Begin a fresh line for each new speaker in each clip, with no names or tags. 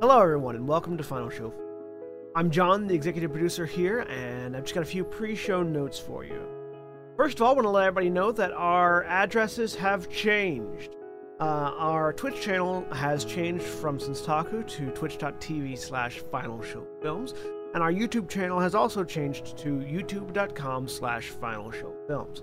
Hello, everyone, and welcome to Final Show. I'm John, the executive producer here, and I've just got a few pre show notes for you. First of all, I want to let everybody know that our addresses have changed. Uh, our Twitch channel has changed from Senstaku to twitch.tv slash Final Show Films, and our YouTube channel has also changed to youtube.com slash Final Show Films.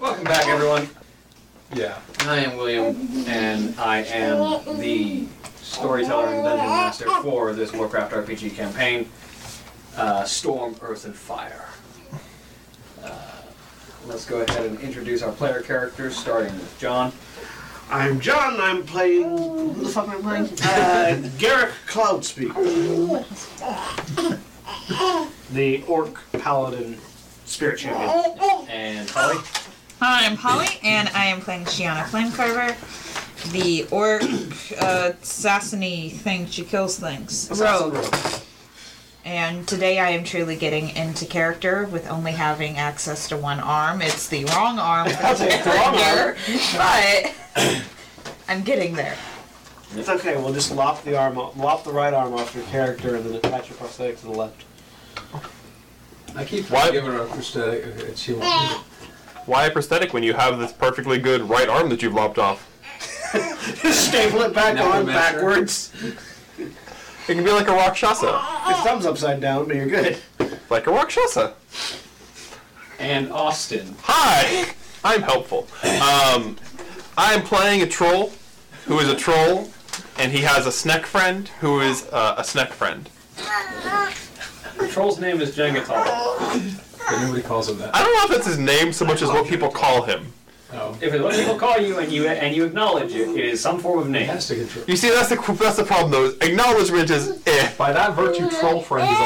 Welcome back, everyone. Yeah. I am William, and I am the storyteller and dungeon master for this Warcraft RPG campaign, uh, Storm, Earth, and Fire. Uh, let's go ahead and introduce our player characters, starting with John.
I'm John. I'm playing. Who the fuck am I playing? Uh, Garrick Cloudspeaker, the orc paladin spirit champion.
And Holly.
Hi, I'm Holly, and I am playing Shiana Flamecarver, the orc uh, assassiny thing. She kills things. Rogue. And today I am truly getting into character with only having access to one arm. It's the wrong arm for the character, but I'm getting there.
It's okay. We'll just lop the arm, off, lop the right arm off your character, and then attach a prosthetic to the left.
I keep
Why-
giving her a prosthetic. and She won't do it.
Why a prosthetic when you have this perfectly good right arm that you've lopped off?
Staple it back
Now
on
we're master.
backwards.
It can be like a rakshasa.
Your thumb's upside down, but you're good.
Like a rakshasa.
And Austin.
Hi! I'm helpful. Um, I'm playing a troll who is a troll, and he has a snack friend who is uh, a snack friend.
The troll's name is Jengatal. But nobody calls him that.
I don't know if that's his name so much as what people call him.
Um,
If it's what people call you and you and you acknowledge it, it is some form of name.
You see, that's the that's the problem though. is Acknowledgement is eh.
By that virtue, troll friend is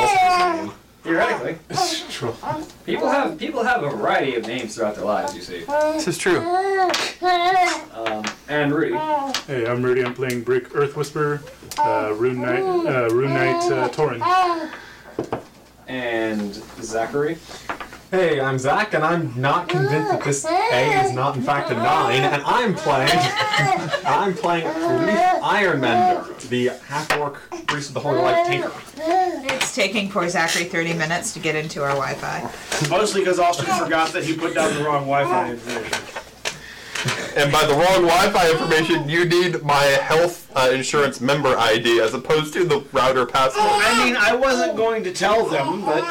also
Theoretically,
his name. troll.
people have people have a variety of names throughout their lives. You see,
This is true.
um, and Rudy,
Hey, I'm Rudy. I'm playing Brick Earth Whisperer, uh, Rune Knight, uh, Rune Knight uh, Torin.
and Zachary,
Hey, I'm Zach, and I'm not convinced that this A is not in fact a nine, and I'm playing. I'm playing Leaf Ironmender, the half-orc priest of the Holy Life Tinker.
It's taking poor Zachary 30 minutes to get into our Wi Fi.
Mostly because Austin forgot that he put down the wrong Wi-Fi information.
And by the wrong Wi-Fi information, you need my health uh, insurance member ID as opposed to the router password.
I
Oh,
mean, I wasn't going to tell them, but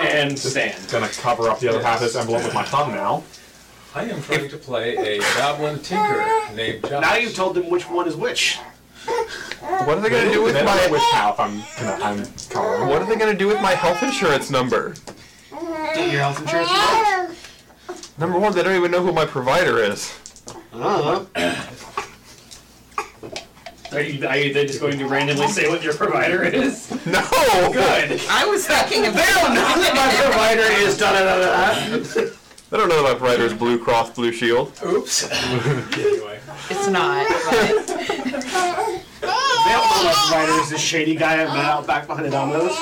and Stan.
Gonna cover up the other half of this envelope with my thumbnail.
I am trying to play a goblin tinker named Josh.
now you've told them which one is which.
What are they gonna do with
Then
my
which half I'm gonna I'm covering.
What are they gonna do with my health insurance number?
Your health insurance.
Number one, they don't even know who my provider is.
Uh-huh.
Are you, are you just going to randomly say what your provider is?
No!
Good.
I was thinking of
provider is da da da da.
They don't know that my provider is Blue Cross Blue Shield.
Oops.
Anyway,
It's not. But
Mail Combat Provider is this shady guy I've met out back behind the dominoes.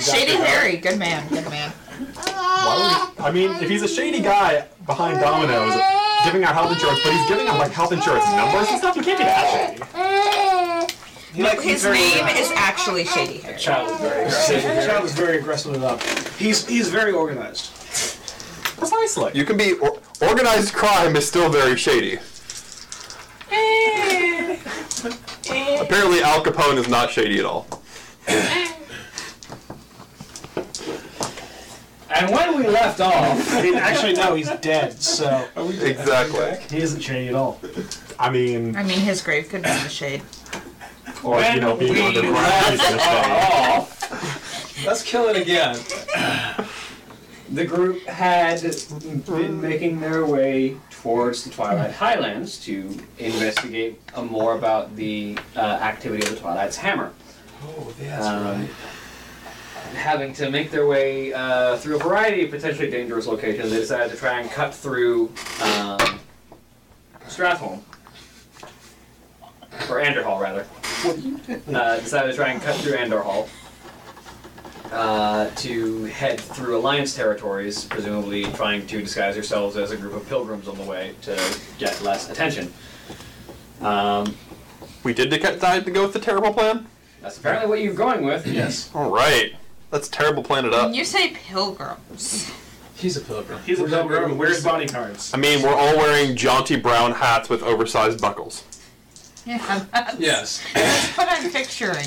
Shady Harry, good man, good man.
why would, I mean, if he's a shady guy behind Domino's giving out health insurance, but he's giving out like health insurance numbers and stuff, you can't be that shady.
He likes
His
very
name
organized.
is actually Shady Harry.
Child is very
Child is very aggressive about. He's he's very organized.
Precisely.
You can be or- organized crime is still very shady. Apparently, Al Capone is not shady at all.
And when we left off,
I mean, actually, no, he's dead, so
Exactly.
he isn't shady at all.
I mean,
I mean, his grave could be in the shade.
or you know, being underground. is just funny.
off. Let's kill it again. The group had
Mm-hmm.
been making their way towards the Twilight Highlands to investigate uh, more about the uh, activity of the Twilight's Hammer.
Oh, that's
Um,
right.
having to make their way uh, through a variety of potentially dangerous locations, they decided to try and cut through um, Strathholm. Or Andor Hall, rather. Uh, decided to try and cut through Andor Hall uh, to head through Alliance territories, presumably trying to disguise yourselves as a group of pilgrims on the way to get less attention. Um,
We did decide to go with the terrible plan.
that's apparently what you're going with. Yes.
All right, let's terrible plan it
When
up.
you say pilgrims,
He's a pilgrim.
He's a
We're not-
pilgrim.
we're-
Where's body cards?
I mean, we're all wearing jaunty brown hats with oversized buckles.
yeah, that's
Yes.
what I'm picturing.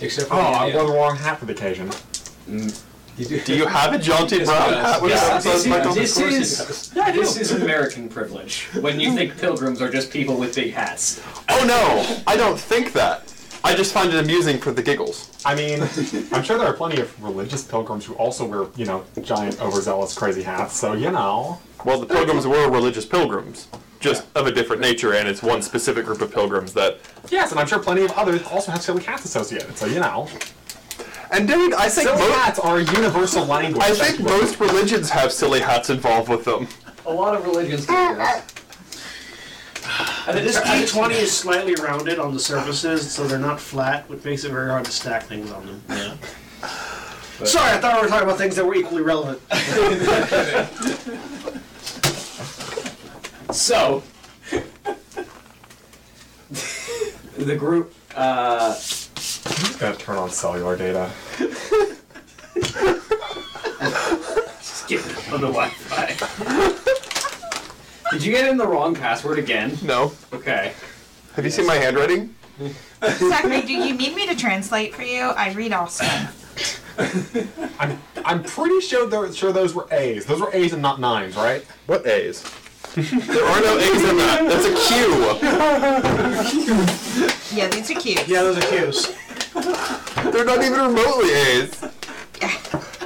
Except for
Oh,
the
I wore
Indian.
the wrong hat for the occasion.
Do you have a jaunty brown
Yes.
hat with
Yes.
oversized
Yes.
buckles?
This
Of course he
is
does.
this is American privilege. When you think pilgrims are just people with big hats.
Oh no, I don't think that. I just find it amusing for the giggles.
I mean, I'm sure there are plenty of religious pilgrims who also wear, you know, giant, overzealous, crazy hats. So you know,
Well, the pilgrims were religious pilgrims, just of a different nature, and it's one specific group of pilgrims that.
yes, and I'm sure plenty of others also have silly hats associated. So you know,
And dude, I think
silly
most,
hats are a universal language.
I
Thank
think
you.
most religions have silly hats involved with them.
A lot of religions do this. And it
This
is
D20 is slightly rounded on the surfaces, so they're not flat, which makes it very hard to stack things on them.
Yeah.
Sorry, I thought we were talking about things that were equally relevant.
So the group uh,
I'm gonna turn on cellular data.
skipped on the Wi-Fi. Did you get in the wrong password again?
No.
Okay.
Have you seen my handwriting?
Zachary, do you need me to translate for you? I read Austin.
I'm I'm pretty sure those sure those were A's. Those were A's and not nines, right?
What A's? there are no A's in that. That's a
Yeah, these are cute.
Yeah, those are cues.
Q. They're not even remotely A's.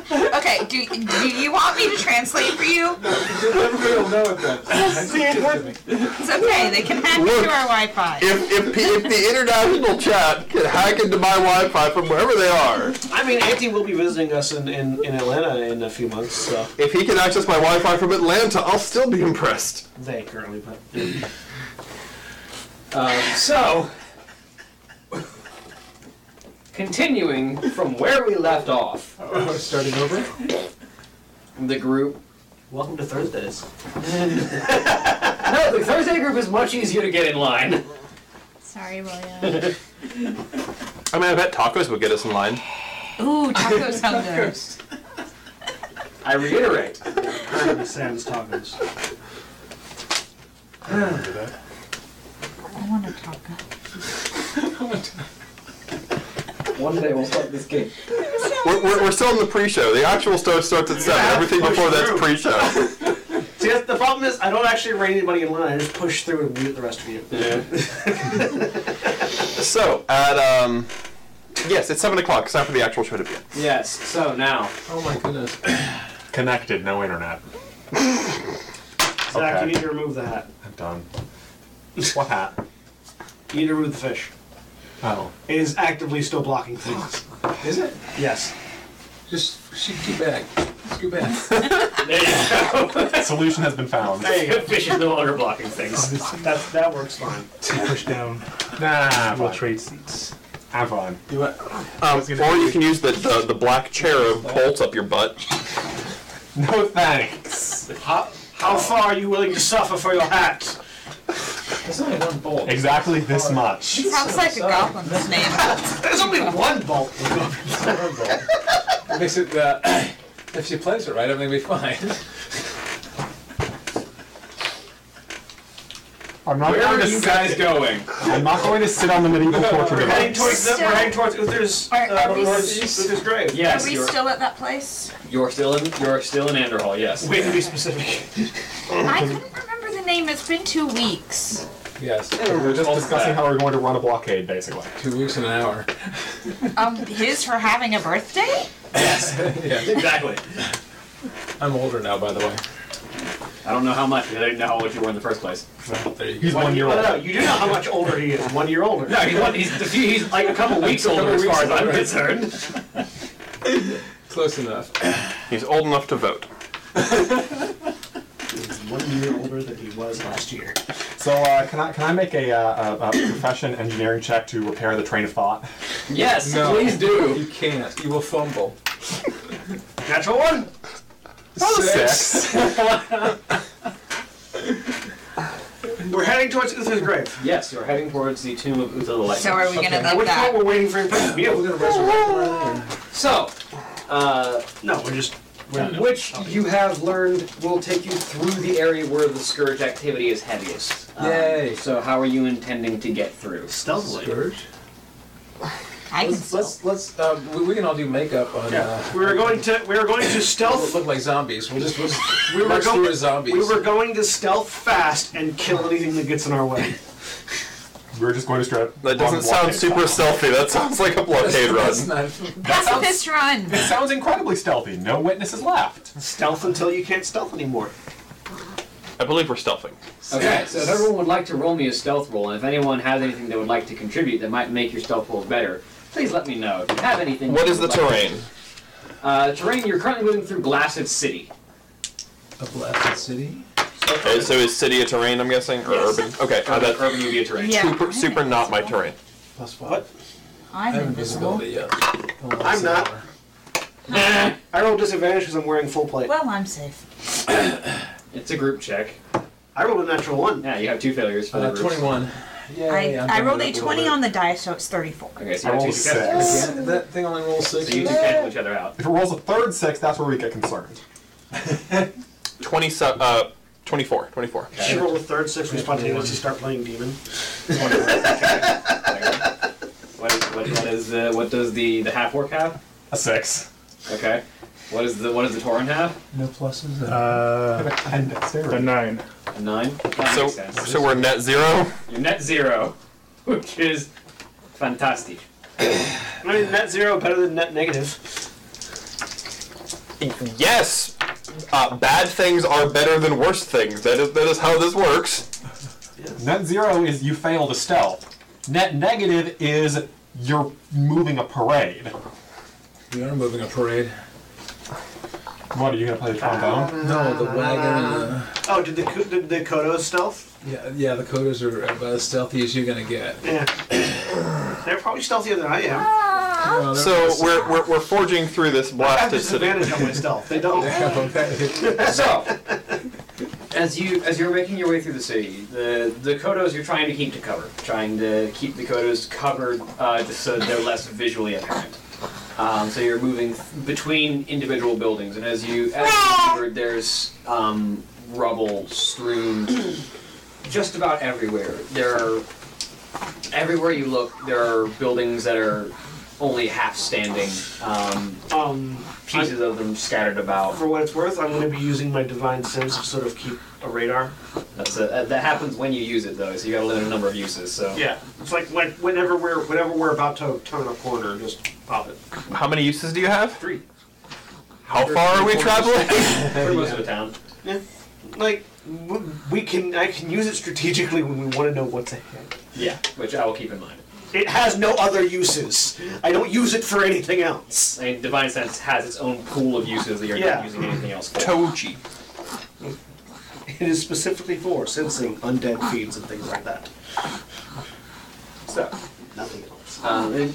Okay, do, do you want me to translate for you?
Everybody will know it then.
It's okay, they can hack
Look.
into our Wi Fi.
If, if, the- if the international chat can hack into my Wi-Fi from wherever they are,
I mean, Anthony will be visiting us in, in, in Atlanta in a few months, so
if he can access my Wi-Fi from Atlanta, I'll still be impressed.
they currently, but
Um, so continuing from where we left off,
Oh, starting over?
the group
welcome to Thursdays.
No, the Thursday group is much easier to get in line.
Sorry, William.
I mean, I bet tacos would get us in line.
Ooh, tacos sound good.
I reiterate.
Currently Sam's tacos.
Remember that?
I want a taco.
One day we'll start this game.
We're, we're, we're still in the pre-show. The actual show starts at seven. Everything before that's pre-show.
See, that's, the problem is I don't actually rate anybody in line. I just push through and mute the rest of you.
So at um, yes, it's seven o'clock. It's time for the actual show to begin.
Yes, so now.
Oh my goodness.
Connected, no internet.
Zach,
Okay.
you need to remove the hat.
I'm done. What hat?
You need to remove the fish.
Oh.
It is actively still blocking things.
Is it?
Yes.
Just scoot back. Scoot back.
There you
Solution has been found.
go. Fish is no longer blocking things.
That, that works fine.
Push down.
Nah, have
We'll
fun.
trade seats.
Have fun.
You want-
Um, or you can use the, the the black cherub bolts up your butt.
No thanks.
How, how far are you willing to suffer for your hat?
There's only one bolt.
Exactly this much.
Sounds like a goblin's name.
There's only one bolt.
Makes it uh, If she plays it right, everything will be fine.
I'm not,
Where
going
are
to
you
sit,
guys going?
I'm not going to sit on the medieval torture
We're heading towards,
device.
the, we're heading towards Uther's,
Are-
uh,
are we
Uther's,
s-
Uther's grave.
Yes,
Are we
you're,
still at that place?
you're still in you're still in Anderhall. Yes.
We have to be specific.
I couldn't remember the name. It's been two weeks.
Yes.
We We're just discussing how we're going to run a blockade, basically.
Two weeks and an hour.
Um, his for having a birthday?
exactly.
I'm older now, by the way.
I don't know how much. because I didn't know how old you were in the first place.
There you
He's one year
No, no,
old.
you do know how much older he is. One year older.
No, he's, one- he's, a few- he's like a couple weeks older as far as I'm concerned.
Close enough.
He's old enough to vote.
He's one year older than he was last year.
So uh, can I can I make a, uh, a, a profession engineering check to repair the train of thought?
Yes,
No.
please do.
You can't. You will fumble.
Natural one.
Oh, Six.
We're heading towards Uther's grave.
Yes, you're heading towards the tomb of Uther the Light.
So are we gonna
At
let
which point
that?
we're waiting for him to
We're
meal.
gonna resurrect her, I think, or-
So, uh,
No, we're just. We're,
which you have learned will take you through the area where the scourge activity is heaviest. Um,
Yay.
So, how are you intending to get through?
Stealthily.
Scourge?
I can
Let's
still.
let's, let's uh, we, we can all do makeup on.
Yeah,
Uh,
we were going to we were going to
we'll
stealth.
look like zombies. We'll just we'll just
We were
march through
going
as zombies.
we were going to stealth fast and kill anything that gets in our way.
We're just going to strip.
That doesn't sound super stealthy. That sounds like a blockade run.
That's not,
Pacifist run.
It sounds incredibly stealthy. No witnesses left.
Stealth until you can't stealth anymore.
I believe we're stealthing.
Okay, so if everyone would like to roll me a stealth roll, and if anyone has anything they would like to contribute that might make your stealth roll better, please let me know. If you have anything.
What
you
is the
would like-
terrain?
Uh, terrain, you're currently moving through Blasted City.
a blasted city.
Okay, so is city a terrain? I'm guessing, or urban? Okay, uh,
Urban,
that's
urban would be a terrain.
Yeah.
super, super not my terrain.
Plus five.
What?
I'm
I haven't
invisible.
visibility yet.
I'm not. I roll disadvantage because I'm wearing full plate.
Well, I'm safe.
It's a group check.
I rolled a natural one.
Yeah, you have two failures for the
Uh,
groups.
Twenty-one. Yay,
I,
I'm
I
going
rolled
up
a
little
20
bit.
on the die, so it's 34.
Okay, so
I
you have two
rolled a
successes.
six.
Yeah, that thing only rolls six.
So you two cancel each other out.
If it rolls a third six, that's where we get concerned.
20, se- uh, 24, 24.
She rolled a third six. We spontaneously start playing demon.
What is what, what is the what does the the half orc have?
A six.
Okay. What is the what does the Torin have?
No pluses.
Uh,
And
a
dexterity.
nine.
A nine. That
So,
makes sense.
so we're net zero.
You're net zero, which is fantastic.
I mean, net zero better than net negative.
Yes, uh, bad things are better than worse things. That is, that is how this works.
Net zero is you fail to stealth. Net negative is you're moving a parade.
We are moving a parade.
What are you gonna play the trombone?
No, the wagon. Uh,
Oh, did the co- did the Kodos stealth?
yeah, yeah. The coders are about as stealthy as you're gonna get.
Yeah. They're probably stealthier than I am.
No, they're-
So we're, we're, we're forging through this
I have
blasted city.
disadvantage on my stealth. They don't.
okay.
So, as you as you're making your way through the city, the the Kodos you're trying to keep to cover, trying to keep the Kodos covered, uh, just so they're less visually apparent. Um, so you're moving th- between individual buildings, and as you as you maneuver, there's um, rubble strewn just about everywhere. There are everywhere you look, there are buildings that are only half standing, um,
Um,
pieces of them scattered about.
for what it's worth, I'm going to be using my divine sense to sort of keep a radar.
That's a, uh, that happens when you use it though, so you got a limited number of uses. So
Yeah, it's like when, whenever we're whenever we're about to turn a corner, just pop it.
How many uses do you have?
Three.
How far are we traveling?
for most of the town.
Yeah. Like w- we can, I can use it strategically when we want to know what's ahead.
Yeah, which I will keep in mind.
It has no other uses. I don't use it for anything else.
I mean, divine sense has its own pool of uses that you're
Yeah.
not using anything else for.
Toji.
It is specifically for sensing undead fiends and things like that.
So,
Nothing else.
um, and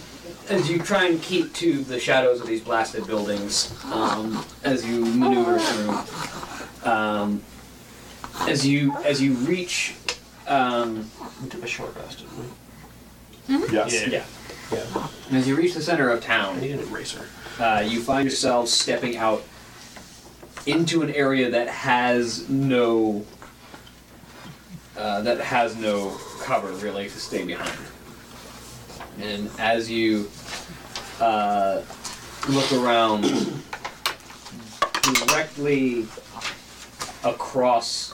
as you try and keep to the shadows of these blasted buildings, um, as you maneuver through, um, as you as you reach, um,
We took a short rest, didn't we?
Yes.
yeah, as you reach the center of town,
I need an eraser.
uh, you find yourself stepping out into an area that has no uh, that has no cover really to stay behind. And as you uh, look around, directly across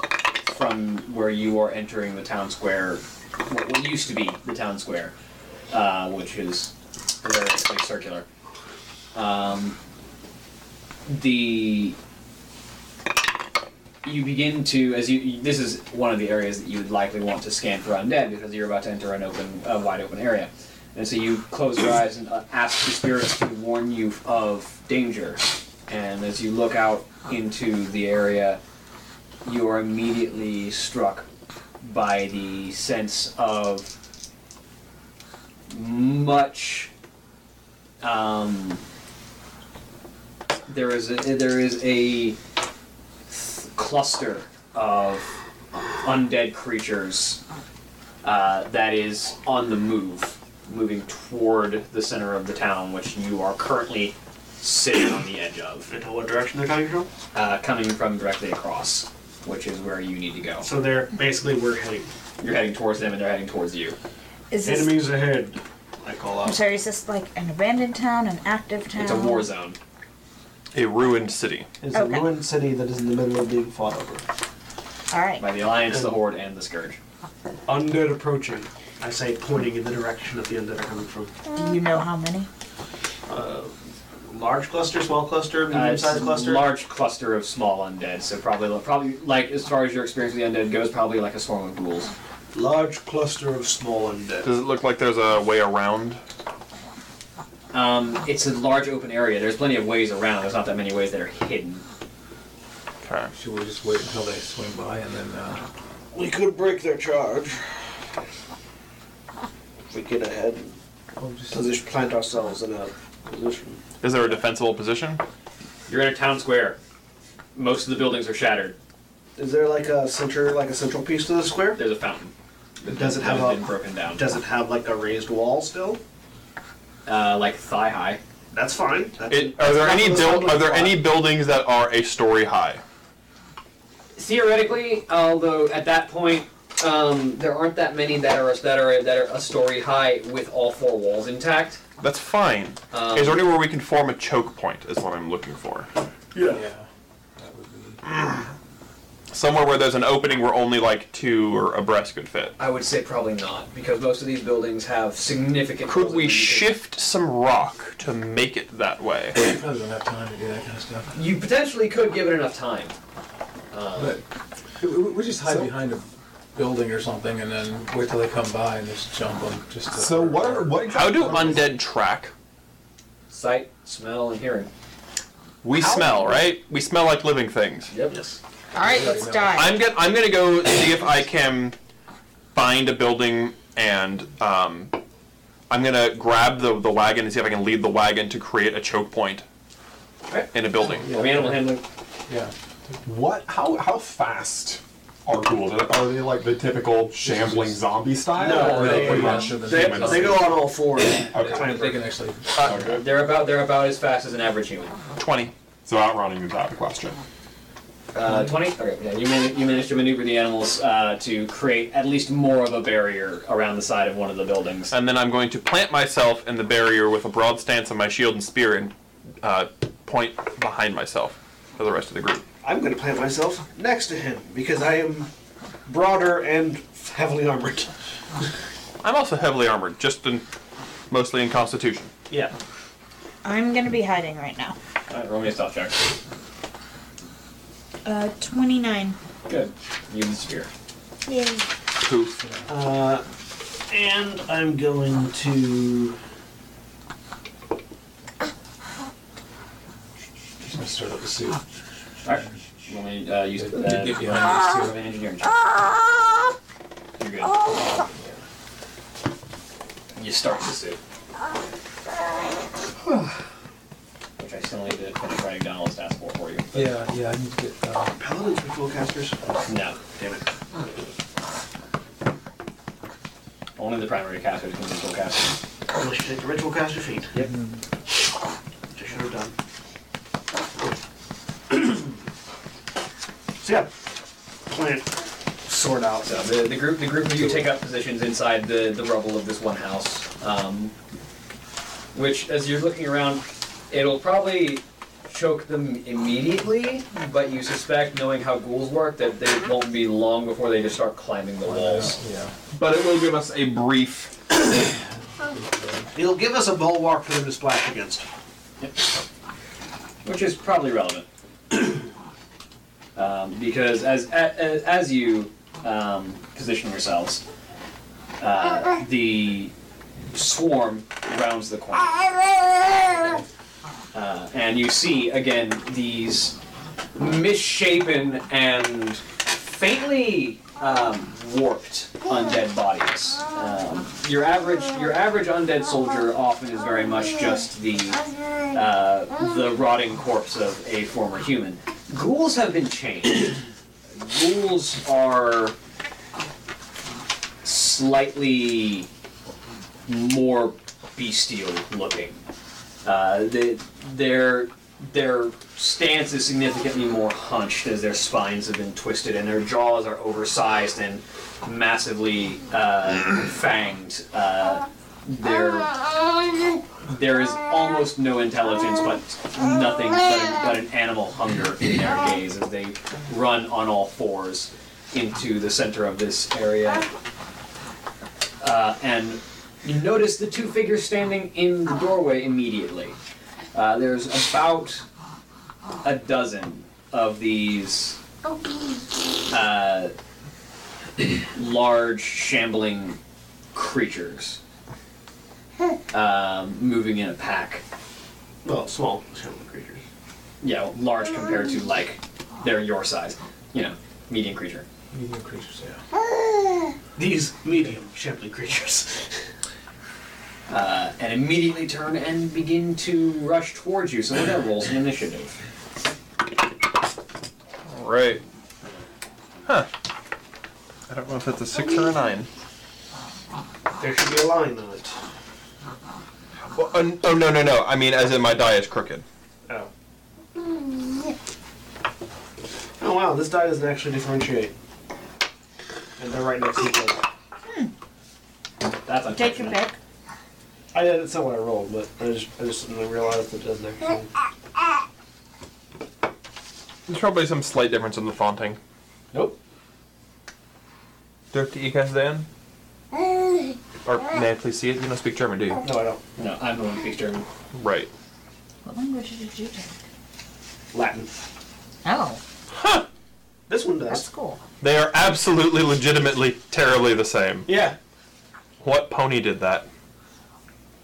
from where you are entering the town square, what, what used to be the town square, uh, which is where it's like circular. Um, the you begin to as you, you- this is one of the areas that you would likely want to scan for undead because you're about to enter an open a wide open area and so you close your eyes and uh, ask the spirits to warn you of danger and as you look out into the area you are immediately struck by the sense of much um, there is a, there is a cluster of undead creatures uh, that is on the move, moving toward the center of the town, which you are currently sitting on the edge of,
I know what direction they're coming from.
uh, coming from directly across, which is where you need to go.
So they're basically we're heading.
You're heading towards them, and they're heading towards you.
Is this?
Enemies ahead. I call
I'm
out.
sorry. Is this like an abandoned town, an active town?
It's a war zone.
A ruined city.
It's
Okay.
a ruined city that is in the middle of being fought over.
All right.
by the Alliance, the Horde, and the Scourge.
Undead approaching. I say, pointing in the direction of the undead are coming from.
Do you know how many?
Large cluster, small cluster,
Uh,
medium
it's
sized
a
cluster.
large cluster of small undead, so probably, probably like as far as your experience with the undead goes, probably like a swarm of ghouls.
Large cluster of small undead.
Does it look like there's a way around?
Um, it's a large open area. There's plenty of ways around. There's not that many ways that are hidden.
Okay.
Should we just wait until they swing by and then? Uh,
We could break their charge. If we get ahead and position, plant ourselves in a position.
Is there a defensible position?
You're in a town square. Most of the buildings are shattered.
Is there like a center, like a central piece to the square?
There's a fountain. that
Does it
that
have
has
a-
been broken down?
Does it have like a raised wall still?
Uh, like thigh high.
That's fine. That's
It, are there
that's
any
not
dil-
the
are there
spot.
any buildings that are a story high?
Theoretically, although at that point um, there aren't that many that are that are that are a story high with all four walls intact.
That's fine.
Um,
is there anywhere we can form a choke point? Is what I'm looking for.
yeah. That would be.
Somewhere where there's an opening where only like two or abreast could fit.
I would say probably not, because most of these buildings have significant.
Could
holes in
we
them.
shift some rock to make it that way?
Probably don't have time to do that kind of stuff.
You potentially could give it enough time. Um,
But we- we, we just hide behind a building or something and then wait till they come by and just jump them. Just to-
So what are what
How
exactly?
do undead track?
sight, smell, and hearing.
We smell, right? We smell like living things.
Yep.
All right. Let's die.
I'm gonna I'm gonna go see if I can find a building and um, I'm gonna grab the the wagon and see if I can lead the wagon to create a choke point
Okay.
in a building.
I mean, animal handling.
Yeah.
What? How how fast are ghouls? Are are they like the typical shambling zombie style?
No,
or are
they-
pretty much-
faster than
They,
humans.
they go on all fours.
They they can actually.
Uh,
They're about they're about as fast as an average human.
Twenty.
So outrunning is out of the question.
Uh, Twenty. Okay. Yeah. You man- you managed to maneuver the animals uh, to create at least more of a barrier around the side of one of the buildings.
And then I'm going to plant myself in the barrier with a broad stance of my shield and spear and uh, point behind myself for the rest of the group.
I'm going to plant myself next to him because I am broader and heavily armored.
I'm also heavily armored, just in mostly in constitution.
Yeah.
I'm gonna be hiding right now.
All right, roll me a stealth check.
Uh, 29.
Good. Use the spear.
Poof.
Uh, and I'm going to.
Just gonna start up the suit.
All right. Roll me uh, use uh,
Get behind these two.
roll me an engineering check. You're
Uh,
good. You start the suit. Which I still need to finish writing down all the stats for for you.
Yeah, yeah, I need to get. Uh,
Paladins with full casters.
No, damn it. Only the primary caster can control caster.
Unless you take the ritual caster feat. Yep. Which I should have done. So yeah, plant sort out.
So the, the group the group of you take up positions inside the, the rubble of this one house, um, which as you're looking around, it'll probably choke them immediately. But you suspect, knowing how ghouls work, that they won't be long before they just start climbing the walls.
Yeah.
But it will give us a brief.
It'll give us a bulwark for them to splash against.
which is probably relevant um, because as as, as you um, position yourselves, uh, the swarm rounds the corner, uh, and you see again these misshapen and faintly um, warped undead bodies. Um, your average your average undead soldier often is very much just the uh, the rotting corpse of a former human. Ghouls have been changed. Ghouls are slightly more bestial looking. Uh, they, their their stance is significantly more hunched as their spines have been twisted and their jaws are oversized and massively uh, fanged. Uh, their there is almost no intelligence, but nothing but an, but an animal hunger in their gaze as they run on all fours into the center of this area. Uh, and you notice the two figures standing in the doorway immediately. Uh, there's about a dozen of these uh, large, shambling creatures um, moving in a pack.
Well, small shambling creatures.
Yeah, well, large compared to like they're your size. You know, medium creature.
Medium creatures, yeah.
These medium shambling creatures.
Uh, and immediately turn and begin to rush towards you. So that rolls an initiative.
Right. Huh. I don't know if that's a six or a nine.
there should be a line on it.
Well, uh, oh no no no! I mean, as in my die is crooked.
Oh. Oh wow, this die doesn't actually differentiate. And they're right next to each other.
That's unfortunate.
Take your pick.
I that's not what I rolled, but I just I just suddenly realized it doesn't actually.
There's probably some slight difference in the fonting.
Nope.
Dirk die ich then? Or may I please see it? You don't speak German, do you?
No, I don't.
No, I'm the one who speaks German.
Right.
What language did you take?
Latin.
Oh,
This one
that's
does.
cool.
They are absolutely, legitimately, terribly the same.
Yeah.
What pony did that?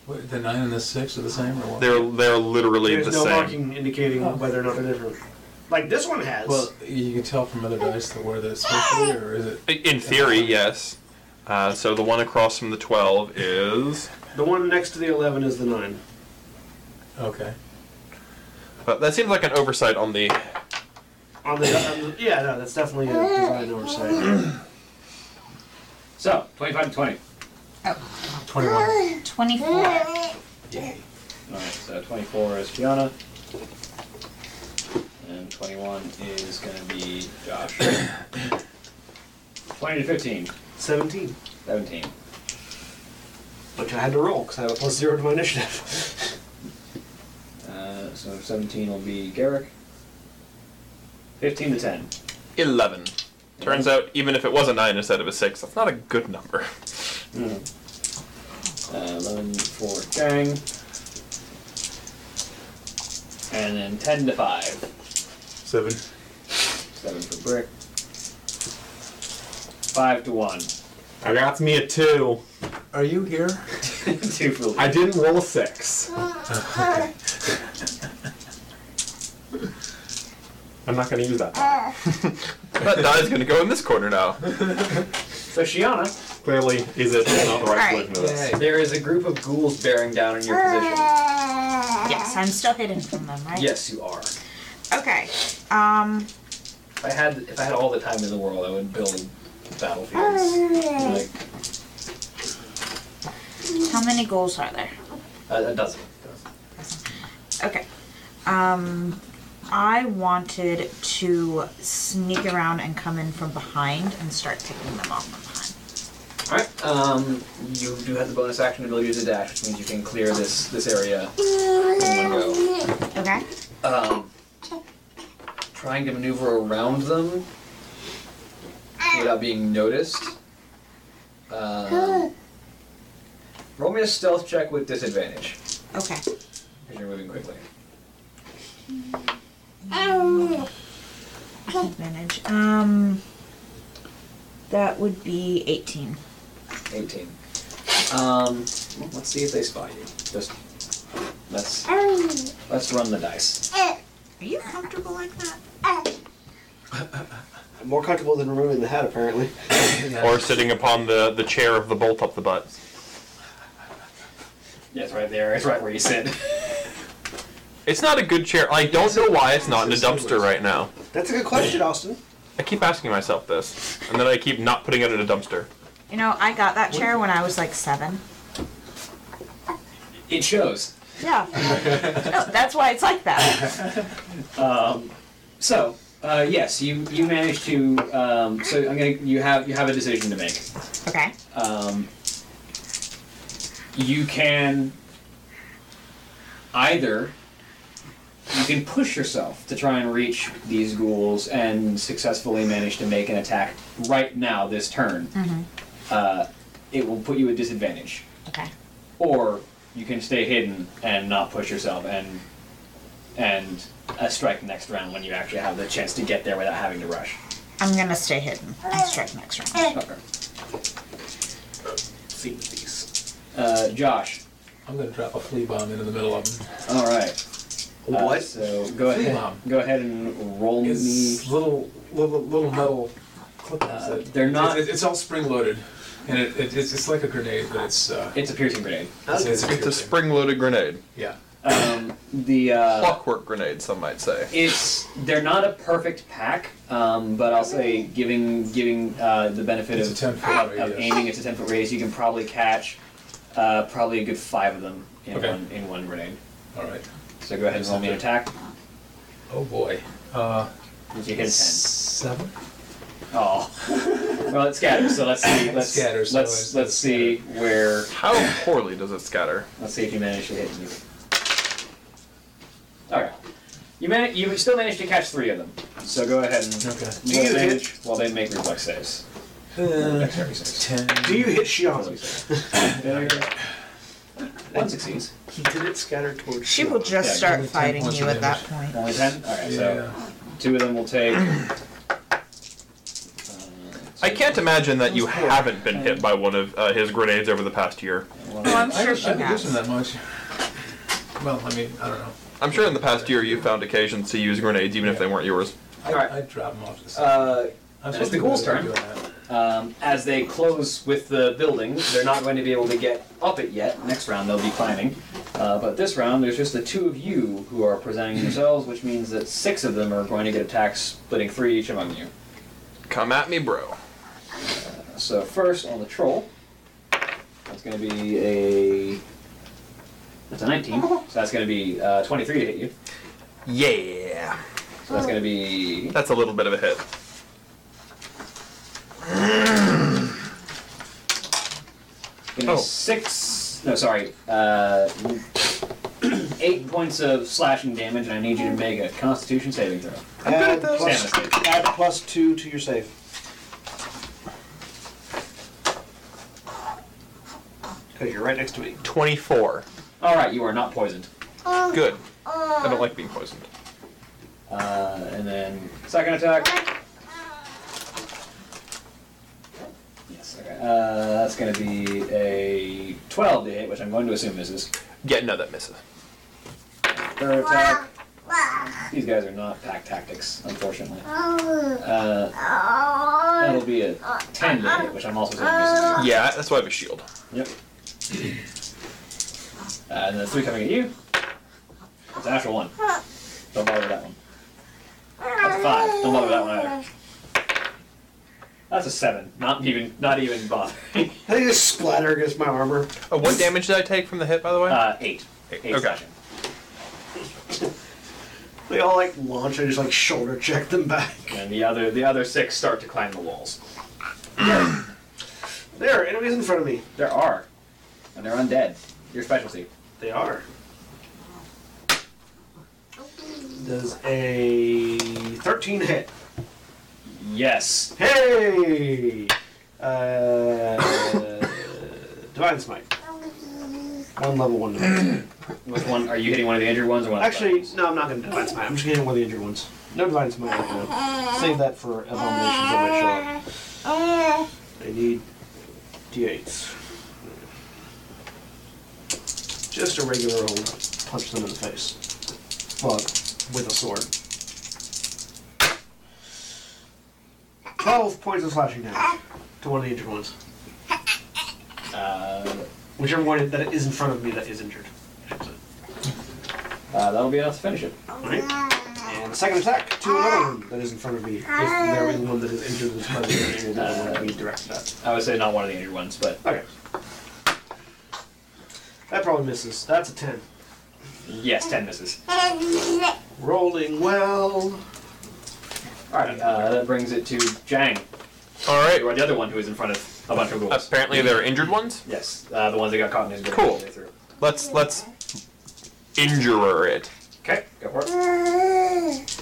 What, the nine and the six are the same, or what?
They're they're literally
There's
the
no
same.
marking indicating whether or not they're different. Like this one has.
well, you can tell from other dice that where they're supposed to be, or is it?
I- In theory, yes. Uh, so the one across from the twelve is.
the one next to the eleven is the nine.
Okay.
But that seems like an oversight on the.
On the, on the yeah, no, that's definitely a design oversight.
So, 25 to 20.
21.
24.
Alright, so 24 is Gianna. And 21 is going to be Josh. 20 to 15.
Seventeen.
17.
Which I had to roll because I have a plus zero to my initiative.
Uh, so 17 will be Garrick. 15 to 10.
Eleven. Turns out, even if it was a nine instead of a six, that's not a good number.
Uh, 11 for Gang. And then 10 to 5.
Seven.
7 for Brick. 5 to 1.
I got me a two.
Are you here?
2 for Lee.
I didn't roll a six. I'm not gonna use that.
that die's gonna go in this corner now.
So Shiana,
Clearly, is it not the right
Alright.
solution to this?
there is a group of ghouls bearing down in your position.
Yes, I'm still hidden from them, right?
Yes, you are.
Okay. Um,
If I had if I had all the time in the world, I would build battlefields like
how many goals are there?
a, a dozen.
Okay. Um, I wanted to sneak around and come in from behind and start picking them off from behind.
Alright, um, you do have the bonus action to be able to use a dash, which means you can clear this this area in one go.
Okay.
Um, trying to maneuver around them without being noticed. Um, roll me a stealth check with disadvantage,
Okay.
because you're moving quickly.
Uh-huh. Advantage. Um, that would be 18.
18. Um, let's see if they spot you. Just let's let's run the dice.
Are you comfortable like that?
More comfortable than removing the hat, apparently.
Or sitting upon the, the chair of the bolt up the butt.
Yeah, it's right there. It's right where you sit.
It's not a good chair. I don't know why it's not in a dumpster right now.
That's a good question, Austin.
I keep asking myself this, and then I keep not putting it in a dumpster.
You know, I got that chair when I was like seven.
It shows.
Yeah. no, that's why it's like that.
So, uh, yes, you you managed to. Um, so I'm gonna. You have you have a decision to make.
Okay.
Um, you can either you can push yourself to try and reach these ghouls and successfully manage to make an attack right now this turn. Uh, it will put you at disadvantage,
Okay.
or you can stay hidden and not push yourself and and uh, strike next round when you actually have the chance to get there without having to rush.
I'm gonna stay hidden and strike next round.
Okay. Uh, Josh.
I'm gonna drop a flea bomb into the middle of them.
All right. Uh,
What?
so go
Flea
ahead.
bomb.
Go ahead and roll
It's
me.
little, little, little metal clippers.
Uh,
that-
they're not-
It's, it's all spring loaded, and it, it, it's, it's like a grenade, but it's. Uh,
It's a piercing grenade.
it's,
It's
it's,
a
piercing.
spring loaded grenade.
Yeah.
Um, the uh,
Clockwork grenade, some might say.
it's they're not a perfect pack, um, but I'll say giving giving uh, the benefit
It's a
of,
10 foot
of
radius.
aiming, it's a ten foot radius. You can probably catch uh, probably a good five of them in
Okay.
one in one grenade.
Alright.
So go ahead and roll me an attack.
Oh boy. Uh,
You hit a ten.
seven?
Oh, well it scatters. So let's see. Let's
scatters, so
let's
it's-
let's
it's
see where.
How poorly does it scatter?
Let's see if you manage to hit me. Alright. You man- you still managed to catch three of them. So go ahead and
Okay.
roll
Do you
damage while they make reflex saves.
Uh,
Dexterity saves.
ten.
Do you hit Shion?
Wisdom saves. One succeeds.
He didn't scatter towards
She will
Shion.
just
Yeah,
start
only ten
fighting
points
you
of
at that point.
Only ten? Alright, so
Yeah.
two of them will take. uh,
I can't imagine that you haven't been hit by one of uh, his grenades over the past year.
one
Oh,
of-
I'm
I
sure
haven't,
she
I haven't used them
has.
that much. Well, I mean, I don't know.
I'm sure in the past year you've found occasions to use grenades even if they weren't yours.
I,
Alright.
I drop them off to the side.
Uh,
I'm
it's
supposed
the
to be
ghoul's
better at
turn.
doing that.
um, as they close with the building, they're not going to be able to get up it yet. Next round they'll be climbing. Uh, but this round there's just the two of you who are presenting yourselves, which means that six of them are going to get attacks, splitting three each among you.
Come at me, bro.
So first on the troll, that's going to be a that's a 19. So that's going to be uh, 23 to hit you.
Yeah.
So that's going to be
That's a little bit of a hit.
Give me
Oh.
six. No, sorry. Uh, eight points of slashing damage, and I need you to make a Constitution saving throw.
Add
Stamina
plus,
save.
add plus two to your save.
Because you're right next to me.
24.
All right, you are not poisoned.
Good. I don't like being poisoned.
Uh, and then second attack. Yes. Okay. Uh, that's going to be a twelve to hit, which I'm going to assume misses.
Yeah, no, that misses.
Third attack. These guys are not pack tactics, unfortunately. Uh, that'll be a ten to hit, which I'm also assuming misses.
Yeah, that's why I have a shield.
Yep. Uh, and then three coming at you. It's an actual one. Don't bother with that one. That's a five. Don't bother with that one either. That's a seven. Not even, not even bothering.
I think just splatter against my armor.
Uh, what
Uh,
damage did I take from the hit, by the way?
Uh, eight. Eight
Okay.
slashing.
They all like launch and just like shoulder check them back.
And the other the other six start to climb the walls.
There are enemies in front of me.
There are, and they're undead. Your specialty.
They are. Does a 13 hit.
Yes.
Hey! Uh, Divine Smite. One level, one divine.
Which one are you hitting? One of the injured ones or one? of the
Actually,
buttons?
no, I'm not going to Divine Smite. I'm just going to hit one of the injured ones. No Divine Smite right now. Save that for abominations that might show up. I need d8s. Just a regular old punch them in the face. Well, with a sword. 12 points of slashing damage to one of the injured ones.
Uh,
Whichever one that is in front of me that is injured. I should say.
uh, that'll be enough to finish it.
Right? And the second attack to another one that is in front of me. If there is one that is injured in front of me, and the other one that we directed at.
I would say not one of the injured ones, but
Okay. That probably misses. That's a 10.
yes, ten misses.
Rolling well.
All right, uh, that brings it to Jang,
All right.
or the other one who is in front of a bunch of ghouls.
Apparently, there are injured ones.
Yes, uh, the ones that got caught in his grip.
Cool.
They threw.
Let's let's injure it.
Okay, go for it.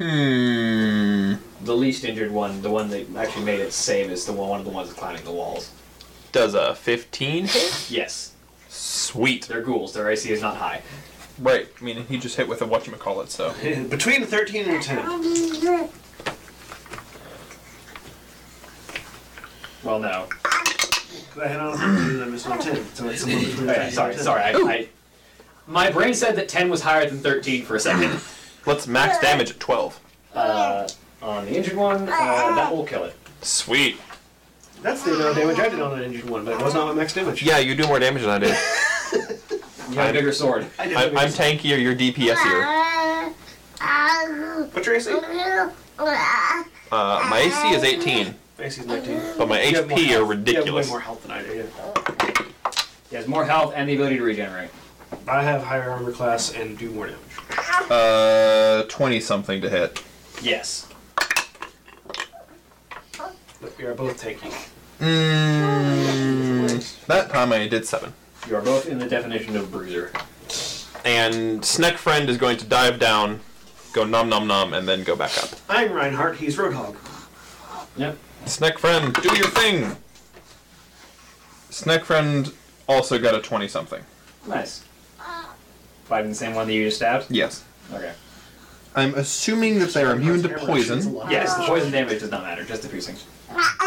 Hmm.
The least injured one, the one that actually made it save, is the one, one of the ones climbing the walls.
Does a 15 hit?
Yes,
Sweet.
they're ghouls. Their AC is not high.
Right. I mean, he just hit with a whatchamacallit, so.
Eh, Between a 13 and a 10.
Well, no.
Could I hit on a 13 and I missed on a 10? So it's somewhere between a 13
Okay,
and
sorry,
a 10.
sorry. I, I, my brain said that 10 was higher than 13 for a second.
Let's max damage at 12.
Uh, on the injured one, uh, that will kill it.
Sweet.
That's the amount of damage I did on an injured one, but it was not my max damage.
Yeah, you do more damage than I do.
You have a bigger sword.
I did
I,
I,
I'm tankier, you're DPSier.
What's your AC?
Uh, my AC is 18,
My AC is 19. You
but my
have more
HP
health. You have
are
way
ridiculous.
more health than I do. yeah.
He has more health and the ability to regenerate.
I have higher armor class and do more damage.
Uh, 20 something to hit.
Yes.
But we are both tanky.
Mm, that time I did 7.
You are both in the definition of bruiser.
And Sneck Friend is going to dive down, go nom nom nom, and then go back up.
I'm Reinhardt, he's Roadhog.
Yep.
Snack friend, do your thing. Snack friend also got a twenty something.
Nice. Fighting the same one that you just stabbed?
Yes.
Okay.
I'm assuming that they are immune to poison.
Yes, the poison damage does not matter, just the piercing.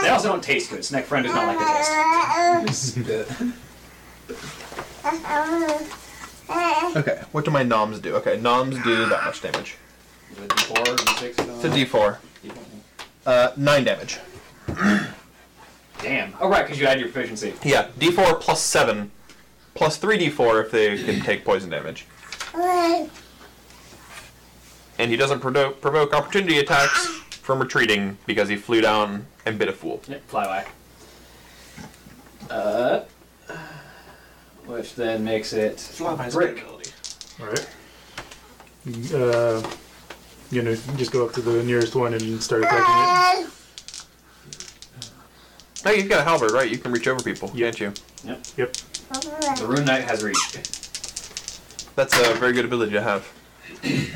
They also don't taste good. Snack friend does not like the taste.
Spit.
Okay. What do my noms do? Okay, noms do that much damage.
Is it D4, D6,
It's a D4. Uh, nine damage.
Damn. Oh, right, because you add your proficiency.
Yeah, D4 plus seven, plus three D4 if they can take poison damage. And he doesn't prodo- provoke opportunity attacks from retreating because he flew down and bit a fool.
Yep, fly away. Uh, which then makes it.
Fly by his
Brick.
ability.
All right. Uh, gonna just go up to the nearest one and start attacking
Now you've got a halberd, right? You can reach over people,
Yeah.
can't you?
it. Yep.
The rune knight has reached.
That's a very good ability to have.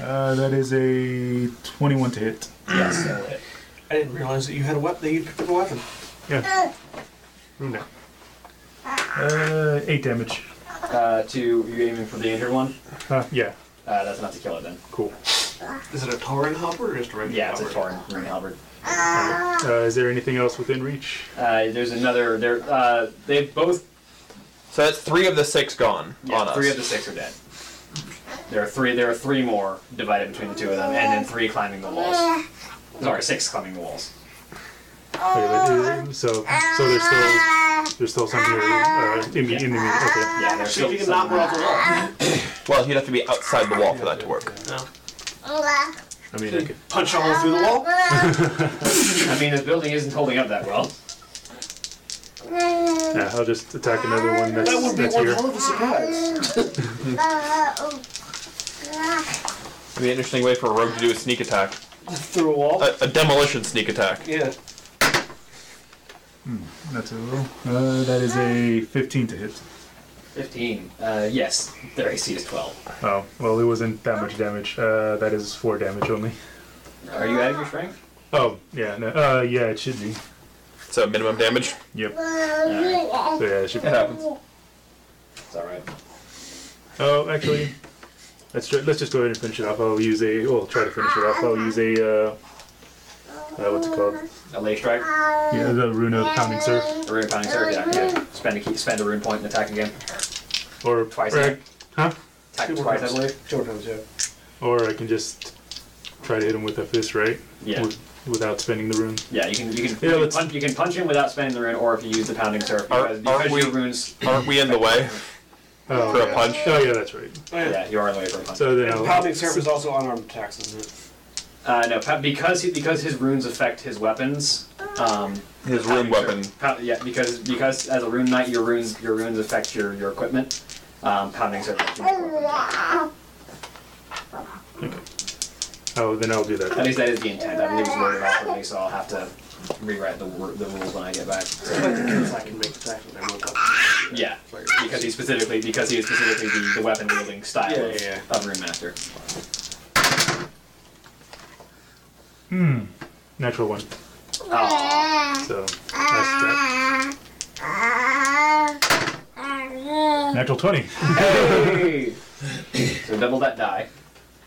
Uh, that is a 21 to hit.
Yes, that'll hit.
I didn't realize that you had a weapon. That you picked up a weapon.
Yeah. Room down. Uh, 8 damage.
Uh, to you aiming for the injured one.
Uh, yeah,
Uh, that's not to kill it then.
cool.
Is it a Tauren hopper or just a regular
Yeah, it's a
hopper?
torn rune halberd.
Uh, is there anything else within reach?
Uh, there's another. There. Uh, they both.
So that's three of the six gone
Yeah,
on us.
three of the six are dead. There are three. There are three more divided between the two of them, and then three climbing the walls. Sorry, six climbing the walls.
Okay, but
Uh,
is- so, so there's still there's still some here uh, imme-
Yeah.
in the immediate. Okay.
Yeah, there's
See if
still
you can knock
some.
one off the wall.
well, he'd have to be outside the wall for that to work.
I mean, I could,
Punch all through the wall.
I mean, this building isn't holding up that well.
I
Yeah, I'll just attack another one that's,
That would be
that's
one
here.
hell of a surprise.
It'd be an interesting way for a rogue to do a sneak attack.
Through a wall.
A, a demolition sneak attack.
yeah.
That's a roll. Uh, that is a 15 to hit.
15. Uh, yes, their AC is 12.
Oh, well, it wasn't that much damage. Uh, that is 4 damage only.
Are you out of your strength?
Oh, yeah, no, uh, yeah, it should be.
So minimum damage.
Yep. So, yeah, it should be.
It happens.
It's alright.
Oh, actually, let's try, let's just go ahead and finish it off. I'll use a. Well, try to finish it off. I'll use a. Uh, uh, what's it called?
A lay strike?
Yeah, the rune of pounding surf,
A rune pounding surge, yeah. yeah. Spend, a key, spend a rune point and attack again.
or
Twice.
or, huh?
Attack
Two more
twice, I
times.
believe.
Two more times, yeah.
Or I can just try to hit him with a fist, right?
Yeah.
With- without spending the rune.
Yeah, you can you can,
Yeah,
you, can
let's-
punch, you can punch him without spending the rune, or if you use the pounding surf,
Are-
because,
are
because
we-
your runes.
Aren't we in the way
Oh,
for a
yeah.
punch?
Oh yeah, that's right.
Yeah, you are in the way for a punch.
So then
And
I'll,
pounding surf is also unarmed attacks, isn't it?
Uh, no, pa- because he, because his runes affect his weapons. Um,
His rune weapon.
pound- yeah, because because as a rune knight, your runes your runes affect your your equipment. Um, pounding surf. affects your weapon.
oh then I'll do
At
that.
least that is the intent. I believe it's worded awkwardly, so I'll have to rewrite the wor- the rules when I get back.
I can make attacks with everyone.
Yeah, because he specifically because he is specifically the, the weapon wielding style
Yeah,
of,
yeah, yeah.
of rune master.
Natural one.
Aw.
So that's that. Natural twenty.
so double that die.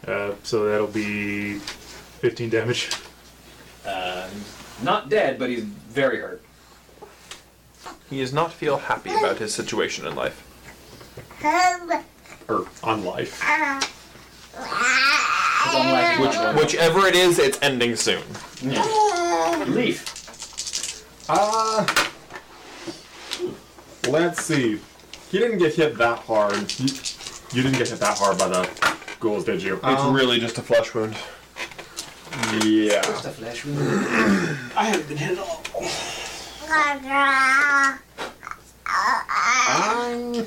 Uh, so that'll be fifteen damage.
Uh, not dead, but he's very hurt.
He does not feel happy about his situation in life. Or on life.
He's on life
Which,
support.
whichever it is, it's ending soon.
Leaf.
Uh, let's see. He didn't get hit that hard. You, you didn't get hit that hard by the ghouls, did you? Um,
really just a flesh wound.
yeah.
Just a flesh wound.
I haven't been hit at all.
I'm,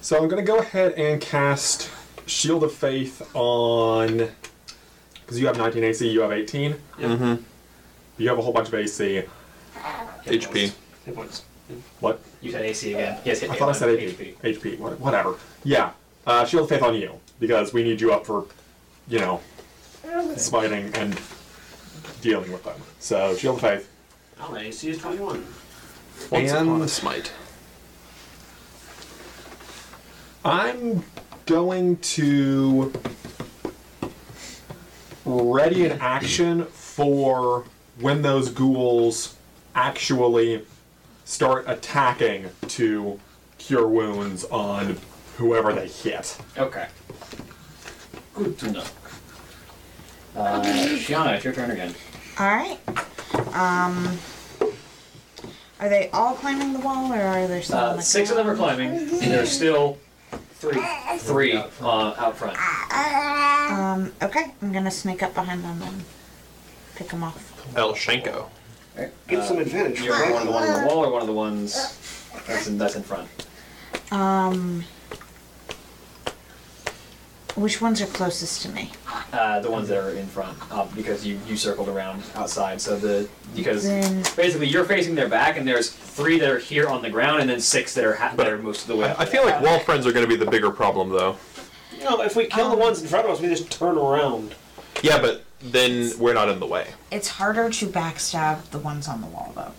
so I'm gonna go ahead and cast Shield of Faith on. Because you have 19 AC, you have 18.
Mhm.
You have a whole bunch of AC.
HP.
Hit points.
What?
You said AC again. Yes, hit
I thought I said
HP.
HP. HP. What, whatever. Yeah. Uh, Shield of Faith on you because we need you up for, you know, smiting and dealing with them. So Shield of Faith.
Oh, my AC is 21.
Once upon a
And-
smite.
I'm going to ready an action for when those ghouls actually start attacking to cure wounds on whoever they hit.
Okay. Good to know. Uh, Shiana, it's your turn again.
All right. Um, are they all climbing the wall, or are there still on
Uh,
the
six of them are
ground?
climbing. and There's still three, three uh, out front.
Um, okay, I'm gonna sneak up behind them and pick them off.
El Shenko.
Get some advantage,
You're
right?
one of the one on the wall, or one of the ones that's in, that's in front.
Um, which ones are closest to me?
Uh, the ones that are in front, uh, because you, you circled around outside. So the because
Then-
basically you're facing their back, and there's three that are here on the ground, and then six that are ha- that are most of the way. up
I
there.
feel like wall friends are going to be the bigger problem, though.
No, if we kill the ones in front of us, we just turn around.
Yeah, but then we're not in the way.
It's harder to backstab the ones on the wall, though.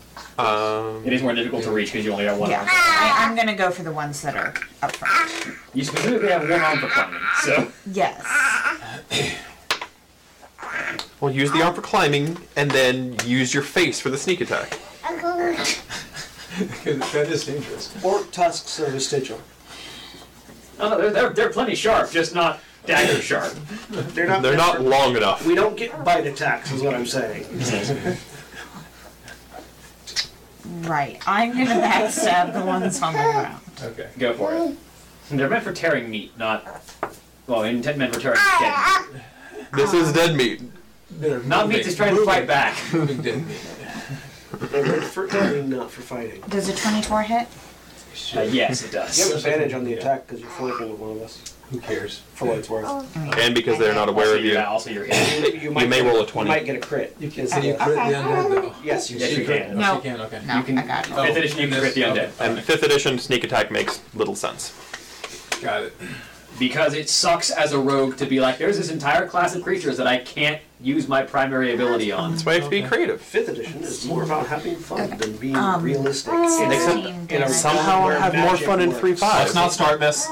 Um,
it is more difficult to reach because you only got one.
Yeah,
Arm.
I, I'm gonna go for the ones that are up front.
You specifically have one arm for climbing, so
Yes.
well, use the arm for climbing, and then use your face for the sneak attack.
that is dangerous.
Orc tusks are vestigial.
oh, no, they're, they're they're plenty sharp, just not dagger sharp.
They're not.
They're not long enough.
We don't get bite attacks, is what I'm saying.
Right. I'm gonna backstab the ones on the ground.
Okay.
Mm. Go for it. They're meant for tearing meat, not Well, intent meant retarded.
Ah,
Dead.
This is dead meat.
They're
Not meat
moving-
that's trying to fight back.
moving dead meat.
for aiming, not for fighting.
Does a 24 hit?
Uh, yes, it
You have
does.
advantage on the attack because you're flanking with one of us,
Who cares?
for what it's worth.
And because they're not aware
Also,
of you.
you're, also you're hit.
You, might
may
get-
roll a 20.
You might get a crit. You can
Can you crit the undead though?
Yes, you
Yes,
should.
you can.
No.
She can, okay.
No,
You can-
I got it.
Oh,
Fifth edition, you can crit the undead.
And fifth edition sneak attack makes little sense.
Got it.
Because it sucks as a rogue to be like, there's this entire class of creatures that I can't use my primary ability on.
That's why you have to be creative.
Fifth edition is more about having fun than being
Um,
realistic.
Except
16 damage.
Somehow I have more fun in three
Let's
fives.
not start this.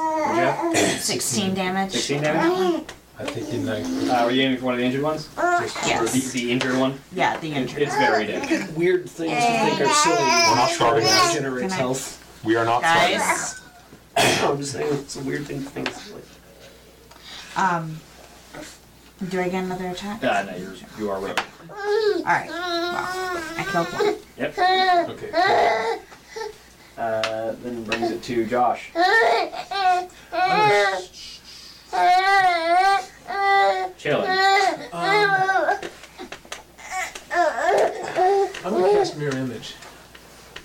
16 damage.
16 damage?
I think you know.
Uh, were you aiming for one of the injured ones? Or the,
Yes.
the injured one?
Yeah, the injured.
It's very dead.
Weird things to think are silly.
We're not starting
That
this.
generates
Can I-
health.
We are not starting this.
Guys,
No, I'm just saying it's a weird thing to think. Like,
um, do I get another attack?
Uh, no, you're, you are rogue.
Alright, well, I killed one.
Yep.
Okay. cool.
Uh, then brings it to Josh. Challenge.
I'm gonna cast mirror image.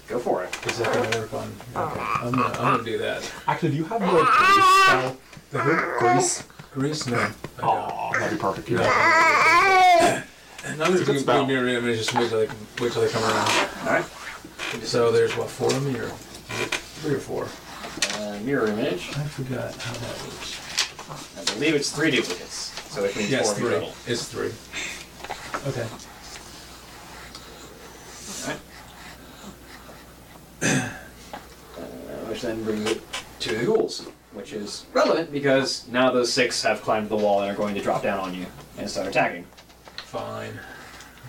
Go for it.
Is that gonna work on? Okay. I'm gonna, I'm gonna do that.
Actually, do you have the grease spell? The hoop grease?
Grease, no. I don't.
Aw, that'd be perfect.
No.
Yeah.
And I'm gonna do do mirror image. Just wait till they wait till they come around.
Alright.
So there's what four of me or three or four?
Uh, mirror image.
I forgot how that works.
I believe it's three duplicates. So it means
Yes,
four in
three.
total.
It's three. Okay.
Uh, which then brings it to the ghouls, which is relevant because now those six have climbed the wall and are going to drop down on you and start attacking.
Fine.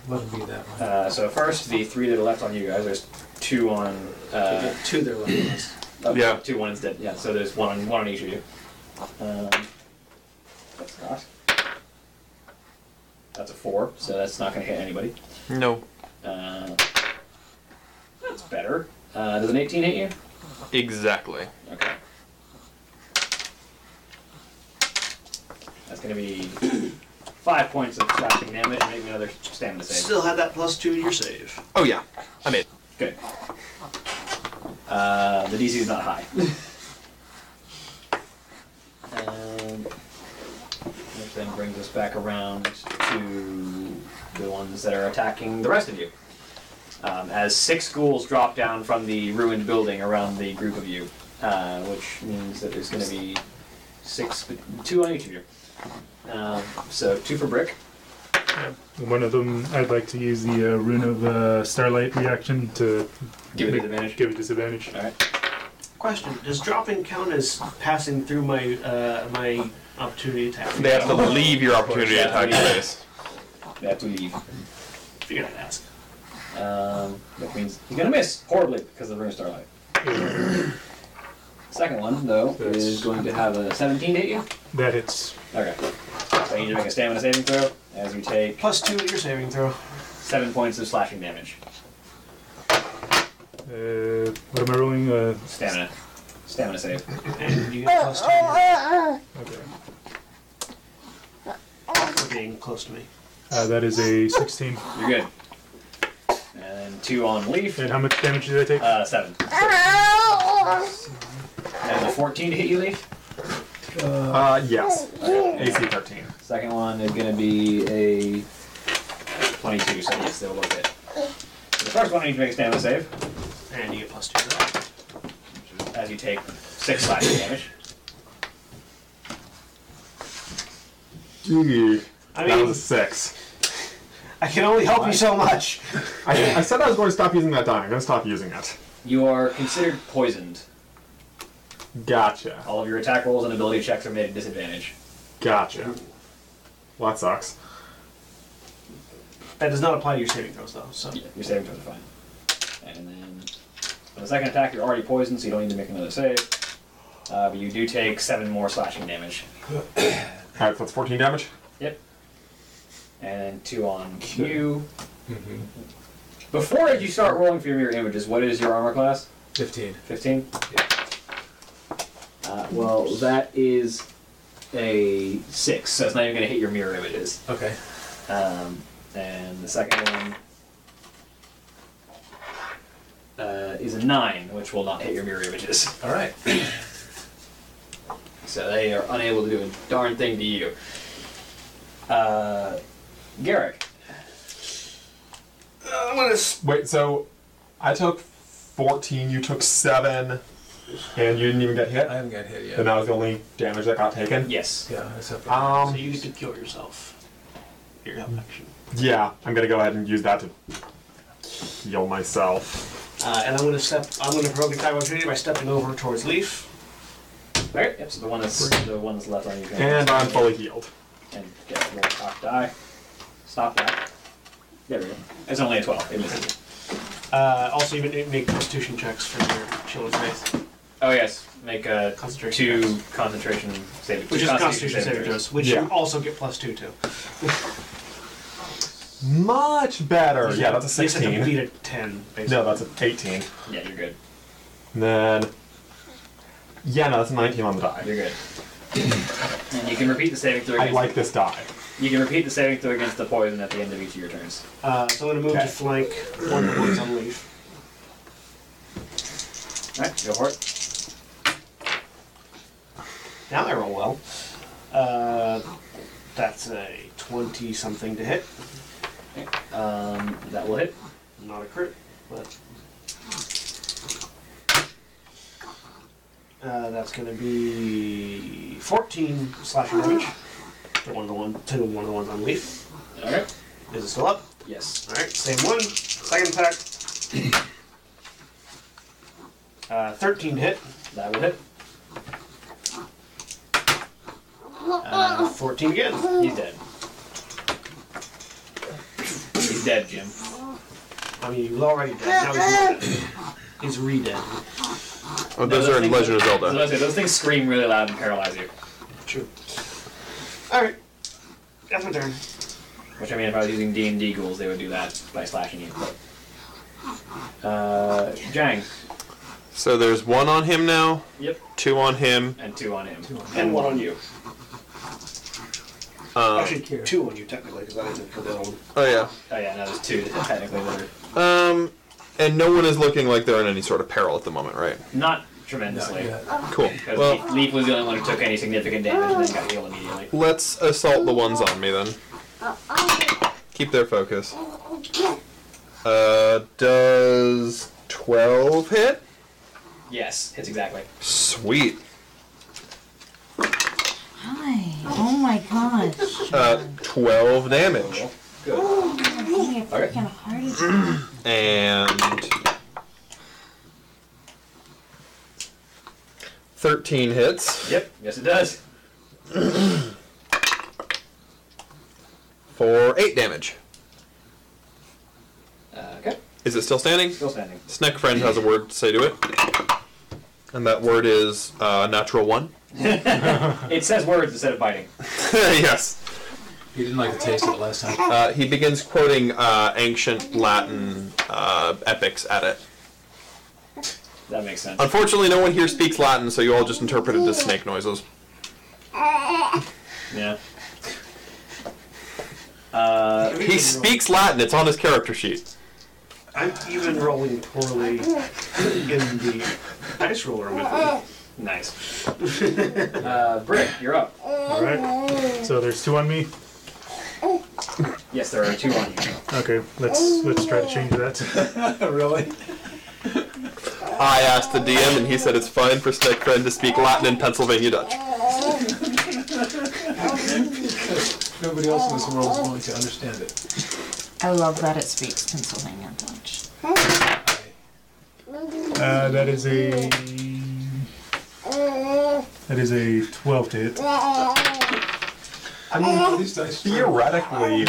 Let it be that one.
Uh, so first, the three that are left on you guys. There's two on. Uh,
two there left on us.
oh,
Yeah.
Two one instead. Yeah. So there's one on one on each of you. Um, that's not. That's a four, so that's not going to hit anybody.
No.
Uh, that's better. Uh, does an 18 hit you?
Exactly.
Okay. That's gonna be five points of slashing damage and maybe another stamina save.
Still had that plus two in your save.
Oh yeah. I made it.
Good. Uh, the DC is not high. um, which then brings us back around to the ones that are attacking the rest of you. Um, as six ghouls drop down from the ruined building around the group of you, uh, which means that there's going to be six, two on each of you. Um, so two for brick.
One of them, I'd like to use the uh, rune of uh, starlight reaction to
Give it
make-
disadvantage.
Give it disadvantage.
All right.
Question: Does dropping count as passing through my uh, my opportunity attack?
They have to leave your opportunity
Yeah.
attack space.
They have to leave.
Figured I'd ask.
Um, that means he's gonna miss horribly because of the Ring of Starlight. Second one though is going to have a 17 hit you.
That hits.
Okay. So you need to make a stamina saving throw as you take
Plus two in your saving throw.
seven points of slashing damage.
Uh, what am I rolling? Uh,
Stamina. Stamina save.
And you get plus two in your-
okay.
for being close to me.
uh, that is a 16.
You're good. And two on leaf.
And how much damage did I take?
Uh, seven. And a 14 to hit you, leaf.
Uh, yes. AC 13.
Second one is going to be a 22, so yes, they'll look it. So the first one needs to make a stamina save
And you get plus two. to that.
as you take six slashing damage.
I
That was a
mean,
six.
I can only help you so much.
I, I said I was going to stop using that die. I'm going to stop using it.
You are considered poisoned.
Gotcha.
All of your attack rolls and ability checks are made at disadvantage.
Gotcha. Well, that sucks.
That does not apply to your saving throws though. So
Your saving throws are fine. And then on the second attack, you're already poisoned, so you don't need to make another save. Uh, but you do take seven more slashing damage.
Alright, so that's 14 damage.
Yep. And then two on you. Before you start rolling for your mirror images, what is your armor class?
Fifteen.
15? Uh, well, that is a six, so it's not even going to hit your mirror images.
Okay.
Um, and the second one uh, is a nine, which will not hit your mirror images.
All right.
So they are unable to do a darn thing to you. Uh, Garrick.
I'm gonna s-
Wait, so I took 14, you took 7, and you didn't even get hit?
I haven't got hit yet.
Then that was the only damage that got taken?
Yes.
Yeah, that's up.
Ah.
So
Um,
you get to kill yourself. Your action.
yeah, I'm gonna go ahead and use that to heal myself.
Uh, and I'm gonna step. I'm gonna provoke attack of opportunity by stepping over towards Leaf.
Alright, yep, so the one that's the one that's left on you.
And I'm fully healed.
And get a little cocked eye. Stop that. There we go. It's only a twelve. It misses.
Uh, also, you ma- make Constitution checks for your shield of faith,
Oh yes, make a
Concentration
two
checks.
concentration saving.
which
two
is Constitution saving
throws.
throws, which
Yeah.
you also get plus two to.
Much better! Yeah, that's a
You said to beat
16.
a ten, basically.
No, that's an 18.
Yeah, you're good.
And then. Yeah, no, that's a 19 on the die.
You're good. and you can repeat the saving throw.
I
Against,
like this die.
You can repeat the saving throw against the poison at the end of each of your turns.
Uh, so I'm gonna move
Okay.
to flank one of the ones on Leaf.
Alright, go for it.
Now I roll well. Uh, that's a 20 something to hit.
Um, that will hit.
Not a crit, but. Uh, that's going to be 14 slashing damage. To one of the one, to one of the ones on leaf.
Alright.
Is it still up?
Yes.
All right, same one. Second attack. Uh, 13 to hit.
That will hit.
Uh, 14 again.
He's dead. He's dead, Jim.
I mean, he was already dead. Now he's re-dead. He's re-dead.
Oh, those are in
things-
Legend of
I was
Zelda.
about to say, those things scream really loud and paralyze you.
True. All right. That's my turn.
Which I mean, if I was using D and D ghouls, they would do that by slashing you. But. Uh, Jang.
So there's one on him now,
Yep.
two on him.
And two on him.
And one on you.
Um,
Actually, two on you technically, because I didn't kill the other one.
oh yeah.
Oh yeah, no, there's two that technically that are
Um, and no one is looking like they're in any sort of peril at the moment, right?
not
Not
tremendously.
yet.
Cool.
Because
Well,
Leaf, Leaf was the only one who took any significant damage and then got healed immediately.
let's assault the ones on me then. Keep their focus. Uh, does 12 hit?
Yes, hits exactly.
Sweet.
Hi. Oh my gosh.
Uh, 12 damage.
Good.
I'm having a freaking heart attack.
And. 13 hits
Yep. Yes, it does.
for 8 damage.
Uh, okay.
Is it still standing?
Still standing.
Snack friend has a word to say to it. And that word is uh, natural one.
It says words instead of biting.
yes.
He didn't like the taste of it last time.
Uh, he begins quoting uh, ancient Latin uh, epics at it.
That makes sense.
Unfortunately, no one here speaks Latin, so you all just interpreted as snake noises.
Yeah. Uh,
He speaks Latin. It's on his character sheet.
I'm even rolling poorly in the dice roller method.
nice. Uh, Brick, you're up.
All right. So there's two on me.
Yes, there are two on you.
Okay, let's let's try to change that.
really?
I asked the DM, and he said it's fine for Snake Friend to speak Latin and Pennsylvania Dutch.
Nobody else in this world is willing to understand it.
I love that it speaks Pennsylvania Dutch.
Uh, that is a that is a twelve to hit.
I mean,
These dice.
theoretically, a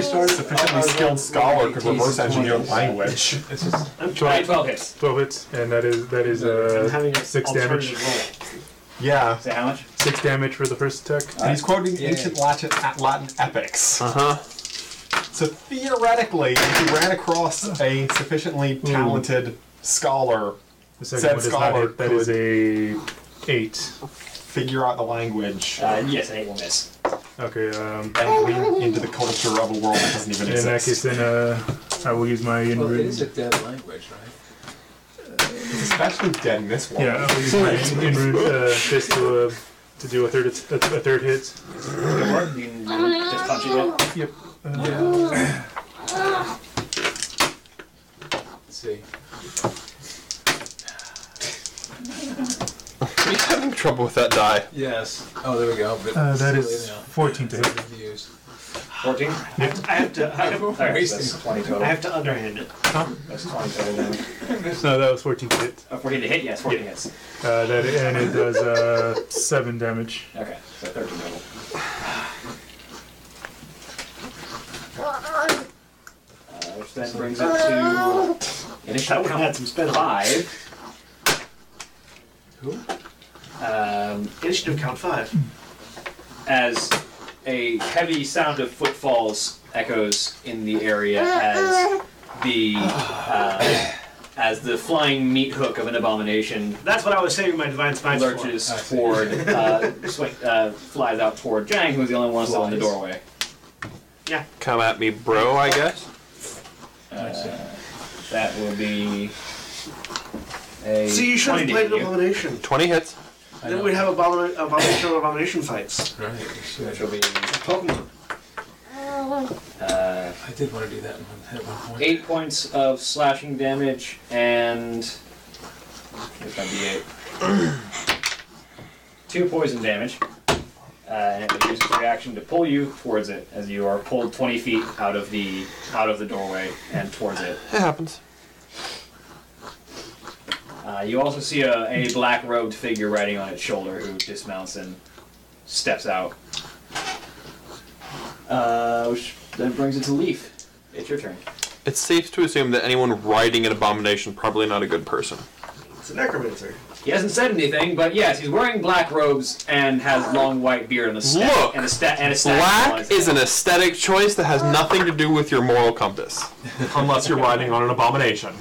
Oh.
sufficiently skilled scholar could reverse engineer language.
It's just,
I'm
Alright,
trying.
12 hits.
Twelve hits, and that is that is
I'm
uh,
having an
six
alternative
damage.
roll.
Yeah.
Say how much?
Six damage for the first attack.
And he's quoting
Yeah.
ancient Latin, Latin epics.
Uh huh.
So theoretically, if you ran across a sufficiently
Hmm.
talented scholar,
The second
Said
one is
scholar
not hit. That is a eight.
figure out the language
Uh, yes, and it will miss.
Okay, um,
and lean into the culture of a world that doesn't even
in that case,
exist.
then uh, I will use my
Well, it is a
inroad.
dead language, right?
Especially dead in this one.
Yeah, I will use my in- inroad uh, fist to, uh, to do a third a third hit.
You can just punch it up.
Yep.
Let's see.
Are you having trouble with that die?
Yes. Oh, there we go. But
Uh, that
it's
is
now.
14 to hit.
Reviews.
14? I have to, I have,
Wasting
alright, so that's 20 total. I have to underhand it.
Huh?
That's 20 total then.
No, that was 14 to hit.
Oh, 14 to hit? Yes, 14 hits.
Uh, that and it does uh, seven damage.
Okay, so 13 total. Uh, which then brings it to. And if that would have had some spin five. Who? Um,
Initiative count five.
as a heavy sound of footfalls echoes in the area as the uh, as the flying meat hook of an abomination
That's what I was saving my divine spines for.
lurches toward uh, swing, uh, flies out toward Jang, who's the only one still in the
Flies.
doorway.
Come at me, bro, I guess.
Uh,
That will be a
See, you should have
20 to
played
hit you,
Abomination.
20 hits.
I
Then
know.
we'd have abomin- Abomination or Abomination fights.
Right. we
which
should.
will be
Pokemon.
uh,
I did want to do that one, at one point.
eight points of slashing damage and if that'd be eight. Two poison damage. Uh, and it uses its reaction to pull you towards it as you are pulled 20 feet out of the out of the doorway and towards it.
It happens.
Uh, you also see a, a black robed figure riding on its shoulder who dismounts and steps out. Uh, which then brings it to Leaf. It's your turn.
It's safe to assume that anyone riding an abomination probably not a good person.
It's a necromancer.
He hasn't said anything, but yes, he's wearing black robes and has long white beard and a staff.
Look!
and a staff. And a staff on
Black
his
is
head.
an aesthetic choice that has nothing to do with your moral compass.
Unless you're riding on an abomination.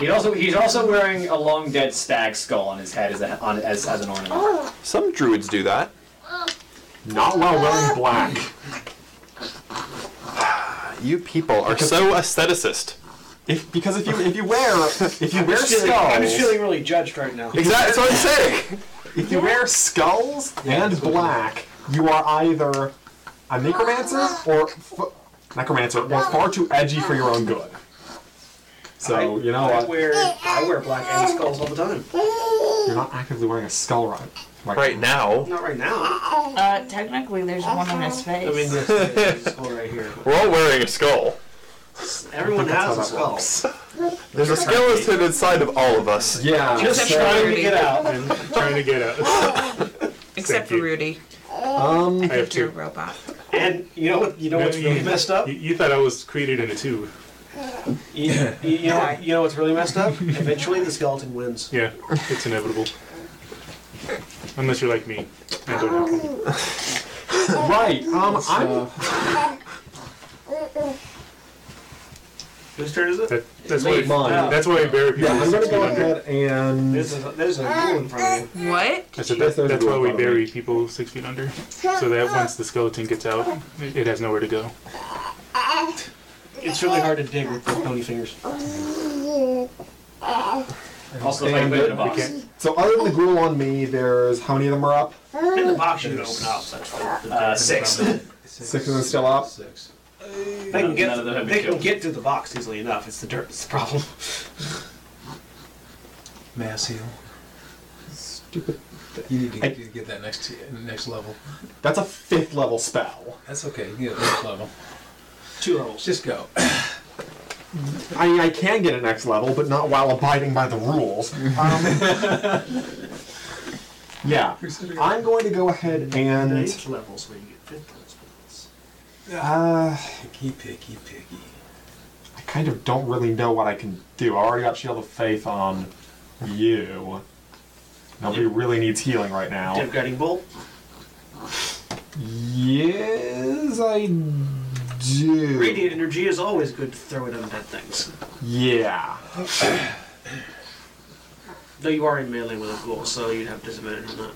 He also he's also wearing a long dead stag skull on his head as a, on, as, as an ornament.
Some druids do that.
Not while wearing black.
You people are so aestheticist.
If, because if you if you wear if you wear
I'm just feeling- I'm just
skulls
feeling really judged right now.
Exactly, that's what I'm saying.
if you wear skulls and black, you are either a necromancer or f- necromancer or far too edgy for your own good. So you know
I
what?
wear, I wear black and skulls all the time.
You're not actively wearing a skull right. Right.
Right now,
Not right now.
Uh, technically, there's one on his face.
I mean, this, this skull right here.
we're all wearing a skull.
Everyone has a skull.
There's a skill that's hidden inside of all of us.
Yeah.
Just
Except
trying to
Rudy.
get out.
And trying to get out.
Except
Thank
for
you.
Rudy.
Um.
I have
If you're a
two.
robot.
And you know what? You know what's really messed up?
You, you thought I was created in a two.
You, you, you know, you know what's really messed up? Eventually, the skeleton wins.
Yeah, it's inevitable. Unless you're like me. I don't know.
Right. Um. I'm.
Whose turn is it?
That, that's
Leave
why.
mine.
That's why I bury people.
Yeah. I'm gonna go
under.
ahead and.
There's a, there's a rule in front of you.
What?
I said that,
Yes, there's
that's
a
why
rule,
we
by the
bury people six feet under, so that once the skeleton gets out, it, it has nowhere to go.
It's really hard to dig with those pony fingers.
Also, if I can put it in a box.
So other than the gruel on me, there's how many of them are up?
In the box, you can open up. That's fine.
Uh, six.
Six of them still up.
Six.
They can
None of them have
get,
been
they can
killed.
get through the box easily enough. It's the dirt that's the problem.
Mass heal. Stupid. You need to, you need to get that next next level.
That's a fifth level spell.
That's okay. You can get it next level.
Two levels.
Just go.
I mean, I can get a next level, but not while abiding by the rules. Um, yeah, I'm going to go ahead and
Eight levels where you get fifth levels.
uh,
Picky, picky, picky.
I kind of don't really know what I can do. I already got Shield of Faith on you. Nobody really needs healing right now.
Dev Guiding Bolt.
Yes, I do.
Radiant energy is always good to throw at undead things.
Yeah.
Though you are in melee with a ghoul, so you'd have disadvantage on that.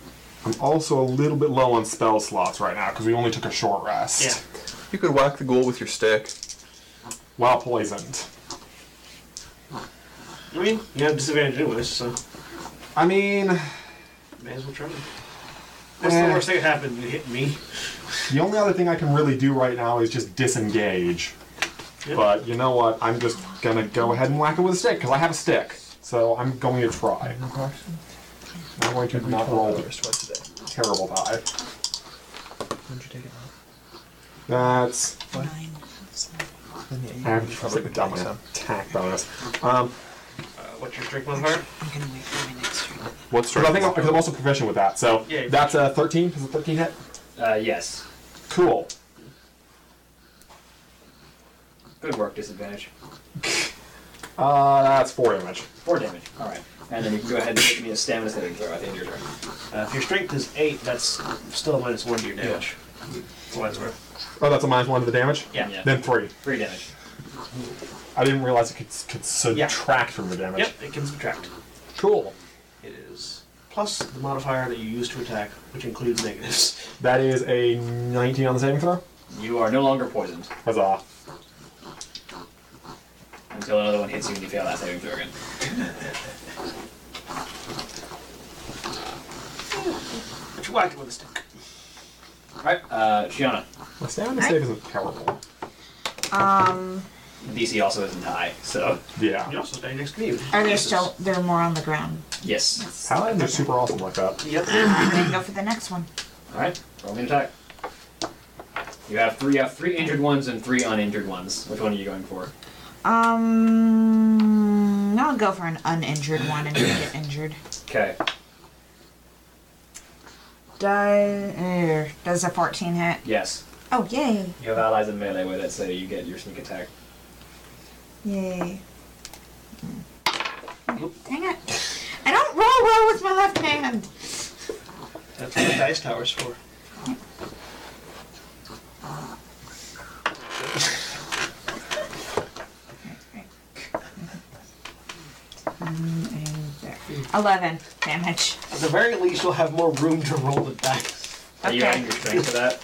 I'm also a little bit low on spell slots right now because we only took a short rest.
Yeah.
You could whack the ghoul with your stick.
While poisoned.
I mean, you have disadvantage anyways, so
I mean,
may as well try. What's the
Eh.
worst thing that happened? You hit me.
the only other thing I can really do right now is just disengage.
Yep.
But you know what? I'm just gonna go ahead and whack it with a stick because I have a stick. So I'm going to try. I'm going to not roll a terrible die. That's
Nine.
I'm probably dumb an attack bonus. Um,
Uh, What's your strength modifier?
I'm gonna wait for my next turn.
What's
but I think I'm, 'cause I'm also proficient with that, so
Yeah, you're
that's a 13. Is a 13 hit?
Uh, yes.
Cool.
Good work, disadvantage.
Uh, that's four damage.
Four damage. All right. And then you can go ahead and make me a stamina saving throw at the end of your turn.
Uh, if your strength is eight, that's still a minus one to your damage. For what it's worth.
Oh, that's a minus one to the damage.
Yeah.
Yeah.
Then three.
Three damage.
I didn't realize it could, could
Yeah.
subtract from the damage.
Yep, it can subtract.
Cool.
It is plus the modifier that you use to attack, which includes negatives.
That is a 19 on the saving throw.
You are no longer poisoned
Huzzah.
until another one hits you and you fail that saving throw again.
But you whack it with a stick.
All right. Uh, Shiana,
My stamina save isn't terrible.
Um,
DC also isn't high, so
Yeah.
You also stay next to me.
are there still? There are more on the ground.
yes.
Paladins are super awesome like that.
Yep.
I'm gonna go for the next one.
All right. Roll me an attack. You have three. You have three injured ones and three uninjured ones. Which one are you going for?
Um, I'll go for an uninjured one and not get injured.
Okay.
Die, er, does a 14 hit?
Yes.
Oh, yay.
You have allies in melee with it, so you get your sneak attack.
Yay. Dang it. I don't roll well with my left hand.
That's what the dice tower's for.
Mm, and there. 11 damage.
At the very least, you'll have more room to roll the dice.
Are you
Okay.
adding your strength to that,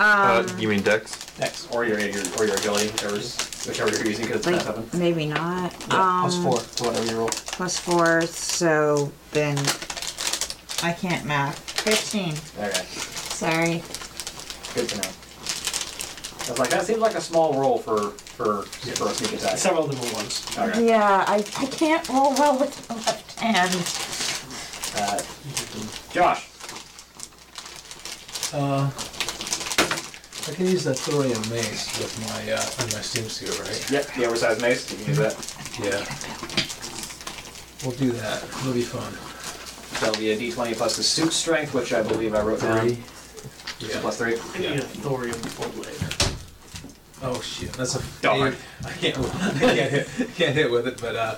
Uh, you mean dex?
Dex.
or your your or your agility, whichever, whichever you're using, because it's
Wait,
plus seven.
maybe not.
Yeah,
um,
plus four to whatever you roll.
Plus four, so then I can't math. 15.
Okay.
Sorry.
Good to know. I was like, that seems like a small roll for for for a sneak attack.
Several of them at once.
Okay.
Yeah, I, I can't roll well with my left hand.
Uh, Josh.
Uh, I can use that thorium mace with my uh, on my steam suit, right?
Yep. The oversized mace. You can use that.
Yeah. We'll do that. It'll be fun.
That'll be a D20 plus the suit strength, which I believe I wrote down.
Yeah.
Plus three.
I need a thorium for later.
Oh shit, that's a
Darn.
I can't. I can't hit. Can't hit with it, but uh,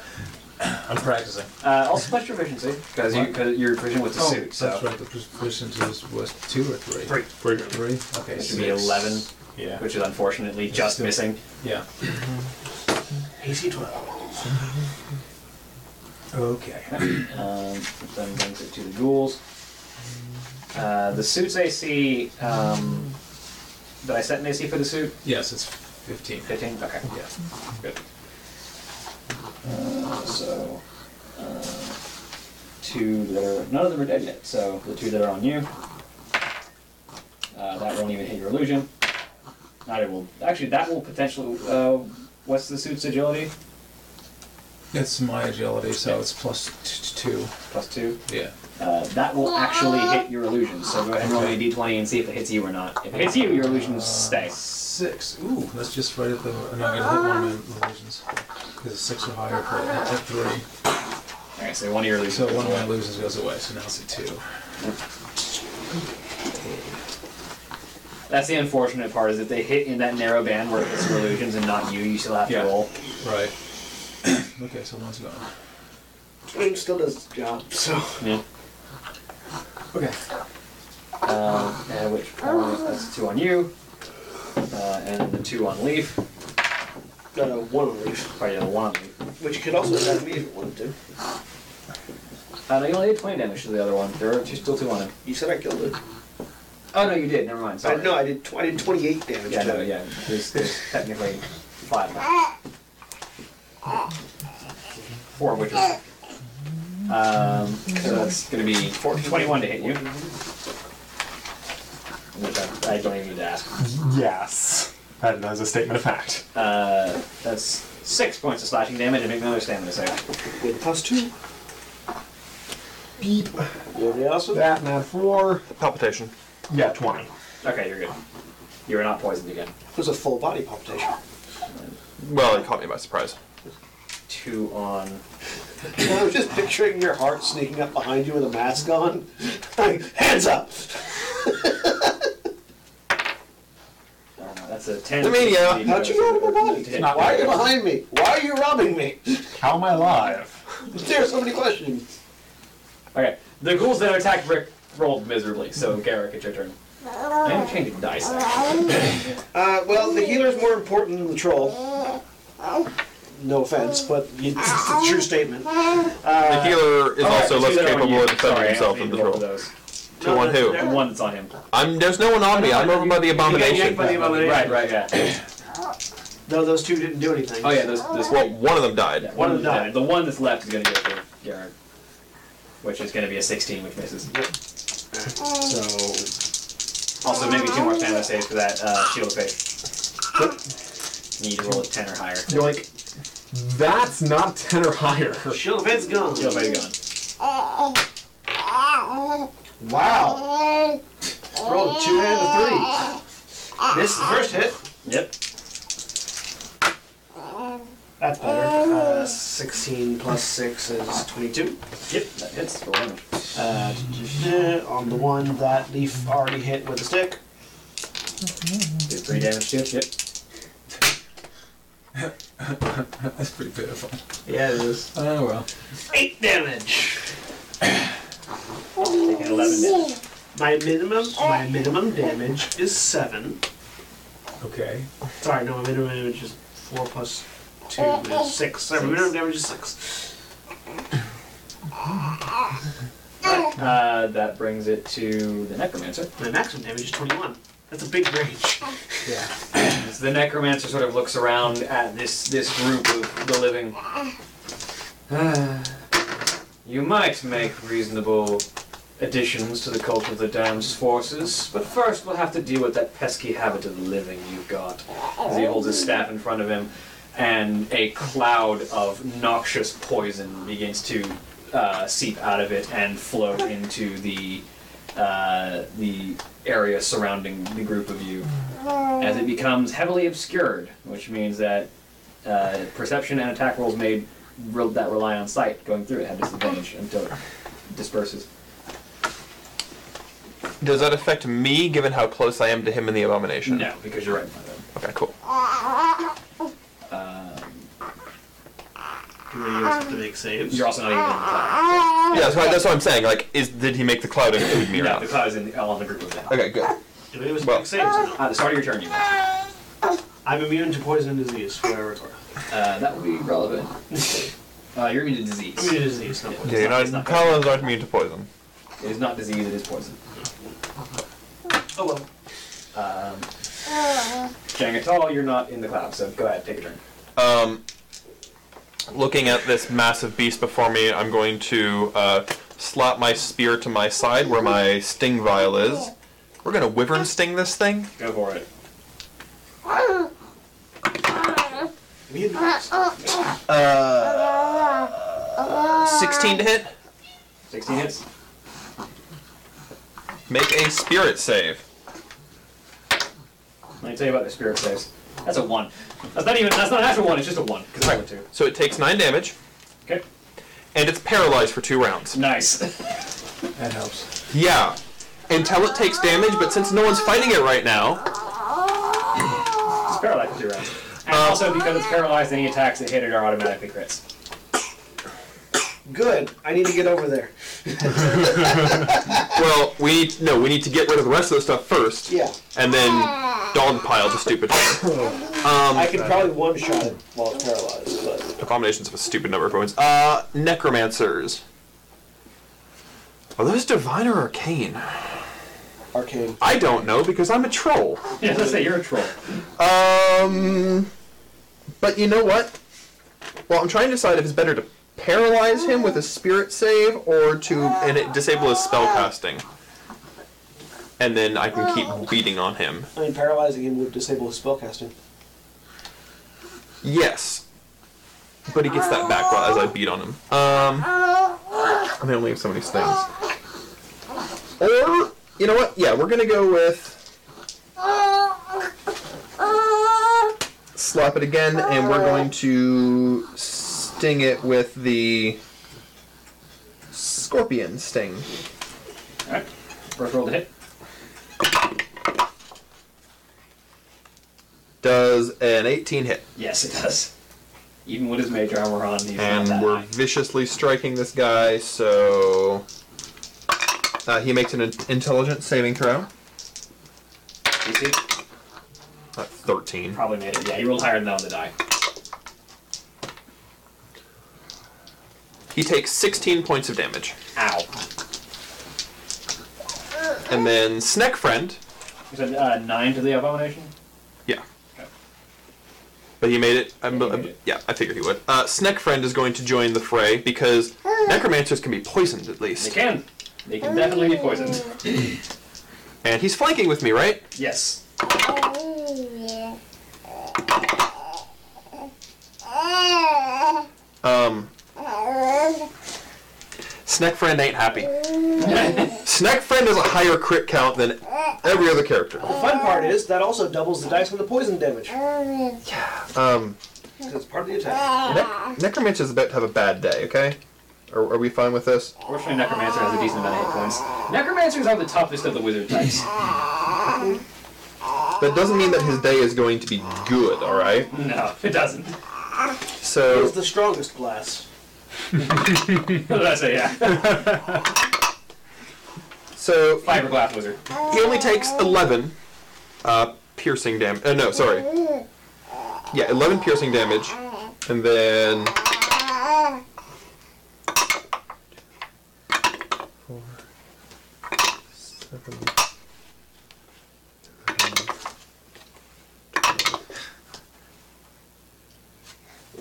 I'm practicing.
Uh, also plus your proficiency, because you,
What?
'cause you're proficient with the suit, so
Oh, that's right. The proficiency was, was two or three.
Three.
Three. Okay.
it
Six.
should be 11,
Yeah.
which is unfortunately just
still-
missing.
Yeah.
AC 12.
Okay.
Um, which then brings it to the ghouls. Uh, the suit's AC. Um, did I set an AC for the suit?
Yes, it's fifteen.
15? Okay.
Yeah.
Good. Uh, so, uh, two that are, none of them are dead yet, so the two that are on you. Uh, that won't even hit your illusion. Not it will, actually, that will potentially, uh, what's the suit's agility?
It's my agility, so it's plus t- t-
Plus two.
two. Yeah.
Uh, that will actually hit your illusion, so go ahead and roll me a d20 and see if it hits you or not. If it hits you, your illusions stay.
Six. Ooh, that's just right at the. No, I'm gonna hit one of my illusions. Because it's six or higher for it. It's at three.
Alright, so one of your illusions.
So one of my
goes away.
illusions goes away, so now it's a two.
That's the unfortunate part, is if they hit in that narrow band where it's your illusions and not you, you still have to
Yeah.
roll.
Right. okay, so one's gone.
It still does its job, so.
Yeah.
Okay.
Um, at which point that's two on you, uh, and then the two on Leaf.
No, no, one will leave.
Probably the one on Leaf.
Which you could also attack me if you wanted to.
Uh, no, you only did 20 damage to the other one. There are two, still two on him.
You said I killed it.
Oh, no, you did. Never
I
mind. Sorry.
no, I did. Tw- I did 28 damage.
Yeah,
to
no,
it.
yeah. There's, there's technically five. Four witches. Um, so that's going to be 14, 21 to hit you. Which I, I don't even need to ask.
Yes. That, that is a statement of fact.
Uh, that's six points of slashing damage and make another stamina save.
With plus two.
Beep.
Everybody else with
That and add four.
Palpitation.
Yeah, 20.
Okay, you're good. You are not poisoned again.
It was a full body palpitation.
Well, it caught me by surprise.
Two on.
I was just picturing your heart sneaking up behind you with a mask on. Like, hands up!
Uh, that's a 10.
The mania.
How'd you get out of my body?
Hit.
Why are you behind me? Why are you robbing me?
How am I alive?
There are so many questions.
Okay, the ghouls that attacked Rick rolled miserably, so Garrick, it's your turn. I am changing dice. actually.
Uh, well, the healer's more important than the troll. No offense, but you, it's a true statement.
the healer is
All right,
also
two
less
that are on
capable
you.
of defending
Sorry, I
himself
don't
than
need
the
both of
troll.
those.
Two on who?
And one that's on him.
I'm there's no one on me. I'm over by the
You got
abomination.
yanked by the abomination.
Right, right, yeah.
No, those two didn't do anything.
Oh yeah, those, those
Well, one of them died.
yeah, one of
One
them
die.
died. The one that's left is going to go for Garrick, which is going to be a 16, which misses. So, also maybe two more stamina saves for that uh, shield of faith. Need to roll a 10 or higher.
You're like, that's not 10 or higher.
Shield of Faith's gone.
Shield of faith gone.
Wow. Rolled a two and a three. This is the first hit.
Yep.
That's better. Uh, 16 plus 6 is 22.
Yep. That hits. Roll damage.
Uh, on the one that Leaf already hit with a stick.
Do three damage to it. Yep.
That's pretty pitiful.
Yeah, it is.
Oh well.
8 damage.
Taking 11 damage.
My minimum my minimum damage is 7.
Okay.
Sorry, no, my minimum damage is 4 plus 2 is 6. Sorry, my minimum damage is 6.
Uh, that brings it to the necromancer.
My maximum damage is 21. That's a big range.
As the necromancer sort of looks around at this this group of the living. you might make reasonable additions to the cult of the damned's forces, but first we'll have to deal with that pesky habit of the living you've got. As he holds his staff in front of him, and a cloud of noxious poison begins to uh, seep out of it and flow into the uh, the area surrounding the group of you as it becomes heavily obscured, which means that uh, perception and attack rolls made re- that rely on sight going through it have disadvantage until it disperses.
Does that affect me, given how close I am to him in the abomination?
No, because you're right in front of them.
Okay, cool.
Do we use the big saves?
You're also not even in the cloud.
Yeah, that's what, that's what I'm saying. Like, is did he make the cloud include me or
Yeah, the
not?
cloud is in the, all on the group of them.
Okay, good.
Do we use the
Well-
big saves?
At the start of your turn, you may.
I'm immune to poison and disease, whatever it's worth.
Uh, that would be relevant. Uh, you're immune to disease.
Immune to disease, not poison.
Yeah, you're
not-
not,
it's not-
paladins aren't immune to poison.
It is not disease, it is poison.
Oh well.
Um, Jangatal, you're not in the cloud, so go ahead, take a turn.
Um, looking at this massive beast before me, I'm going to uh, slap my spear to my side where my sting vial is. We're gonna wyvern sting this thing.
Go for it.
Sixteen to hit.
16 hits.
Make a spirit save.
Let me tell you about the spirit saves. That's a one. That's not even. That's not an actual one. It's just a one because I went two.
So it takes nine damage,
Okay.
and it's paralyzed for two rounds.
Nice.
That helps.
Yeah. Until it takes damage, but since no one's fighting it right now,
It's paralyzed for two rounds.
Uh,
And also because it's paralyzed, any attacks that hit it are automatically crits.
Good. I need to get over there.
well, we need no, we need to get rid of the rest of the stuff first.
Yeah.
And then dog pile the stupid number.
I could probably one shot it while it's paralyzed, but
Abominations of a stupid number of points. Uh necromancers. Are those divine or arcane?
Arcane.
I don't know because I'm a troll.
Yeah, let's say you're a troll.
Um, but you know what? Well, I'm trying to decide if it's better to paralyze him with a spirit save or to and it disable his spell casting. And then I can keep beating on him.
I mean, paralyzing him would disable his spellcasting.
Yes. But he gets that back while- as I beat on him. Um, I mean, I only have so many things. Or, you know what? Yeah, we're going to go with slap it again, and we're going to sting it with the scorpion sting.
Alright. First roll to hit.
Does an 18 hit.
Yes, it does. Even with his mage armor on, he's not
and
that
we're
high.
viciously striking this guy. So uh, he makes an in- intelligence saving throw
DC?
at 13.
Probably made it. Yeah, he rolled higher than that on the die.
He takes 16 points of damage,
Ow.
and then Sneck Friend,
You said uh, nine to the abomination?
but he made it. I'm,
Yeah, he made it.
yeah, I figured he would. Uh, Sneck Friend is going to join the fray because necromancers can be poisoned at
They
least,
can. They can definitely be poisoned.
and he's flanking with me, right?
Yes.
Um, Snack Friend ain't happy. Snack Friend has a higher crit count than every other character.
The fun part is that also doubles the dice on the poison damage.
Uh.
Um,
It's part of the attack.
Nec- Necromancer's about to have a bad day, okay? Are, are we fine with this?
Fortunately, Necromancer has a decent amount of hit points. Necromancers are the toughest of the wizard types.
That doesn't mean that his day is going to be good, alright?
No, it doesn't.
So,
It's the strongest class.
What did I say? Yeah.
so
Fiberglass wizard.
he only takes 11 uh, piercing damage. Uh, no, sorry. Yeah, 11 piercing damage. And then. Four, seven,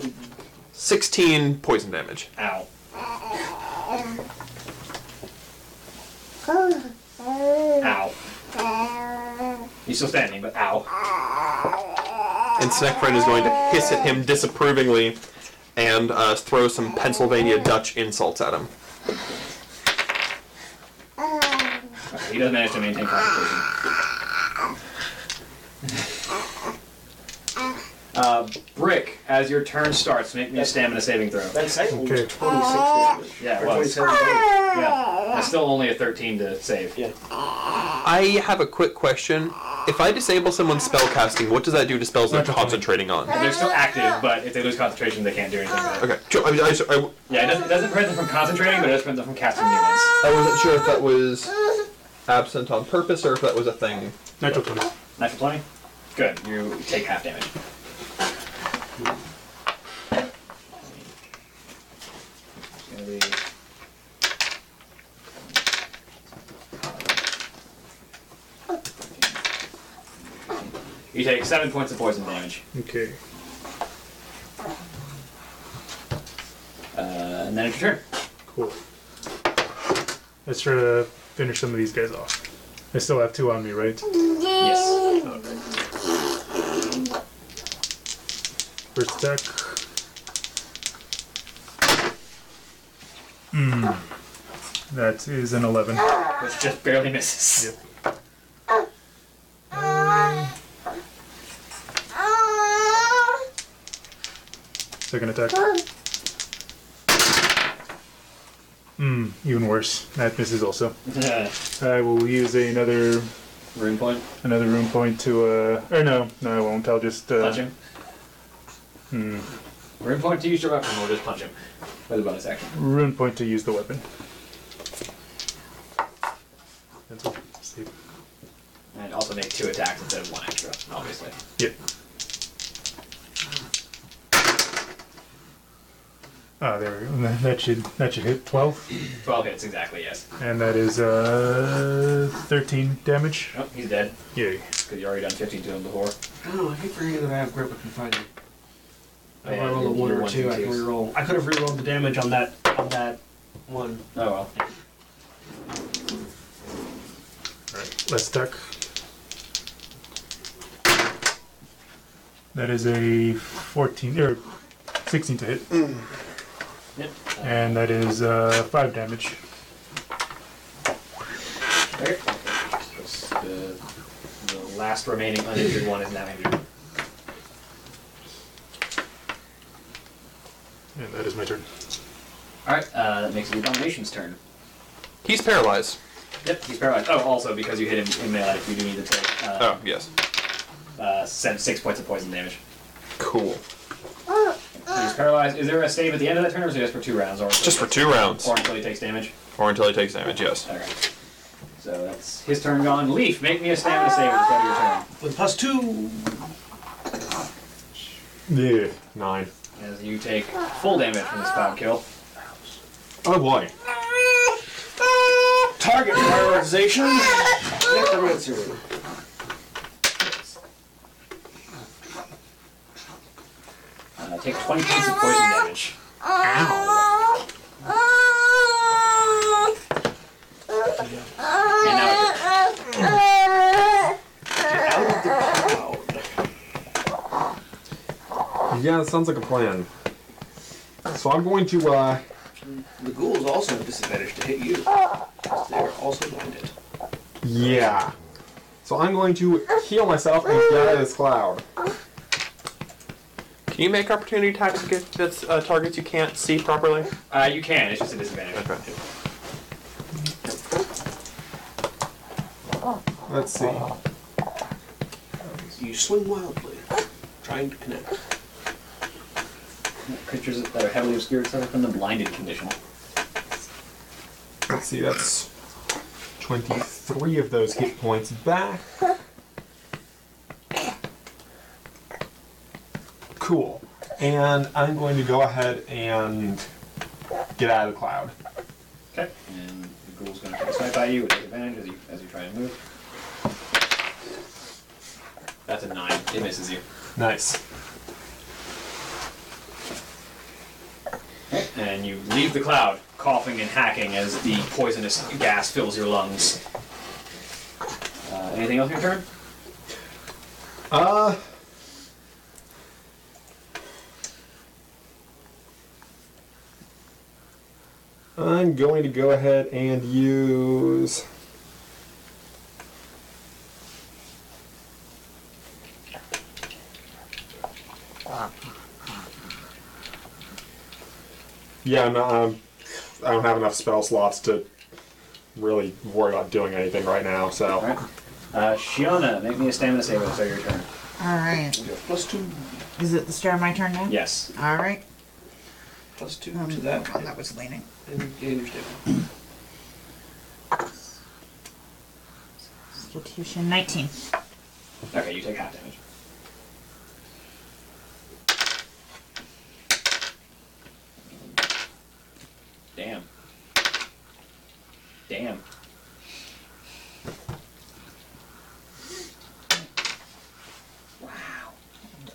nine, Sixteen poison damage.
Ow. Ow. He's still standing, but ow.
And Snackfriend is going to hiss at him disapprovingly and uh, throw some Pennsylvania Dutch insults at him.
Okay, he does manage to maintain concentration. Uh, Brick, as your turn starts, make me a stamina saving throw.
That's actually
Okay.
26 damage.
Yeah, it
Or
was.
27 damage.
Yeah. That's still only a 13 to save.
Yeah.
I have a quick question. If I disable someone's spell casting, what does that do to spells they're concentrating on?
They're still active, but if they lose concentration, they can't do anything with it.
Okay, sure, I, I, I,
Yeah, it doesn't, it doesn't prevent them from concentrating, but it does prevent them from casting new ones.
I wasn't sure if that was absent on purpose or if that was a thing.
Natural 20.
Natural 20? Good. You take half damage. It's gonna be. You take seven points of poison damage,
Okay.
uh, and then it's your turn.
Cool. Let's try to finish some of these guys off. I still have two on me, right?
Yes.
First attack. Hmm. Hmm. That is an 11.
Which just barely misses.
Yep. Second attack. Hmm, even worse. That misses also.
Uh,
I will use another
Rune point.
another room point to uh or no, no I won't. I'll just uh
Punch him. Hmm. Rune point to use your weapon, or just punch him with a bonus action.
Rune point to use the weapon. That's all. Save.
And also make two attacks instead of one extra, obviously.
Yep. Ah, there we go. And that- That should that should hit twelve,
12 hits, exactly, yes.
and that is uh thirteen damage.
Oh, he's dead.
Yay.
Because you already done 15 to him before.
Oh, I keep forgetting that I have grip of confinement.
Oh,
If
yeah,
I roll a
you-
one
you're
or two, I can
two.
reroll. I could have rerolled the damage on that on that one.
Oh, well.
Right. Let's duck. That is a fourteen or sixteen to hit,
Yep.
and that is uh five damage.
Okay. So The, the last remaining uninjured one is now injured.
And that is my turn.
Alright, uh, that makes it the Domination's turn.
He's paralyzed.
Yep, he's paralyzed. Oh, also, because you hit him in melee, you do need to take uh,
Oh, yes.
uh, se- six points of poison damage.
Cool.
He's paralyzed. Is there a save at the end of that turn, or is it just for two rounds? Or
Just for two rounds.
Or until he takes damage?
Or until he takes damage, yes.
Alright. So that's his turn gone. Leaf, make me a stamina save at the start of your turn.
With plus two.
Yeah, nine.
As you take full damage from this cloud kill.
Oh boy.
Target prioritization. Necromancer.
Uh, take 20 points of poison damage. And now it's
Yeah, that sounds like a plan. So I'm going to, uh,
The ghouls also have disadvantage to hit you. 'cause They are also blinded.
yeah. So I'm going to heal myself and get out of this cloud.
Can you make opportunity attacks against that's, uh, targets you can't see properly?
Uh, you can. It's just a disadvantage.
Okay.
Let's see.
You swing wildly, trying to connect.
Creatures that are heavily obscured suffer from the blinded condition.
Let's see, that's 23 of those hit points back. Cool. And I'm going to go ahead and get out of the cloud.
Okay. And the ghoul's going to try to snipe at you with disadvantage as you, as you try to move. That's a nine. It misses you.
Nice.
And you leave the cloud, coughing and hacking as the poisonous gas fills your lungs. Uh, anything else in your turn?
Uh. I'm going to go ahead and use. Yeah, I'm not, um, I don't have enough spell slots to really worry about doing anything right now, so.
All right. Uh, Shiona, make me a stamina save at the start of your turn.
Alright.
You have plus two,
Is it the start of my turn now?
Yes.
Alright.
plus two
Um,
to that.
one that was leaning.
And you understand.
Constitution 19.
Okay, you take half damage. Damn. Damn.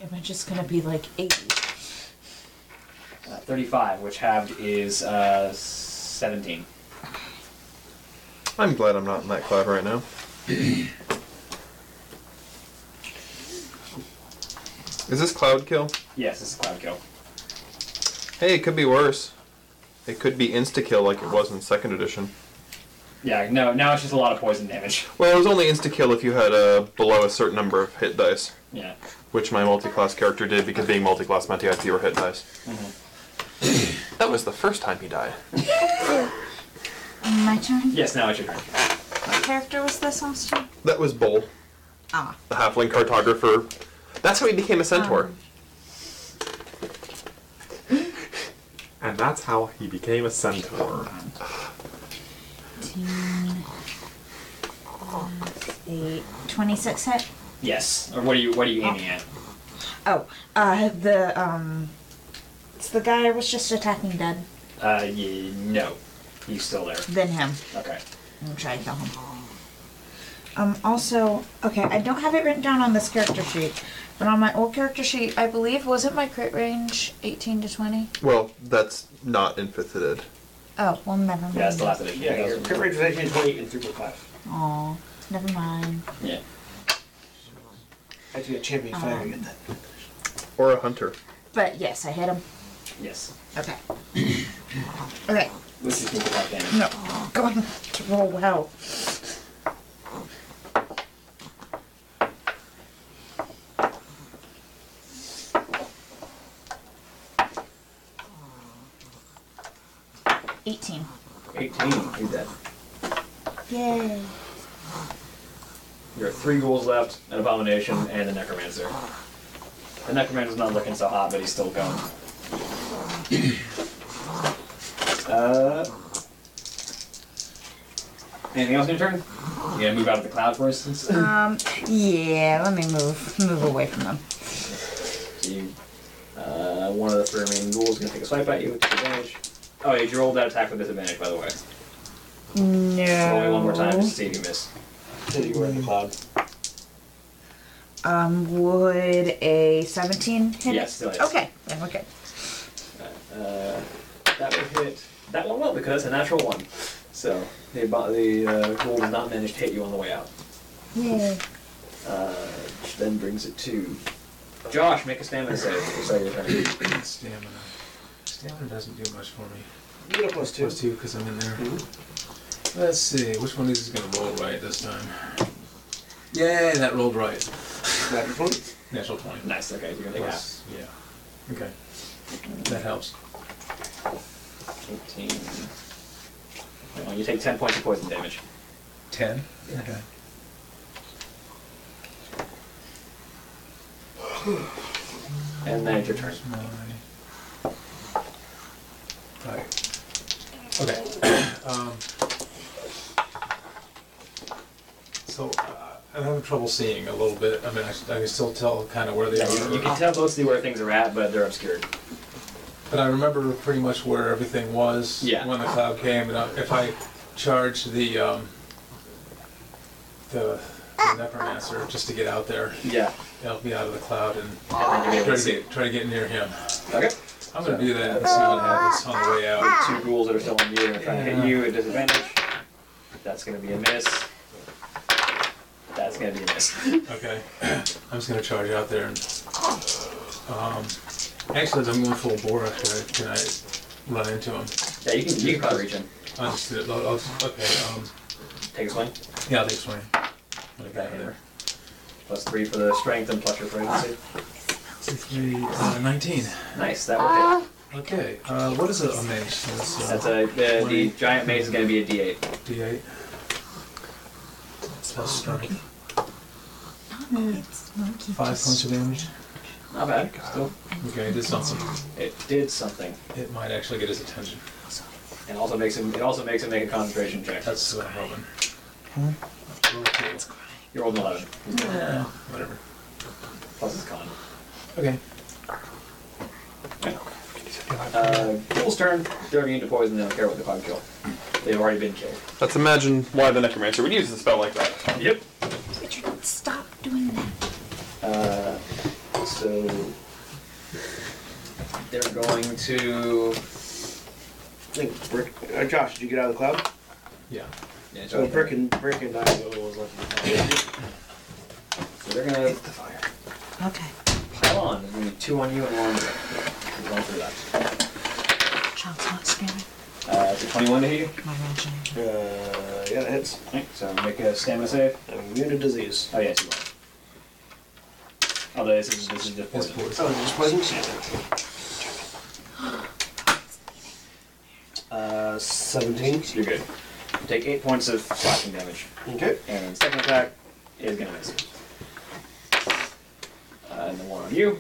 Am I just gonna be like 80?
Uh, 35, which halved is uh, 17.
I'm glad I'm not in that cloud right now. Is this cloud kill?
Yes, this is cloud kill.
Hey, it could be worse. It could be insta kill like it was in second edition.
Yeah, no, now it's just a lot of poison damage.
Well, it was only insta kill if you had uh, below a certain number of hit dice,
Yeah.
which my multi-class character did because being multi-class meant he had fewer hit dice. that was the first time he died.
My turn?
Yes, now it's your turn.
What character was this on stream?
That was Bull,
Ah.
the halfling cartographer. That's how he became a centaur.
And that's how he became a centaur.
15. Eight, 26 hit.
Yes. Or what are you what are you aiming at?
Oh, uh, the um, That's the guy I was just attacking dead.
Uh, ye, no. He's still there.
Then him.
Okay.
I'm trying to kill him. Um, also, okay, I don't have it written down on this character sheet, but on my old character sheet, I believe, wasn't my crit range 18 to 20?
Well, that's not in fifth ed.
Oh, well, never mind.
Yeah, it's the last of it.
Yeah, your crit rate is 18, 20, and 3.5.
Aw, never mind.
Yeah.
I have to get champion five to get that.
Or a hunter.
But yes, I hit him.
Yes.
Okay. okay,
This is going to damage.
no. Go on to roll well. Eighteen.
18. You're dead.
Yay.
There are three ghouls left, an abomination, and a necromancer. The necromancer's not looking so hot, but he's still going. uh, anything else in your turn? You gonna move out of the cloud, for instance? so
Um, Yeah, let me move move away from them.
you, uh, one of the three remaining ghouls is gonna take a swipe at you with disadvantage. Oh, yeah, you rolled that attack with disadvantage, by the way.
No.
Roll me one more time just to see if you miss.
Said you were in the cloud.
Um, would a seventeen hit? it?
Yes, still hits.
Okay. Yeah, okay.
Uh, that will hit. That one will because that's a natural one. So the abo- the uh, ghoul does not manage to hit you on the way out.
Yay.
Uh, which then brings it to Josh. Make a stamina save. So you're trying to-
Stamina. Stamina doesn't do much for me.
You get a plus two. Mm-hmm.
Plus two because I'm in there. Let's see, which one of these is going to roll right this time? Yay, that rolled right.
Natural twenty.
Natural 20.
Nice. Okay, you're gonna take half.
Plus, yeah. Okay. That helps.
Eighteen. Well, you take ten points of poison damage.
10? Okay.
And then it's your turn.
My... Alright. Okay. um, so uh, I'm having trouble seeing a little bit. I mean, I, I can still tell kind of where they
Yeah,
are.
you, you can tell mostly where things are at, but they're obscured.
But I remember pretty much where everything was
Yeah.
when the cloud came, and I, if I charged the um, the, the necromancer just to get out there,
Yeah.
it'll be out of the cloud and
And then you're
try
able to
to
see.
get try to get near him.
Okay.
I'm gonna do that and see what happens on the way out.
two ghouls that are still on you and trying to hit you at disadvantage. That's going to be a miss. That's going to be a miss.
Okay, I'm just gonna charge out there and um, actually, as I'm going full bore up there, can I run into him?
Yeah, you can, you can probably reach him.
I'll just do it. I'll, I'll, okay, um,
Take a swing.
yeah, I'll take a swing. What I got there?
Plus three for the strength and plus your pregnancy.
Three, uh, 19.
Nice, that will hit.
Okay, uh, what is a, a mage? So it's,
That's
uh,
a, the, the giant mace is going to be a d8.
D8. Plus strength.
It's monkey.
Five points of damage.
Not bad. Still,
Okay, it did something.
it did something.
It might actually get his attention.
And also makes him. It also makes him make a concentration check.
That's what I'm hoping.
You rolled an 11.
Yeah, whatever.
Plus his con.
Okay.
Uh, ghoul's turn. They're immune to poison. They don't care what the con kill. They've already been killed.
Let's imagine why the necromancer would use a spell like that.
Yep.
Richard, stop doing that.
Uh, so they're going to.
Think brick. Uh, Josh, did you get out of the cloud?
Yeah.
Yeah,
So
so
brick and brick and I was left in the cloud.
they're gonna hit the fire.
Okay.
Pile on. There's gonna be two on you and one on you. One for left.
Child's not screaming.
Uh, so 21 to hit you.
My imagination.
Uh, yeah, that hits.
Right, So make a stamina save.
I'm immune to disease.
Oh yes, you are. Although this is this is just
It's
poison.
Oh, is this poison? Uh, 17.
You're good. You take eight points of slashing damage,
Okay.
and second attack is gonna miss. Uh, and the one on you.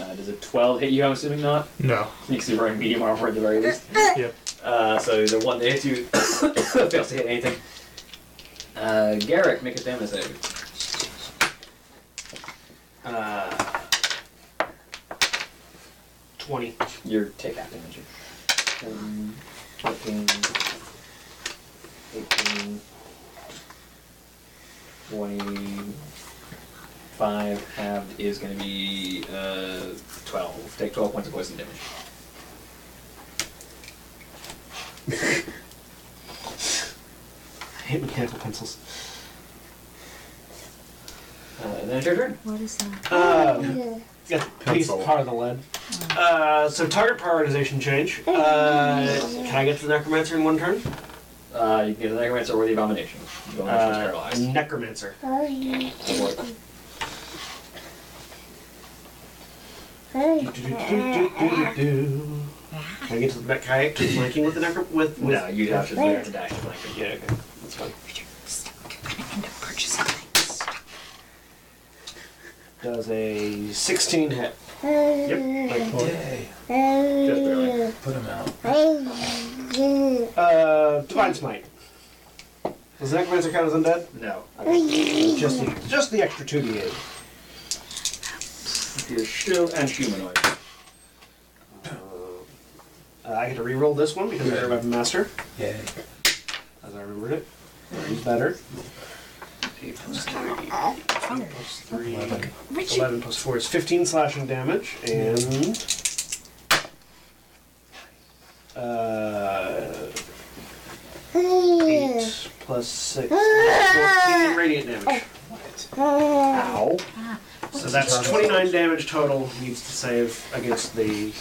Uh, does a 12 hit you? I'm assuming not.
No.
Because you're wearing medium armor at the very least.
Yep.
Uh, so the one that hits you fails to hit anything. Uh, Garrick, make a stamina save. Uh,
20.
Your take half damage. Um, 14, 18, 25 halved is going to be uh, 12. Take 12 points of poison damage.
I hate mechanical pencils.
Uh, and then it's your turn.
What is that?
Um,
Yeah.
got the piece
Pencil.
part of the lead. Uh, so target prioritization change. Uh, can I get to the necromancer in one turn?
Uh, you can get the Necromancer or the Abomination. The Abomination is
Uh,
paralyzed.
necromancer.
Hey.
Or-
Hey.
Do-do-do-do-do-do. Can I get to the back? Can I keep flanking with the necro? With, with
No, you'd have to, you'd have to dash. Like,
Yeah. Okay. That's fine.
You're gonna end up purchasing things.
Does a 16 hit?
Yep.
Yay.
Just
barely.
Put him out.
Uh, divine smite. Does the necromancer count as undead?
no.
Just the, just the extra 2d8.
You're still and humanoid.
Uh, I get to reroll this one because I have weapon master,
Yay.
as I remembered it. He's better.
Eight plus three.
Plus three.
Richard,
11 plus 4 is 15 slashing damage, and. Uh, 8 plus 6
Ah.
is 14 radiant damage. Ow. So that's 29 damage total needs to save against the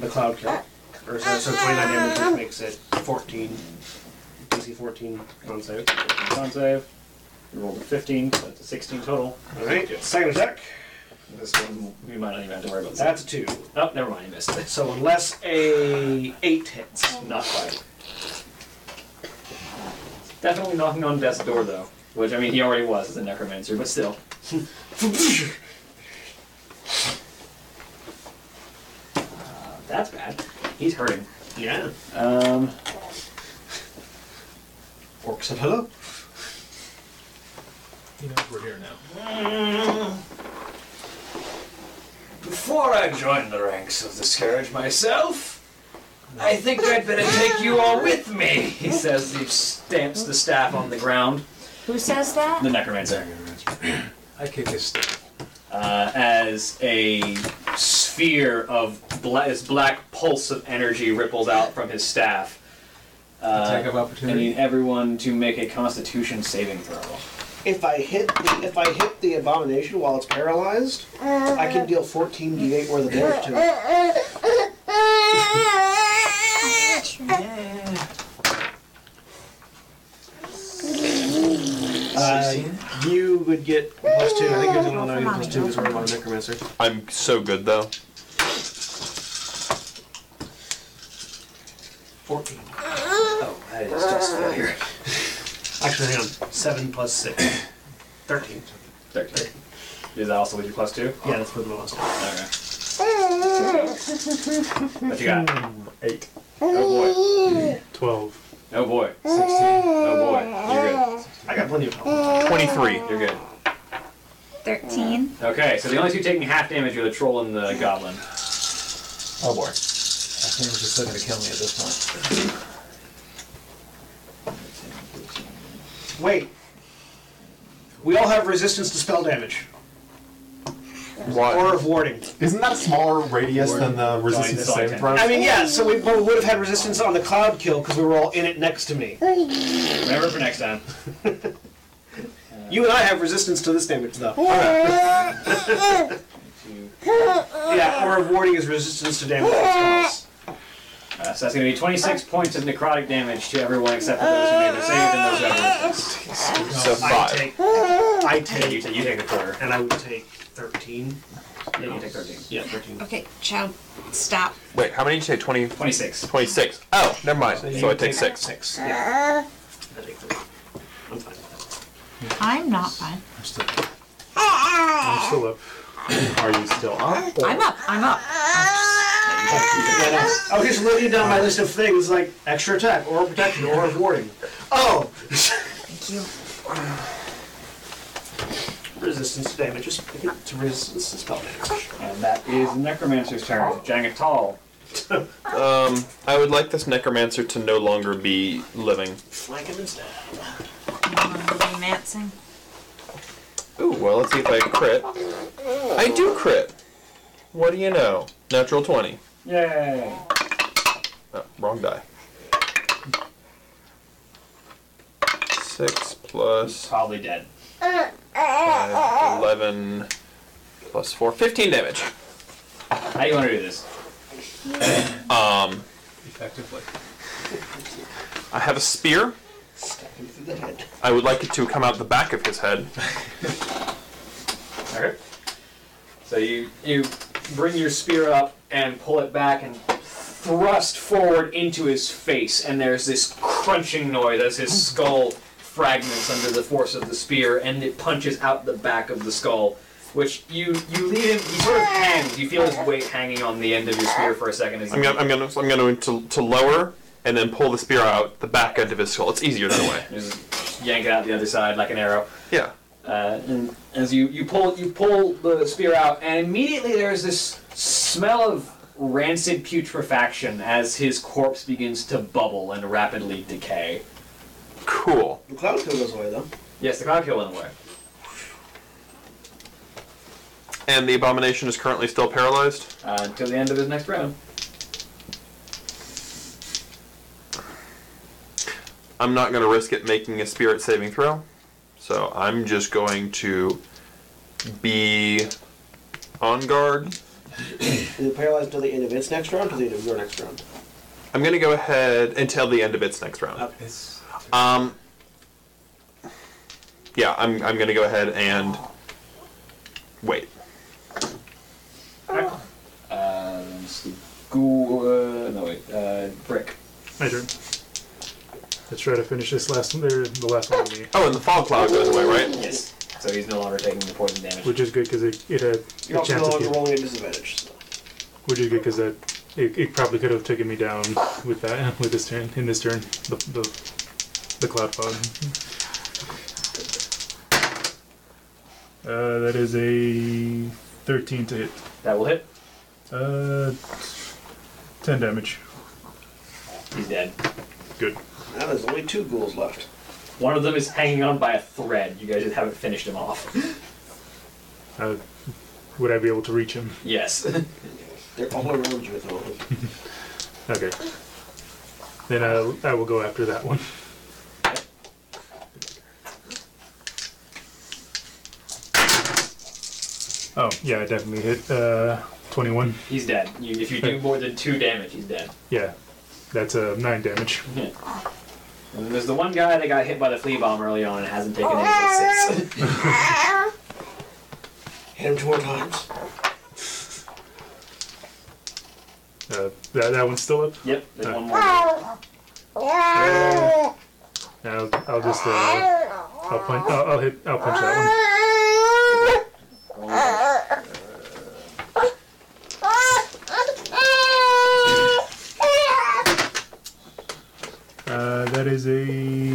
the cloud kill. Or so, so 29 damage which makes it 14. DC 14 on save.
Con save. You rolled a 15, so that's a 16 total.
Alright, second attack.
This one, we might not even have to worry about that.
That's a 2.
Oh, never mind, you missed it.
So unless a 8 hits.
Not quite. Definitely knocking on death's door, though. Which, I mean, he already was as a necromancer, but still. Uh, that's bad. He's hurting.
Yeah.
Um,
Orc said hello.
You know, we're here now.
Mm. Before I join the ranks of the Scourge myself, I think I'd better take you all with me, he says as he stamps the staff on the ground.
Who says that?
The necromancer.
I kick his stuff.
uh, as a sphere of bla- this black pulse of energy ripples out from his staff.
Attack
Uh,
of
I
opportunity.
need everyone to make a Constitution saving throw.
If I hit the, if I hit the abomination while it's paralyzed, I can deal 14 d8 worth of damage to it. Uh, you would get plus two. I think there's an only plus two because we're on a necromancer.
I'm so good though.
14.
Oh, that is just failure.
Actually, hang on. Seven plus six. 13.
13. Is that also with your plus two?
Yeah, that's for the last one.
Okay. What you got?
Eight.
Oh
12.
boy. Oh boy. 16. Oh
I got plenty of help.
23.
Oh.
boy. You're good. You're good.
13.
Okay, so the only two taking half damage are the troll and the goblin.
Oh boy. I think it was just looking to kill me at this point.
Wait. We all have resistance to spell damage. Or
What?
of warding.
Isn't that a smaller radius than the resistance
it's like
save
ten.
throw?
I mean, yeah, so we, but we would have had resistance on the cloud kill because we were all in it next to me.
Remember for next time.
You and I have resistance to this damage, though. Yeah, or of warding is resistance to damage. spells.
Uh, so that's going to be 26 points of necrotic damage to everyone except for those who made their save and those who have resistance.
So
I
five.
take, I
And you,
take,
ta- you take a quarter.
and I would take 13.
Yeah, you take 13.
Yeah, 13.
Okay, child, stop.
Wait, how many did you say? 20,
26.
26. Oh, never mind. So,
you
I take six.
Six. Yeah. I take three. I'm fine.
I'm not fine.
I'm still.
I'm still up.
Are you still up? or-
I'm up. I'm up.
Yeah, no. I was just looking down my list of things like extra attack, or protection, or of warding. Oh!
Thank you.
resistance to damage. Just I think it's resistance to spell damage.
And that is Necromancer's turn. Jangatal.
Um, I would like this necromancer to no longer be living.
Flank him instead.
Romancing.
Ooh, well, let's see if I crit. I do crit. What do you know? Natural 20.
Yay!
Oh, wrong die. 6 plus
Probably dead.
five, 11 plus 4, 15 damage.
How do you want to do this?
Um,
effectively.
I have a spear. I would like it to come out the back of his head.
All right. So you you bring your spear up and pull it back and thrust forward into his face, and there's this crunching noise as his skull fragments under the force of the spear, and it punches out the back of the skull. Which you you leave him. He sort of hangs. You feel his weight hanging on the end of your spear for a second. As
I'm gonna, I'm gonna, I'm gonna to, to lower and then pull the spear out the back end of his skull. It's easier that way.
you just yank it out the other side like an arrow.
Yeah.
Uh, and as you, you pull you pull the spear out, and immediately there is this smell of rancid putrefaction as his corpse begins to bubble and rapidly decay.
Cool.
The cloud kill goes away though.
Yes, the cloud kill went away.
And the abomination is currently still paralyzed.
Uh, until the end of his next round.
I'm not gonna risk it making a spirit saving throw, so I'm just going to be on guard.
Is it paralyzed until the end of its next round? Until the end of your next round.
I'm gonna go ahead until the end of its next round.
It's
Um. Yeah, I'm, I'm gonna go ahead and wait.
Uh, let's see. Ghoul, uh, no wait, uh, brick.
My turn. Let's try to finish this last one. There, the last one on me,
Oh, and the fog cloud goes away, right?
Yes. So he's no longer taking the poison damage.
which is good because it, it had
You're
a
also no
chance of
longer
healing.
rolling at disadvantage. So.
Which is good because that it, it probably could have taken me down with that with this turn in this turn the the, the cloud fog. Uh, that is a thirteen to hit.
that will hit.
Uh, ten damage.
He's dead.
Good.
Now there's only two ghouls left.
One of them is hanging on by a thread. You guys just haven't finished him off.
Uh, would I be able to reach him?
yes.
They're all around you at the moment.
Okay. Then I, I will go after that one. Oh, yeah, I definitely hit uh, 21.
He's dead. You, if you do more than two damage, he's dead.
Yeah, that's uh, 9 damage.
Yeah. Hmm. And then there's the one guy that got hit by the flea bomb early on and hasn't taken any hits since.
Hit him two more times.
Uh, that, that one's still up.
yep, there's one more.
Uh, I'll, I'll just uh, I'll punch. I'll, I'll hit. I'll punch that one. Uh, that is a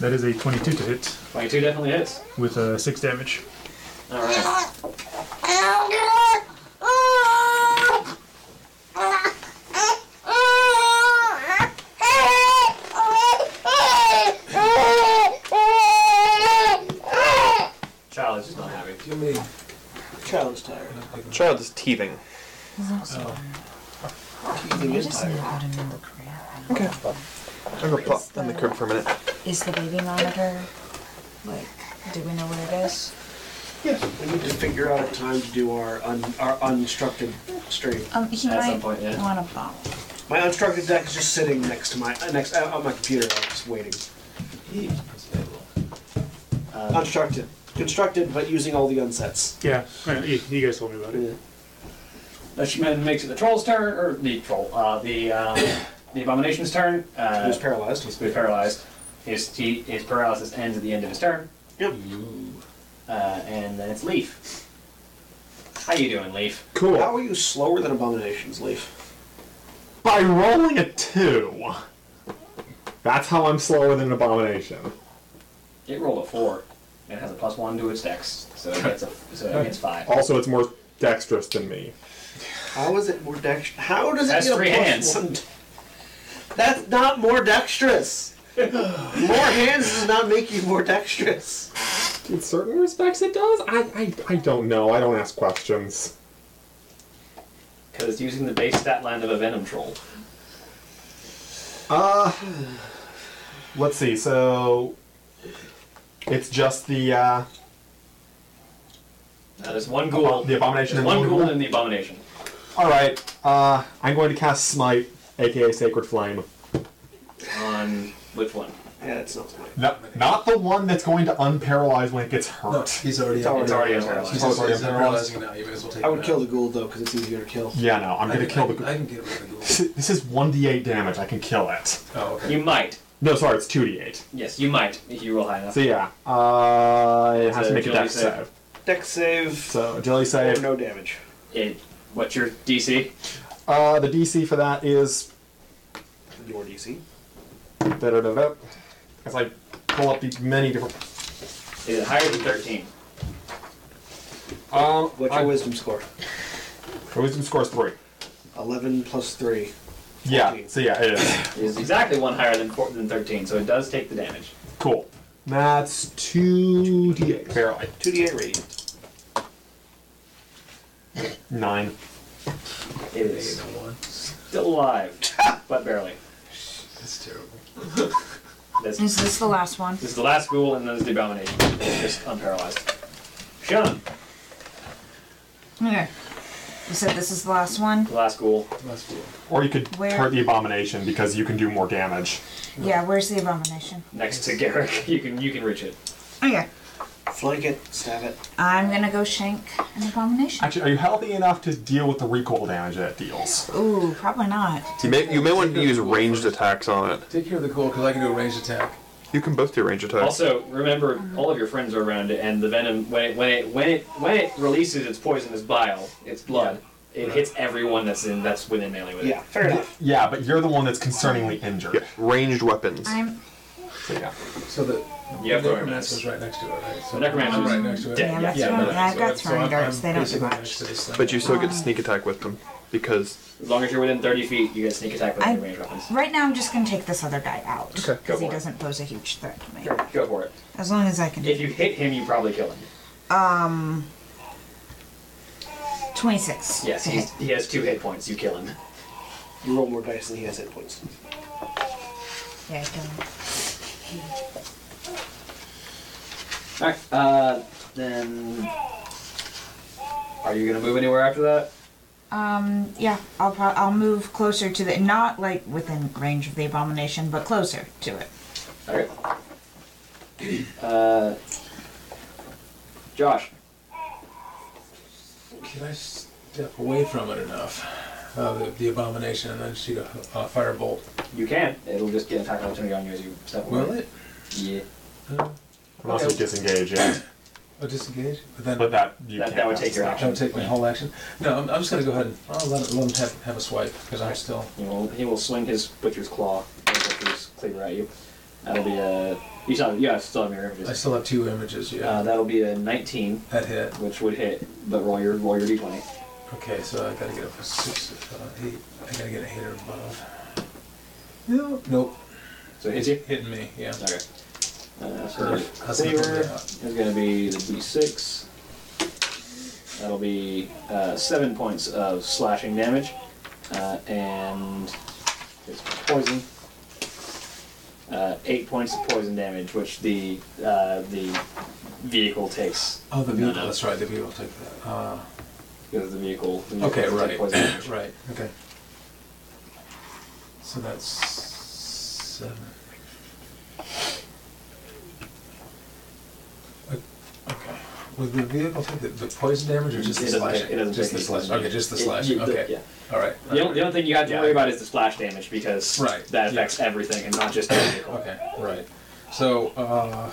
that is a 22 to hit
22 definitely hits.
with uh, six damage.
Alright. Child is just not happy.
you mean
Child's tired.
Child is teething.
Keeping
I
is
just need
tired.
how to remember correctly.
Okay. I'm gonna plop in the crib for a minute.
Is the baby monitor like? Do we know what it is?
We need to figure out a time to do our un- our unstructured stream.
Um, he
At some
might
point, yeah.
want a bottle.
My unstructured deck is just sitting next to my uh, next uh, on my computer, I'm just waiting. Unstructured, constructed, but using all the unsets.
Yeah, you, you guys told me about it.
The shaman makes it the troll's turn, or the troll, uh, the, um, the abomination's turn. Uh,
Who's paralyzed?
he's paralyzed. His, he, his paralysis ends at the end of his turn.
Yep.
Uh, and then it's Leaf. How you doing, Leaf?
How
Cool.
are you slower than abominations, Leaf?
By rolling a two. That's how I'm slower than an abomination.
It rolled a four. and it has a plus one to its dex, so it gets a, so it gets five.
Also, it's more dexterous than me.
How is it more dexterous? How does it
That's
get a
three
plus
hands.
one? That's not more dexterous. more hands does not make you more dexterous.
In certain respects, it does. I, I, I don't know. I don't ask questions.
Because it's using the base stat line of a venom troll.
Uh, let's see. So it's just the uh,
Now there's one ghoul.
The abomination
There's
and
one
one
ghoul
ghoul?
and the abomination.
all right. Uh, I'm going to cast smite, aka sacred flame.
On which one?
Yeah, it's not smart.
Not, not the one that's going to unparalyze when it gets hurt.
he's already.
It's already
It's already unparalyzed.
He's
Oh,
just
sorry,
he's
I'm
realizing it now. You might as well take.
I
it
would
out.
kill the ghoul though, because it's easier to kill.
Yeah, no, I'm
I
gonna
can-
kill the.
I can get rid of the ghoul.
This is- this is 1d8 damage. I can kill it.
Oh, okay.
You might.
No, sorry, it's 2d8.
Yes, you might if you roll high enough.
So yeah, uh, it has
So Oh,
to make a
agility
dex
save.
save.
Dex save
So agility
or
save.
no damage.
It, what's your DC?
Uh, the DC for that is
Your DC.
da-da-da-da. As I pull up the many different.
Is it higher than 13?
Um,
What's your wisdom score?
wisdom scores three.
Eleven plus three.
Yeah.
Fourteen.
So yeah, it is
It is exactly one higher than four, than 13, so it does take the damage.
cool. That's two d8. Barely
Two D eight radiant.
nine.
It is still alive, but barely.
That's terrible.
That's,
Is this the last one?
this is the last ghoul, and then there's the abomination. It's just unparalyzed. Shun,
Okay. You said this is the last one?
the last ghoul.
That's cool.
Or you could
Where-
hurt the abomination because you can do more damage.
Yeah, where's the abomination?
Next to Garrick, you can you can reach it.
Okay.
Flank it, stab it.
I'm gonna go shank an abomination.
Actually, are you healthy enough to deal with the recoil damage that it deals?
Ooh, probably not.
You may, you may want to use ranged attacks on it.
Take care of the ghoul because I can do a ranged attack.
You can both do range attacks.
Also, remember all of your friends are around it, and the venom when it when it when it when it releases its poisonous bile, its blood, it hits everyone that's in that's within melee with it.
Yeah, fair enough.
Yeah, but you're the one that's concerningly
yeah,
injured.
ranged weapons.
I'm
So yeah.
So the
You have
the
throwing
necromancer's
knives.
right next to it, right? So
The necromancer's
I'm right next to it.
dead, yeah,
yeah, that's right.
right.
And I've
So
got
so
throwing
I'm-
darts,
I'm
they don't do
basically
much.
next to this thing.
But you still get to sneak attack with them because
As long as you're within 30 feet, you get sneak attack with
I-
any range weapons.
Right now I'm just gonna take this other guy out.
Okay,
go
Because he
for it.
doesn't pose a huge threat to me.
Go, go for it.
As long as I can
If you hit him, you probably kill him.
um twenty six.
Yes, he's, he has two hit points. You kill him.
You roll more dice than he has hit points.
Yeah, I don't.
All right. Uh, then, are you gonna move anywhere after that?
Um, yeah, I'll pro- I'll move closer to the not like within range of the abomination, but closer to it.
All right. Uh, Josh,
Can I step away from it enough? Uh, the, the abomination and then shoot a, a firebolt.
you can. It'll just get an attack of opportunity on you as you step away.
Will it?
Yeah.
Uh,
Unless you disengage, yeah.
I'll disengage. But then
But that you
That-
can't.
that would take your action.
that would take my whole action. No, I'm, I'm just going to go ahead and I'll let, him- let him have, have a swipe because I'm still.
He will, he will swing his butcher's claw and butcher's cleaver at you. That'll be a. You saw. Yeah, still have your
I
images.
still have two images. Yeah,
Uh, that'll be a 19,
that hit.
which would hit, but roll your roll your d20.
Okay, so I gotta get up a six, uh, eight. I gotta get a hit or above. Nope,
So it hits you.
hitting me. Yeah.
Okay. Uh, so
Or-
your
that's not
cleaver
gonna be
is going to be the d6. That'll be uh, seven points of slashing damage, uh, and it's poison. Uh, eight points of poison damage, which the uh, the vehicle takes
Oh, the
No,
vehicle.
no.
That's right. The vehicle take that. Uh,
because the vehicle. The vehicle
okay,
takes
right,
Poison damage.
right. Okay. So that's seven. O- Okay. Would the vehicle take the, the poison damage or just
It
the
doesn't take-
slashing?
it doesn't take
just the
any
slashing.
poison
Okay, just the
It-
slashing.
you- the-
okay.
yeah.
All right.
The only, the only thing you have to
Yeah.
worry about is the splash damage because
Right,
that
yeah.
affects everything and not just the vehicle.
Okay, right. So, uh,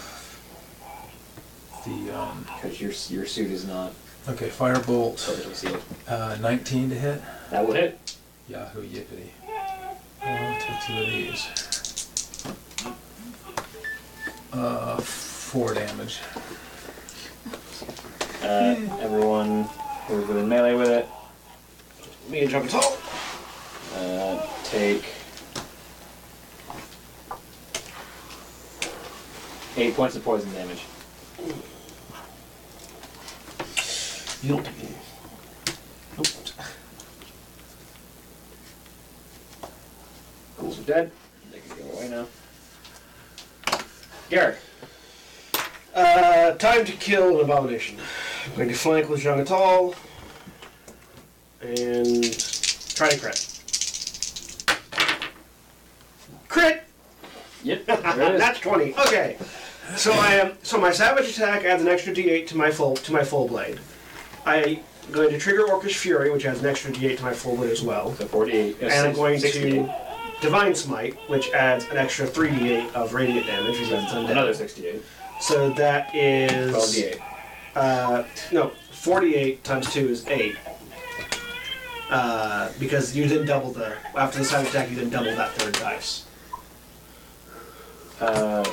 the, um,
Because your your suit is not
okay, firebolt,
perfectly sealed.
uh, 19 to hit.
That will hit.
Yahoo, yippity.
Oh,
I'll take two of these. Uh, four damage.
Uh, everyone who's within melee with it.
Me and jump tall.
Uh, take eight points of poison damage.
You don't take any. Nope.
Ghouls are dead. They can go away now. Garrick.
Uh, time to kill an abomination. I'm going to flank with Jean Atal and try to crit. Crit!
Yep. there it is.
That's twenty. Okay. So I am. So my savage attack adds an extra D8 to my full to my full blade. I'm going to trigger Orcish Fury, which adds an extra D8 to my full blade as well.
So 48. uh,
and I'm
six-
going
68.
to Divine Smite, which adds an extra 3d8 of radiant damage because it's undead.
Another 68.
So that is
12d8.
Uh, no, 48 times 2 is 8. Uh, because you didn't double the after the side attack, you didn't double that third dice.
Uh,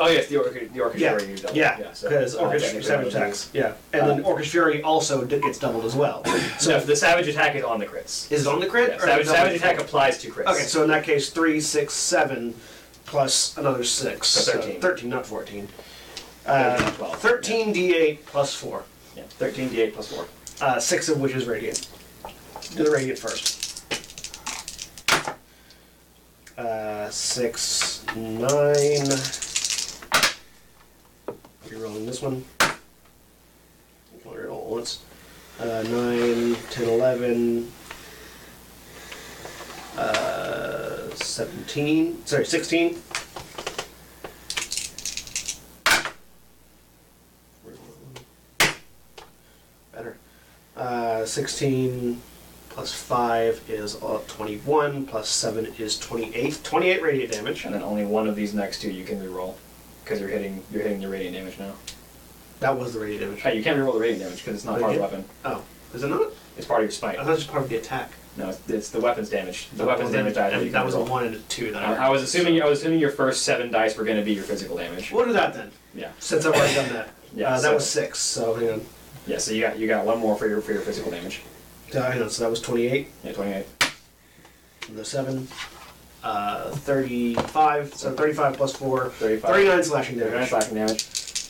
oh, yes, the, orc- the orcish
Yeah,
fury you doubled.
yeah,
so,
because
uh,
Orcish
technically
savage
that would be-
attacks. Yeah, and
Uh,
then Orcish Fury also d- gets doubled as well.
So if the savage attack is on the crits.
Is it on the crit?
Yeah,
or
savage,
double?
savage attack applies to crits.
Okay, so in that case, three, six, seven, plus another six.
So 13.
13, not 14.
Thirteen,
Uh,
twelve.
13 d8 plus 4,
Yeah, 13d8 plus 4.
uh, 6 of which is radiant. Do the radiant first. Uh, 6, 9. You're rolling this one. You can only roll it once. Uh, 9, 10, 11. Uh, 17. Sorry, 16. Better. Uh, 16 plus 5 is uh, 21, plus 7 is 28. 28 radiant damage.
And then only one of these next two you can reroll. Because you're hitting you're hitting your radiant damage now.
That was the radiant damage.
Hey, you can't reroll the radiant damage because it's not
But
part of
you-
the weapon.
Oh, is it not?
It's part of your
I
spite.
thought it was part of the attack.
No, it's, it's the weapons damage. The
Oh,
weapons
well,
damage die that
then
you can
That Uh-huh. was a
reroll.
1 and a 2 that
I
I,
Um, I was assuming I was assuming your first seven dice were going to be your physical damage.
We'll do that then,
Yeah.
since I've already done that.
Yeah.
uh, that
so-
was 6, so hang on.
Yeah. So you got you got one more for your for your physical damage.
Uh, hang on, so that was 28.
Yeah. Twenty eight.
the 7, uh, 35, so 35 plus 4,
35.
39 slashing
They're going
damage.
slashing damage.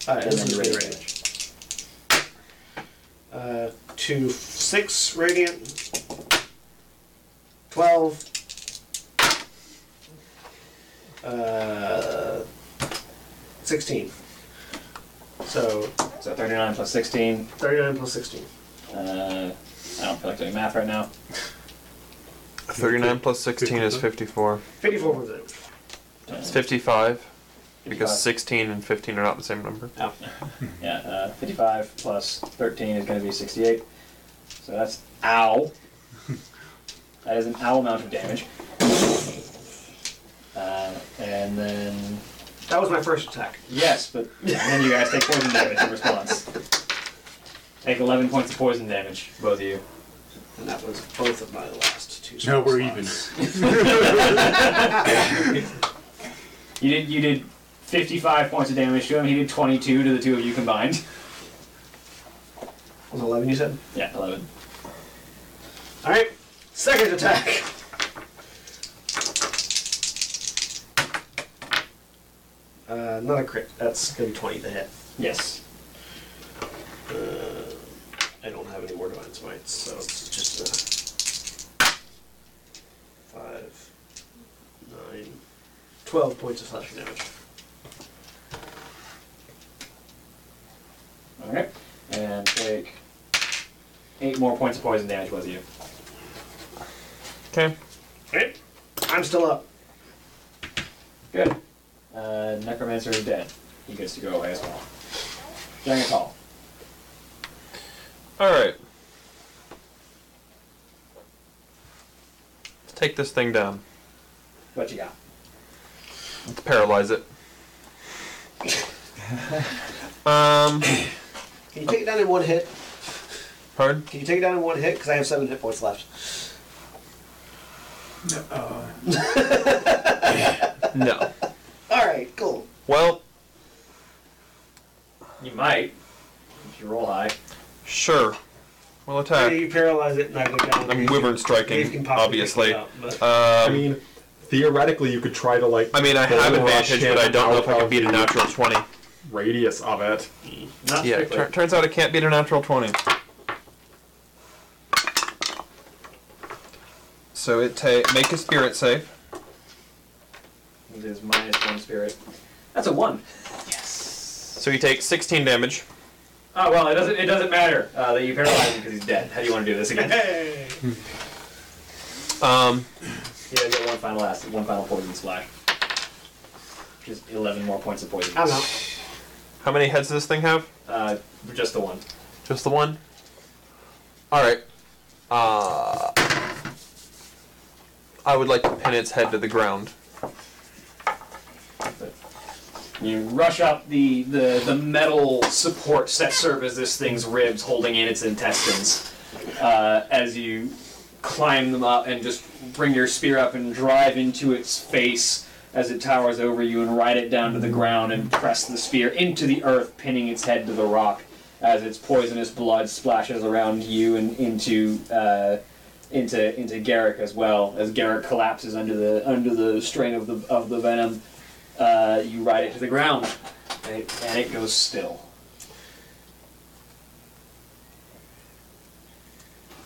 Uh,
And
this
then
is
your
the
radiant
radiant.
damage.
Uh, two, six radiant, twelve, uh, sixteen. So
So thirty nine plus sixteen.
thirty-nine plus sixteen.
Uh, I don't feel like doing math right now.
39 plus 16 is 54.
Fifty-four for damage.
It's 55
55.
because 16 and 15 are not the same number.
Yeah, uh, 55 plus 13 is going to be 68. So that's ow. that is an owl amount of damage. Uh, and then
That was my first attack.
yes, but then you guys take poison damage in response. Take 11 points of poison damage, both of you.
And that was both of my last two.
Now
spell
we're even.
slots.
You did you did 55 points of damage to him. He did 22 to the two of you combined.
Was it eleven you said?
Yeah, 11.
All right. Second attack. Uh, not a crit. That's gonna be twenty to hit.
Yes.
Uh, I don't have any more divine smites, so it's just uh, five, nine, twelve points of slashing damage.
All right. And take eight more points of poison damage, both of you.
Okay.
Okay, I'm still up.
Good. Uh, Necromancer is dead. He gets to go away as well. Dragon Call.
Alright. Let's take this thing down.
What you got?
Let's paralyze it. um.
Can you take it down in one hit?
Pardon?
Can you take it down in one hit? Because I have seven hit points left.
No.
All right, cool.
Well,
You might, if you roll high.
Sure. Well,
Yeah,
attack.
you paralyze it and I go down.
I'm wyvern
Dave can
striking,
probably
obviously.
pick
Um,
it up, but-
I
I mean, theoretically, you could try to like.
mean, I
bull
have
rush
advantage, but I
him
don't know if I
out
can
of
beat a
the
natural 20.
radius of it.
Not
Yeah,
strictly.
tur- turns out I can't beat a natural 20. So it ta- make a spirit save.
It is minus one spirit. That's a one.
So you take 16 damage.
Oh well, it doesn't. It doesn't matter uh, that you paralyze him because he's dead. How do you want to do this again? yeah,
Um,
you get one final last, one final poison splash. Just eleven more points of poison.
I'm out.
how many heads does this thing have?
Uh, just the one.
Just the one. All right. Uh, I would like to pin its head to the ground.
You rush up the, the, the metal supports that serve as this thing's ribs holding in its intestines uh, as you climb them up and just bring your spear up and drive into its face as it towers over you and ride it down to the ground and press the spear into the earth, pinning its head to the rock as its poisonous blood splashes around you and into uh, into into Garrick as well as Garrick collapses under the under the strain of the of the venom uh, you ride it to the ground, and it, and it goes still.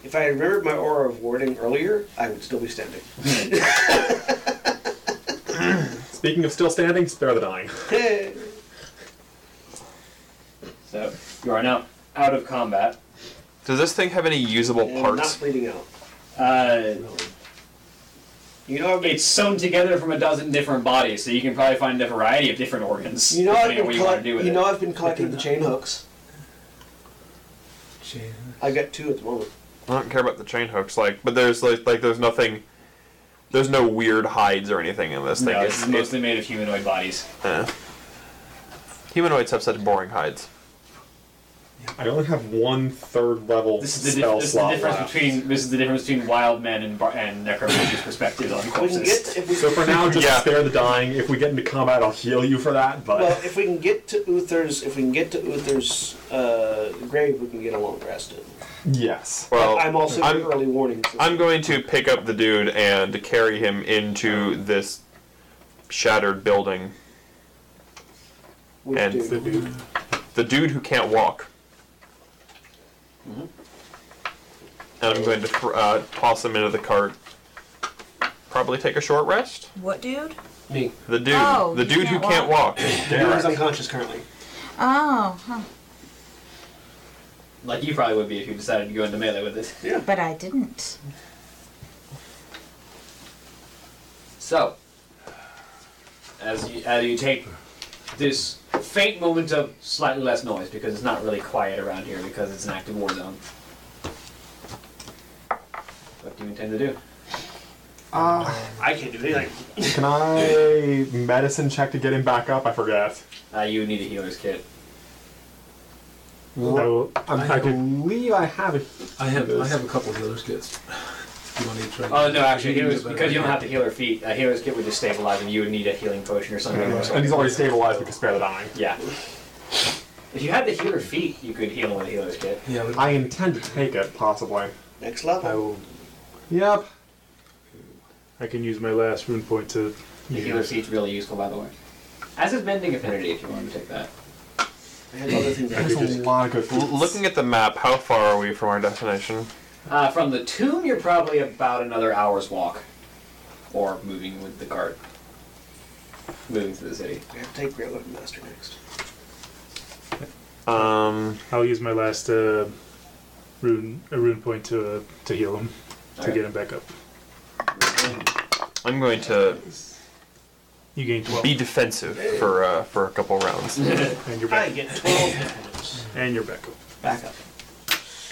If I remembered my aura of warding earlier, I would still be standing.
Speaking of still standing, spare the dying.
So you are now out of combat.
Does this thing have any usable
And Not
parts?
bleeding out.
Uh,
You know, I've been,
it's sewn together from a dozen different bodies, so you can probably find a variety of different organs.
you know, I've
depending on
been
what you
collect-
want to do with
you
it.
know, I've been collecting the chain hooks.
Chain.
I got two at the moment.
I don't care about the chain hooks, like, but there's like, like there's nothing, there's no weird hides or anything in this thing.
no,
It's-
it's mostly made of humanoid bodies.
eh. Humanoids have such boring hides.
I only have one third level
This is the, dif-
spell
this is the
slot
difference
left.
between this is the difference between wild men and bar- and necromancers' perspectives on
If we can
corpses.
get, if we,
So for now, just
Yeah.
spare the dying. If we get into combat, I'll heal you for that. But
well, if we can get to Uther's, if we can get to Uther's uh, grave, we can get a long rest. In.
yes,
Well,
I'm also
Oh, I'm-
an early warning. so-
I'm going to pick up the dude and carry him into this shattered building.
Which
and-
dude?
dude.
The dude who can't walk. And I'm going to thr- uh, toss him into the cart. Probably take a short rest.
What, dude?
me.
The dude,
Oh,
the
he
dude who
can't
can't walk.
Darren's unconscious currently.
Oh, huh.
Like you probably would be if you decided to go into melee with it.
but I didn't.
So, as you, as you take this faint moment of slightly less noise, because it's not really quiet around here because it's an active war zone. What do you intend to do?
Uh,
I can't do anything.
can I medicine check to get him back up? I forget.
Uh, you would need a healer's kit.
I will.
I'm, I, believe I have it.
I have I have a couple healers kits. You want to try?
Oh no, actually,
You can
healers,
get better.
because you don't have the healer feat. A healer's kit would just stabilize, and you would need a healing potion or something. or
And
something.
he's already stabilized. We can spare the dying.
Yeah. If you had the healer feat, you could heal with a healer's kit.
Yeah, but
I intend to take it, possibly.
Next
I
level.
will.
Yep.
I can use my last rune point to.
The healer feat's really useful, by the way. As is mending affinity, if you wanted to take that.
I have other things I
There's
could
a
just.
lot of good
L- looking at the map, how far are we from our destination?
Uh, from the tomb, you're probably about another hour's walk, or moving with the cart, moving to the city.
I have to take Great Weapon Master next.
Um,
I'll use my last uh, rune a rune point to uh, to heal him to
Alright.
get him back up.
I'm going to
You gain twelve,
be defensive for uh, for a couple rounds.
and you're
I
back.
get 12 points.
And you're back up.
Back up.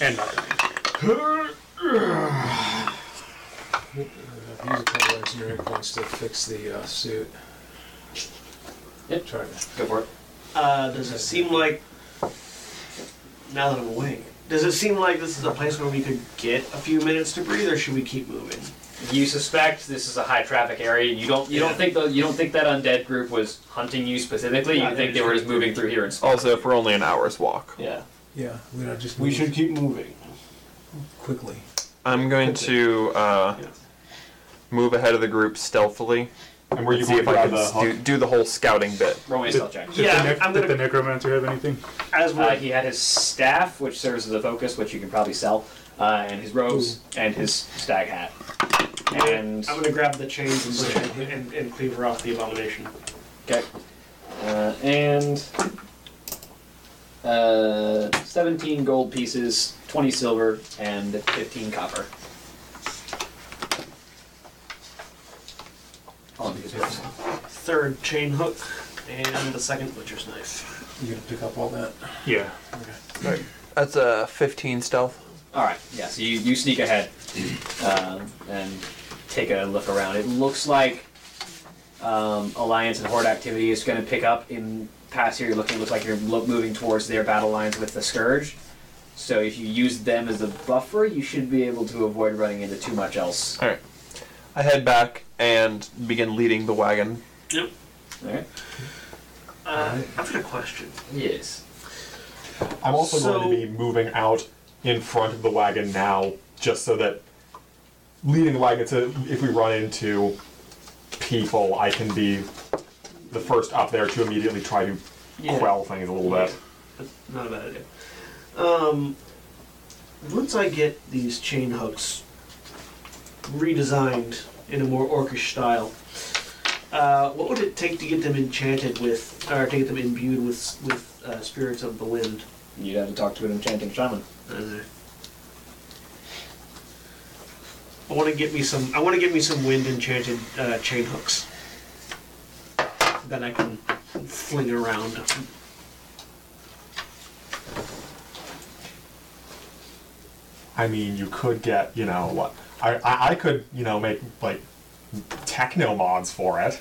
And not dying.
I've used a couple engineering points to fix the uh, suit.
Yep.
Try to.
Go for it.
Uh, does it seem like, now that I'm awake, does it seem like this is a place where we could get a few minutes to breathe, or should we keep moving?
You suspect this is a high traffic area. You don't. You don't think the. You don't think that undead group was hunting you specifically. You think they were just moving through here and.
Also, for only an hour's walk.
Yeah.
Yeah, we don't just.
We
move
should keep moving.
quickly.
I'm going to uh, move ahead of the group stealthily.
And were you
see if I
going
can
to grab a
do, do the whole scouting bit.
Roll me a
Did-
stealth check.
Did,
Yeah,
the, nec-
I'm
did
gonna-
the necromancer have anything?
As we're
Uh, he had his staff, which serves as a focus, which you can probably sell, uh, and his robes and his stag hat. And
I'm gonna grab the chains and, switch it and, and cleaver off the abomination.
okay, uh, and uh, seventeen gold pieces, twenty silver, and fifteen copper. On these rolls.
Third chain hook and the second butcher's knife.
You gonna pick up all that?
Yeah.
That's a 15 stealth.
All right. Yeah. So you, you sneak ahead um, and take a look around. It looks like um, alliance and horde activity is going to pick up in past here. You're looking. It looks like you're lo- moving towards their battle lines with the scourge. So if you use them as a buffer, you should be able to avoid running into too much else.
All right. I head back and begin leading the wagon.
Yep.
All right.
Uh, I've got a question.
Yes.
I'm also
So-
going to be moving out in front of the wagon now, just so that leading the wagon to if we run into people, I can be the first up there to immediately try to
Yeah.
quell things a little bit.
That's not a bad idea. Um, once I get these chain hooks redesigned in a more orcish style, uh, what would it take to get them enchanted with, or to get them imbued with with uh, spirits of the wind?
You'd have to talk to an enchanting shaman.
Uh, I want to get me some. I want to get me some wind enchanted uh, chain hooks that I can fling around.
I mean, you could get you know what I, I I could you know make like techno mods for it.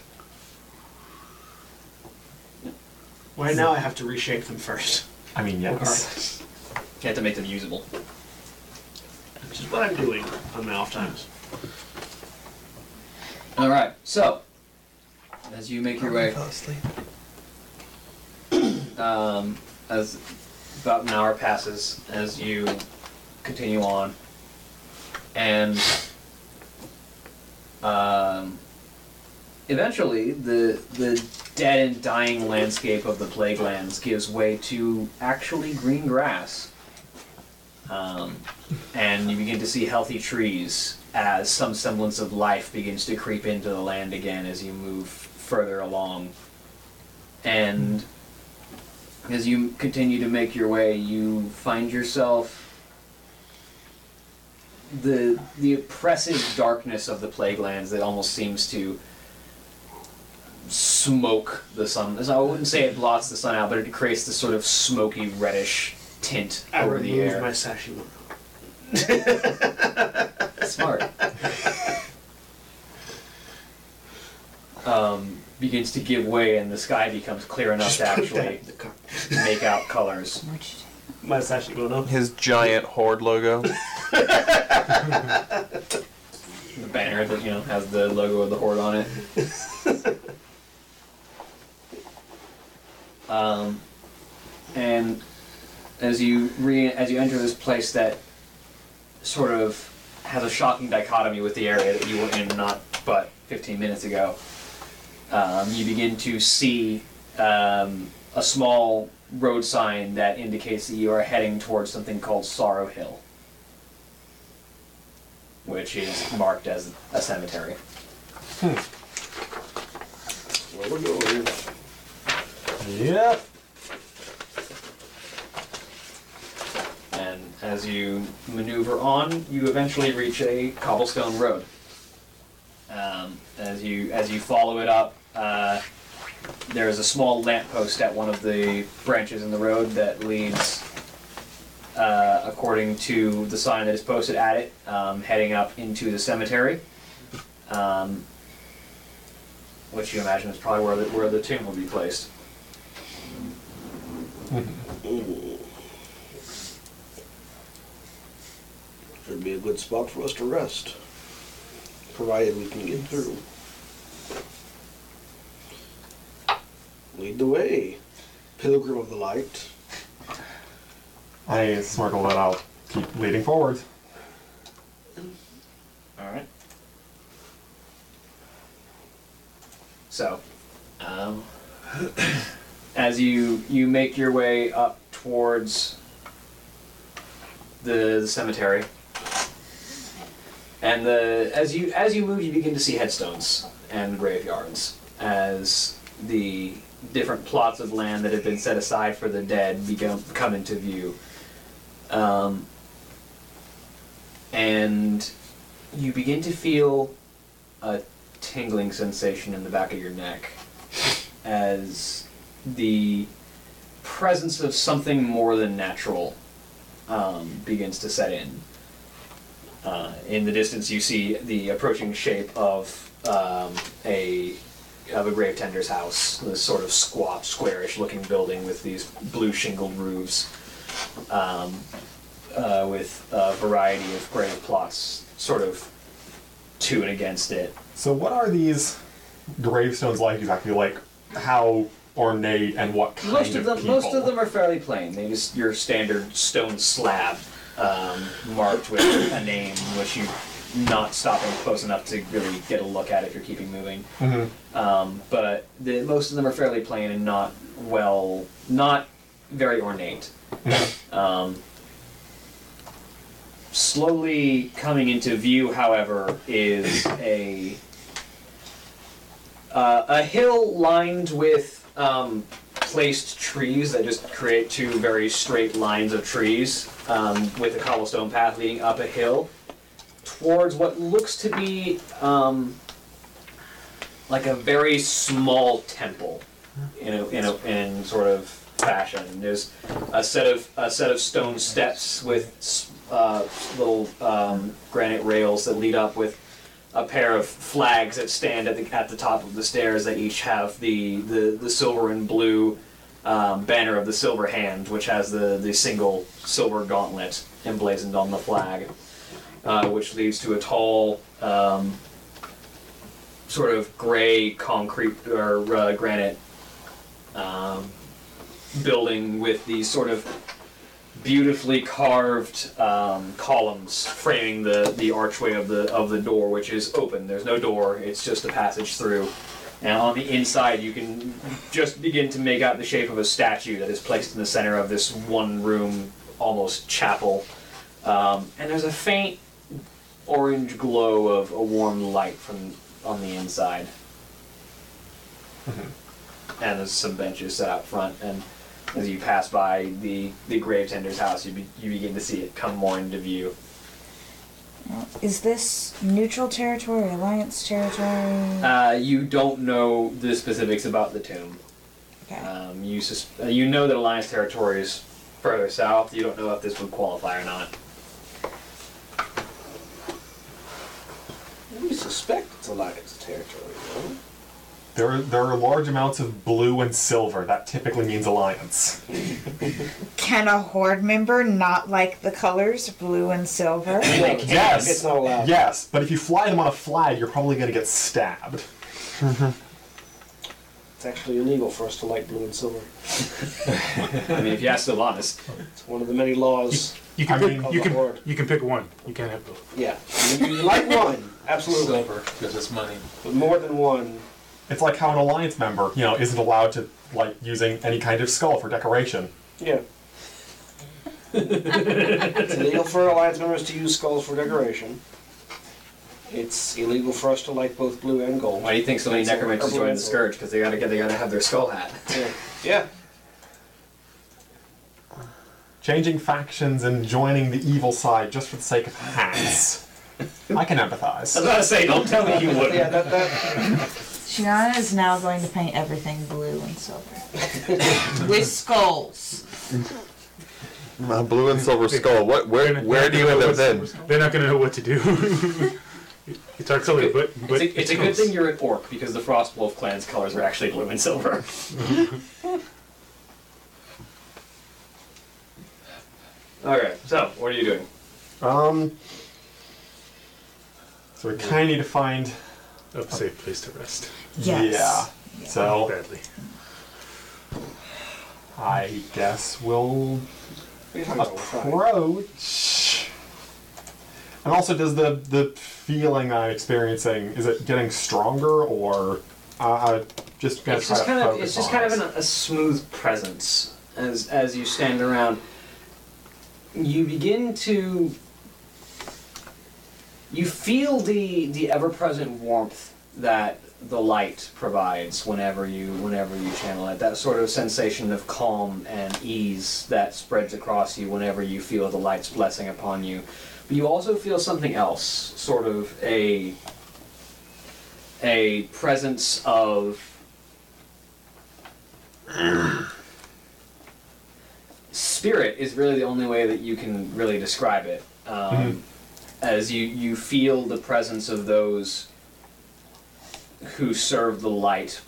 Right now, I have to reshape them first,
I mean, yes.
You have to make them usable.
which is what I'm doing on my off times.
All right. So as you make your way um, as about an hour passes as you continue on, and um, eventually the the dead and dying landscape of the plague lands gives way to actually green grass, um, and you begin to see healthy trees as some semblance of life begins to creep into the land again as you move further along, and as you continue to make your way, you find yourself the the oppressive darkness of the plague lands that almost seems to smoke the sun. I wouldn't say it blots the sun out, but it creates this sort of smoky reddish tint
I
over the
removed
air.
my sashimi.
Smart. um, begins to give way, and the sky becomes clear enough to actually make out colors.
My sashimi no.
His giant horde logo.
the banner that you know has the logo of the horde on it. um, and as you re as you enter this place that sort of has a shocking dichotomy with the area that you were in not but 15 minutes ago, um, you begin to see um, a small road sign that indicates that you are heading towards something called Sorrow Hill which is marked as a cemetery.
Where we're going.
Yep.
And as you maneuver on, you eventually reach a cobblestone road. Um, as you as you follow it up, uh, there is a small lamppost at one of the branches in the road that leads, uh, according to the sign that is posted at it, um, heading up into the cemetery, um, which you imagine is probably where the, where the tomb will be placed.
Should be a good spot for us to rest.
provided we can get through. Lead the way, Pilgrim of the Light.
I smirkle that I'll keep leading forward.
Alright. So, um,
as you you make your way up towards the, the cemetery and the as you as you move you begin to see headstones and graveyards as the different plots of land that have been set aside for the dead become come into view um, and you begin to feel a tingling sensation in the back of your neck as the presence of something more than natural um, begins to set in. Uh, in the distance, you see the approaching shape of um, a of a grave tender's house, this sort of squat, squarish-looking building with these blue shingled roofs, um, uh, with a variety of grave plots, sort of to and against it.
So, what are these gravestones like exactly? Like, how ornate and what kind
Most of them,
people?
most of them are fairly plain. They just your standard stone slab, um, marked with a name, which you not stopping close enough to really get a look at if you're keeping moving.
Mhm.
Um, but the, most of them are fairly plain and not well, not very ornate. um, slowly coming into view, however, is a uh, a hill lined with um, placed trees that just create two very straight lines of trees um, with a cobblestone path leading up a hill towards what looks to be um, like a very small temple in a, in, a, in sort of fashion. There's a set of a set of stone steps with s- uh, little um, granite rails that lead up with a pair of flags that stand at the at the top of the stairs that each have the the, the silver and blue um, banner of the Silver Hand, which has the the single silver gauntlet emblazoned on the flag, uh, which leads to a tall. Um, Sort of gray concrete or uh, granite um, building with these sort of beautifully carved um, columns framing the, the archway of the of the door, which is open. There's no door; it's just a passage through. And on the inside, you can just begin to make out the shape of a statue that is placed in the center of this one room, almost chapel. Um, and there's a faint orange glow of a warm light from on the inside and there's some benches set out front. And as you pass by the the grave tender's house, you be, you begin to see it come more into view.
Is this neutral territory, alliance territory?
Uh, you don't know the specifics about the tomb. Um, you sus- uh, you know that Alliance territory is further south. You don't know if this would qualify or not.
We suspect it's Alliance territory, though.
There, are, there are large amounts of blue and silver. That typically means alliance.
Can a horde member not like the colors blue and silver?
yes,
It's uh, not allowed.
Yes, but if you fly them on a flag, you're probably going to get stabbed.
It's actually illegal for us to like blue and silver.
I mean, if you ask Sylvanas,
It's one of the many laws.
You can
I
pick,
mean-
you
Of the
can
horde.
you can pick one. You can't have both.
Yeah, you, you like one, absolutely,
Silver, because it's money.
but more than one.
It's like how an alliance member, you know, isn't allowed to like using any kind of skull for decoration.
Yeah. it's illegal for alliance members to use skulls for decoration. It's illegal for us to like both blue and gold.
why do you think so many
Pencil,
necromancers
purple
joined the
pencil.
scourge? Because they gotta get they gotta have their skull hat.
Yeah. yeah.
Changing factions and joining the evil side just for the sake of hats. I can
I was
empathize.
about to say, don't tell me you wouldn't.
Yeah, that, that,
Shiana is now going to paint everything blue and silver with skulls.
A blue and silver skull. What? Where? Where do you end up then?
They're not gonna know what to do. it's our color, but but
It's a, it's a good thing you're an orc because the Frostwolf clan's colors are actually blue and silver. All right. So, what are you doing?
Um, So we kind of need to find
a safe place to rest.
Yes.
Yeah. So
badly.
I guess we'll approach. And also, does the the feeling I'm experiencing is it getting stronger or uh, I just gonna
It's
try
just
to
kind of
focus
it's just
on
kind of
it.
an, a smooth presence as as you stand around. You begin to you feel the the ever present warmth that the light provides whenever you whenever you channel it. That sort of sensation of calm and ease that spreads across you whenever you feel the light's blessing upon you. But you also feel something else, sort of a a presence of spirit is really the only way that you can really describe it. Um, As you, you feel the presence of those who serve the light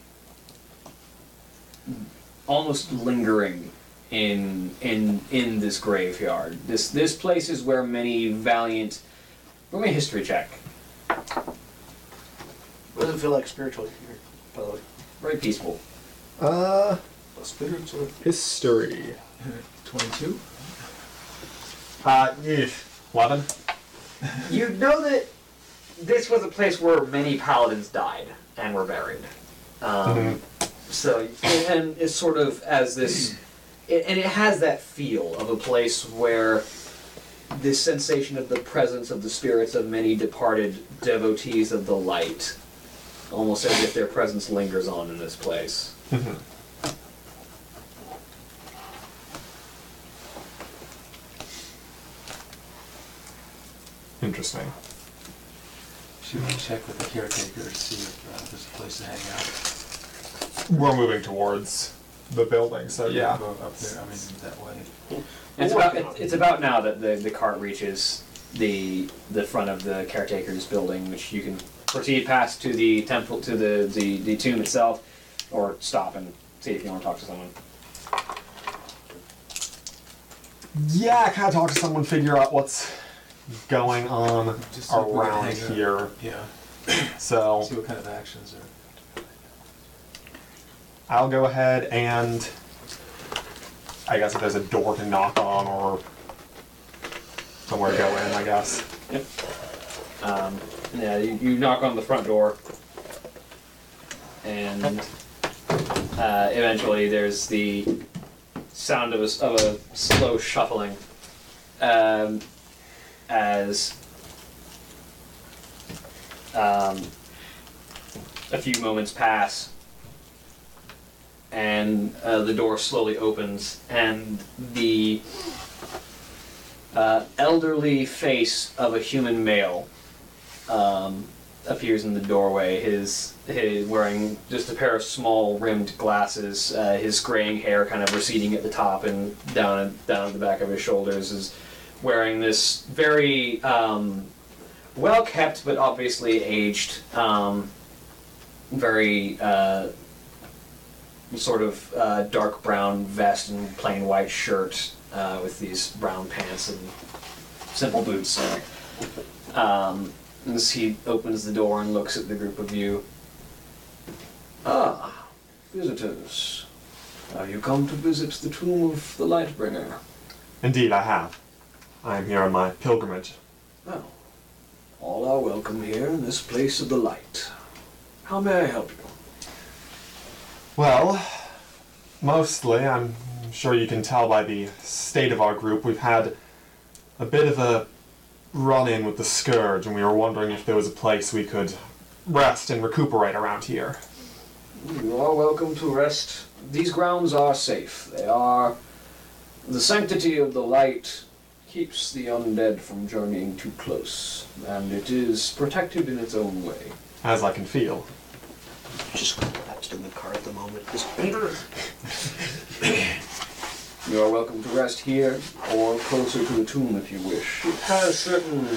almost lingering in in in this graveyard. This this place is where many valiant Roll me a history check.
What does it feel like spiritually here, by the way?
Very peaceful.
Uh,
Spiritual.
history.
22.
Uh, yeah, eleven.
You know that this was a place where many paladins died and were buried. Um, So, and it's sort of as this, it, and it has that feel of a place where this sensation of the presence of the spirits of many departed devotees of the light, almost as if their presence lingers on in this place.
Interesting.
Should we check with the caretaker to see if uh, there's a place to hang out?
We're moving towards the building,
Oh,
so yeah.
Go up there. I mean, that way.
And It's about, it- it's about now that the, the cart reaches the the front of the caretaker's building, which you can proceed past to the temple to the, the, the tomb itself, or stop and see if you want to talk to someone.
Yeah, kind of talk to someone, figure out what's going on
Just see if we can
around
hang out.
here.
Yeah.
So
See what kind of actions are.
I'll go ahead and I guess if there's a door to knock on or somewhere to go in, I guess.
Um, yeah, you, you knock on the front door, and uh, eventually there's the sound of a, s- of a slow shuffling um, as um, a few moments pass, and uh, the door slowly opens, and the uh, elderly face of a human male um, appears in the doorway. His, his wearing just a pair of small rimmed glasses. Uh, his graying hair kind of receding at the top and down down at the back of his shoulders. Is wearing this very um, well kept but obviously aged, um, very. Uh, Sort of uh, dark brown vest and plain white shirt uh, with these brown pants and simple boots. Um, as he opens the door and looks at the group of you. Ah, visitors. Have you come to visit the tomb of the Lightbringer?
Indeed, I have. I am here on my pilgrimage.
Well, all are welcome here in this place of the light. How may I help you?
Well, mostly, I'm sure you can tell by the state of our group, we've had a bit of a run in with the Scourge, and we were wondering if there was a place we could rest and recuperate around here.
You are welcome to rest. These grounds are safe. They are. The sanctity of the light keeps the undead from journeying too close, and it is protected in its own way.
As I can feel.
Just collapsed in the car at the moment. Just
You are welcome to rest here or closer to the tomb if you wish. It has certain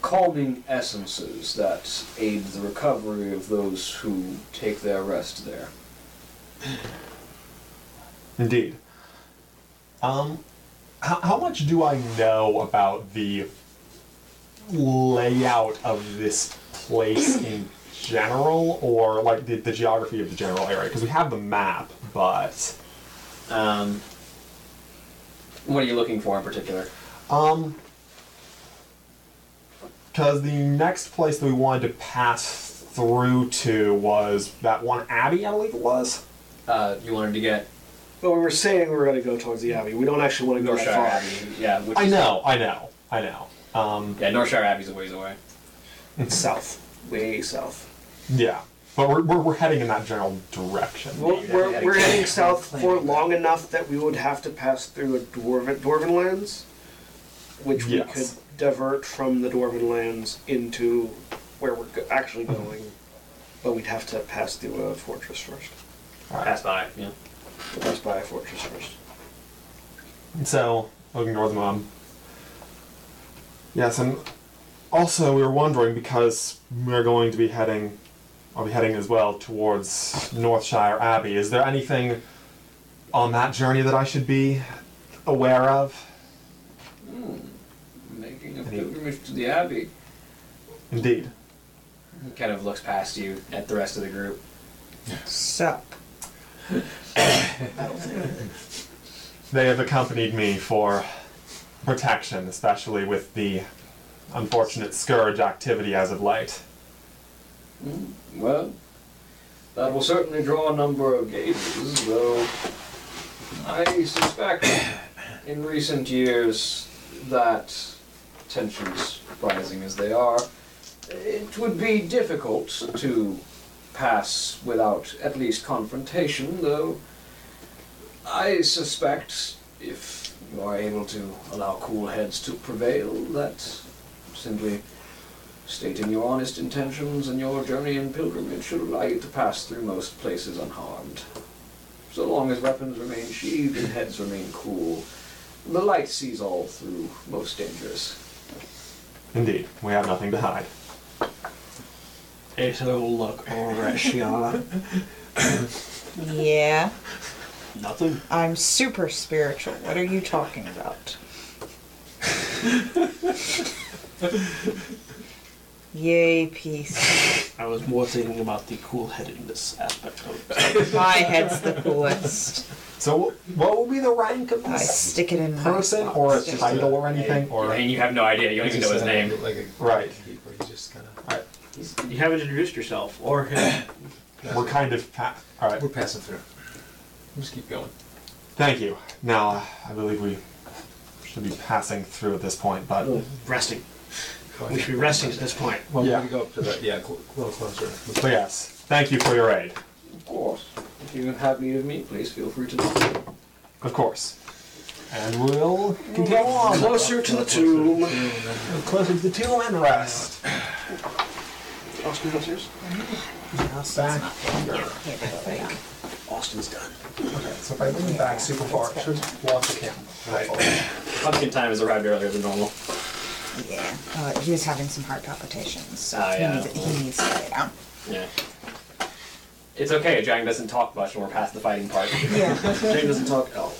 calming essences that aid the recovery of those who take their rest there.
Indeed. Um, how, how much do I know about the layout of this place in general, or like the, the geography of the general area? Because we have the map, but
Um, what are you looking for in particular?
um, because the next place that we wanted to pass through to was that one abbey, I believe it was.
Uh, you wanted to get
Well, we were saying we were going to go towards the Abbey. We don't actually want to go that
Northshire
far.
Abbey. Yeah, which
I
is-
know, I know, I know. Um,
Yeah, Northshire Abbey's a ways away.
South. Way south.
yeah, but we're, we're, we're heading in that general direction.
Well, we're, we're heading south
Plane.
for long enough that we would have to pass through a dwarven, dwarven lands, which we
Yes.
could divert from the dwarven lands into where we're go- actually going, but we'd have to pass through a fortress first.
Pass by. Yeah.
Pass by a fortress first.
So, looking towards mom. Yes, and also we were wondering because we're going to be heading, I'll be heading as well towards Northshire Abbey. Is there anything on that journey that I should be aware of?
Making a
Any-
pilgrimage to the Abbey.
Indeed.
He kind of looks past you at the rest of the group.
So,
They have accompanied me for protection, especially with the unfortunate scourge activity as of late.
Hmm, Well, that will certainly draw a number of gazes, though I suspect in recent years that tensions rising as they are, it would be difficult to pass without at least confrontation, though I suspect if you are able to allow cool heads to prevail, that simply stating your honest intentions and your journey and pilgrimage should allow you to pass through most places unharmed. So long as weapons remain sheathed and heads remain cool, the light sees all through most dangers.
Indeed, we have nothing to hide.
It's a look over at Shiana.
Yeah.
Nothing.
I'm super spiritual. What are you talking about? Yay, peace.
I was more thinking about the cool-headedness aspect of it.
My head's the coolest.
So, wh- what will be the rank of
I
this
stick it in my
person, or a
pocket.
title, or anything? Or
and you have no idea, you don't even know his name.
Like a
Right.
keeper, he just kind of.
You haven't introduced yourself or him.
We're kind of pa- all right.
We're passing through. Just keep going.
Thank you. Now uh, I believe we should be passing through at this point, but
resting. We should be resting at this point.
Well,
Yeah.
we can go up to the yeah, cl- a little closer.
but yes, thank you for your aid.
Of course. If you have need of me, please feel free to knock.
Of course. And we'll continue on.
Closer to the tomb.
Closer to the tomb and rest.
Austin upstairs?
Back.
Yeah, but, like,
Austin's done.
Okay, so if I lean back super far, it should block the camera.
Pumpkin time has arrived earlier than normal.
yeah. Uh, he was having some heart palpitations, so
Ah,
Oh,
he,
yeah.
needs, he needs to lay down.
Yeah. It's okay, Jang doesn't talk much when we're past the fighting part.
Yeah.
Jane doesn't talk at all.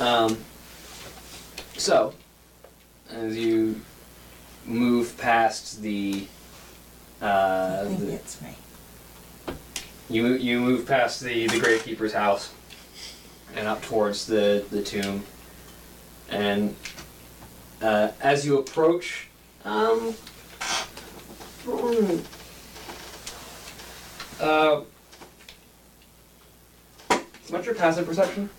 Um, so, as you move past the, uh,
I think
the
it's me.
You mo- you move past the the gravekeeper's house, and up towards the the tomb, and uh, as you approach, um, mm, uh, what's your passive perception?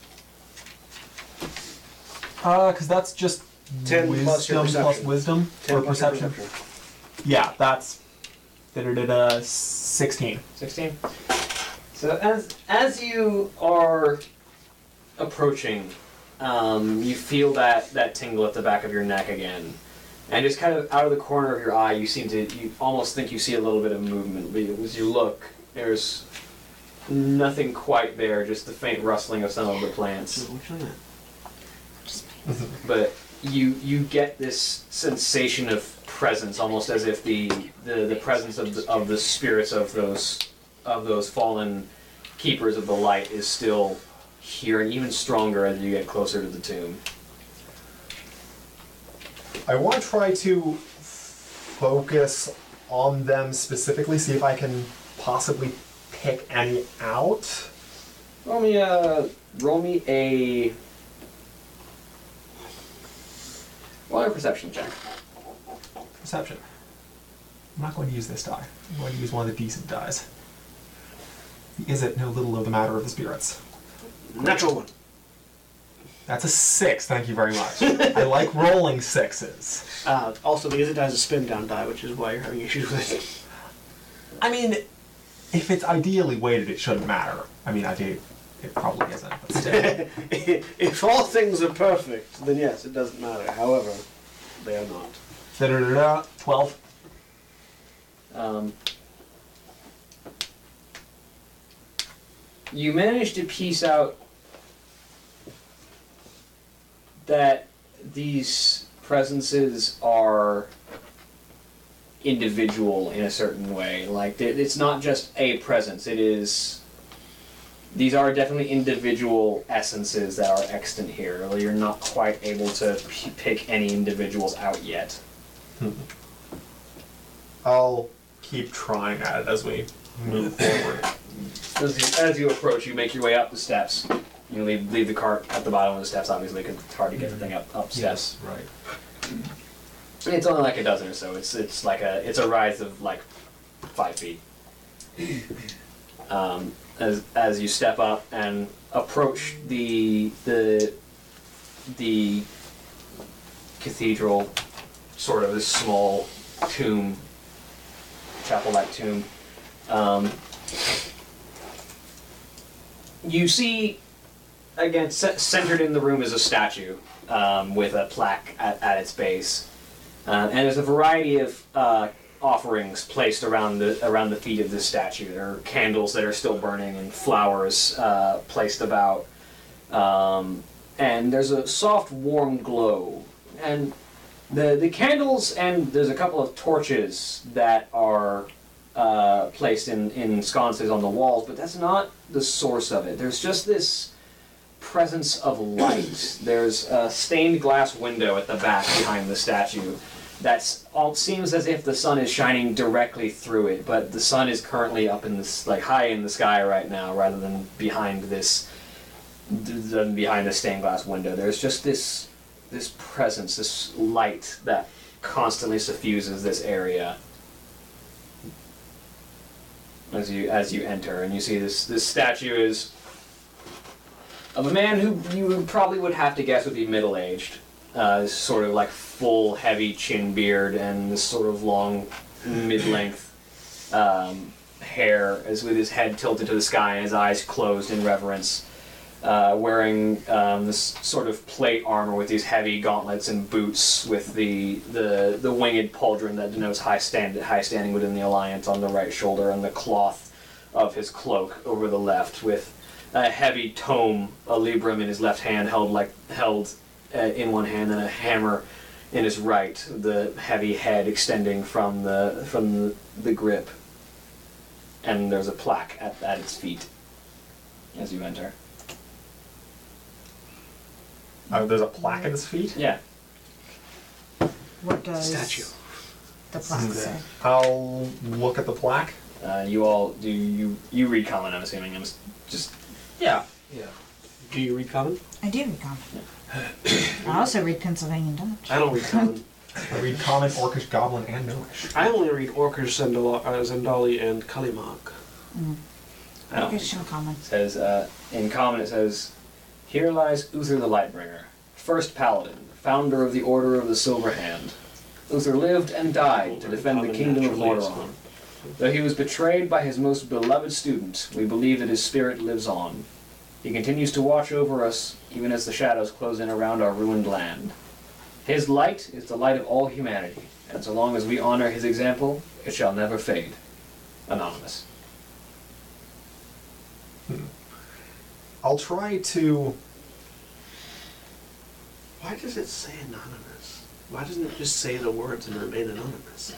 Uh, because that's just
10
wisdom
plus your perception.
wisdom or
plus your
perception. Yeah, that's da-da-da-da, sixteen.
16. So as as you are approaching, um, you feel that that tingle at the back of your neck again, and just kind of out of the corner of your eye, you seem to you almost think you see a little bit of movement. But you- as you look, there's nothing quite there, just the faint rustling of some of the plants. But you you get this sensation of presence, almost as if the the, the presence of the, of the spirits of those of those fallen keepers of the light is still here and even stronger as you get closer to the tomb.
I want to try to focus on them specifically, see if I can possibly pick any out.
Roll me a. Roll me a. Roll a perception check.
Perception. I'm not going to use this die. I'm going to use one of the decent dies. The Is it no little of the matter of the spirits?
Natural one.
That's a six. Thank you very much. I like rolling sixes.
Uh, also, because it has a spin down die, which is why you're having issues with it.
I mean, if it's ideally weighted, it shouldn't matter. I mean, I do. It probably isn't. But still.
if all things are perfect, then yes, it doesn't matter. However, they are not.
Da-da-da-da. Twelve.
Um, you managed to piece out that these presences are individual in a certain way. Like, it- it's not just a presence, it is. These are definitely individual essences that are extant here. You're not quite able to p- pick any individuals out yet.
I'll keep trying at it as we move forward.
As you, as you approach, you make your way up the steps. You leave, leave the cart at the bottom of the steps, obviously, because it's hard to get the thing up, up steps.
Right.
It's only like a dozen or so. It's it's like a it's a rise of like five feet. Um, as as you step up and approach the the the cathedral, sort of this small tomb, chapel-like tomb. Um, you see again c- centered in the room is a statue um, with a plaque at, at its base um, and there's a variety of uh, offerings placed around the around the feet of this statue there are candles that are still burning and flowers uh, placed about um, and there's a soft warm glow and the the candles and there's a couple of torches that are uh, placed in, in sconces on the walls, but that's not the source of it. There's just this presence of light. There's a stained glass window at the back behind the statue that's all seems as if the sun is shining directly through it, but the sun is currently up in this like high in the sky right now rather than behind this than behind the stained glass window. There's just this this presence, this light that constantly suffuses this area as you as you enter, and you see this this statue is of a man who you probably would have to guess would be middle aged. Uh, this sort of like full, heavy chin beard and this sort of long, mid length um, hair, as with his head tilted to the sky and his eyes closed in reverence. Uh, wearing um, this sort of plate armor with these heavy gauntlets and boots, with the the, the winged pauldron that denotes high stand high standing within the alliance on the right shoulder, and the cloth of his cloak over the left, with a heavy tome, a librum in his left hand, held like held uh, in one hand, and a hammer in his right, the heavy head extending from the from the, the grip. And there's a plaque at, at its feet as you enter.
Oh, there's a plaque at his feet.
Yeah.
What does
Statue.
the plaque say?
I'll look at the plaque.
Uh, you all do you you read comment? I'm assuming. I'm s- just
Yeah. Yeah. Do you read common?
I do read common. I also read Pennsylvania Dutch.
I don't read common.
I read common, orcish, goblin, and gnomish.
I only read Orcish, Zendal- uh, Zendali, and Kalimak.
I
Oh.
don't
Christian common.
says uh, in common it says here lies uther the lightbringer first paladin founder of the order of the silver hand uther lived and died to defend the kingdom of lordaeron though he was betrayed by his most beloved student we believe that his spirit lives on he continues to watch over us even as the shadows close in around our ruined land his light is the light of all humanity and so long as we honor his example it shall never fade anonymous
I'll try to.
Why does it say anonymous? Why doesn't it just say the words and remain anonymous?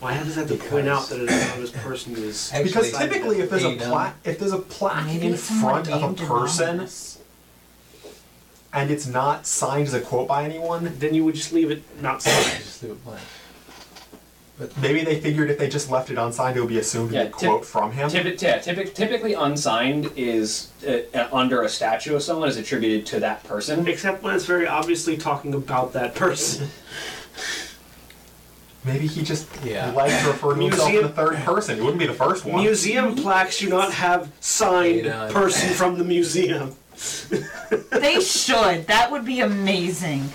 Why does it have to point out that an anonymous person is?
because typically, if there's a plaque, if there's a plaque
Maybe
in
it's someone
front of a
named
person,
Anonymous.
and it's not signed as a quote by anyone,
then you would just leave it not signed.
just leave it blank.
But maybe they figured if they just left it unsigned, it would be assumed to be a quote from him.
Typi- yeah, typi- typically unsigned is uh, uh, under a statue of someone is attributed to that person.
Except when it's very obviously talking about that person.
Maybe he just liked to refer to himself in the
Museum-
third person. It wouldn't be the first one.
Museum plaques do not have signed person from the museum.
They should. That would be amazing.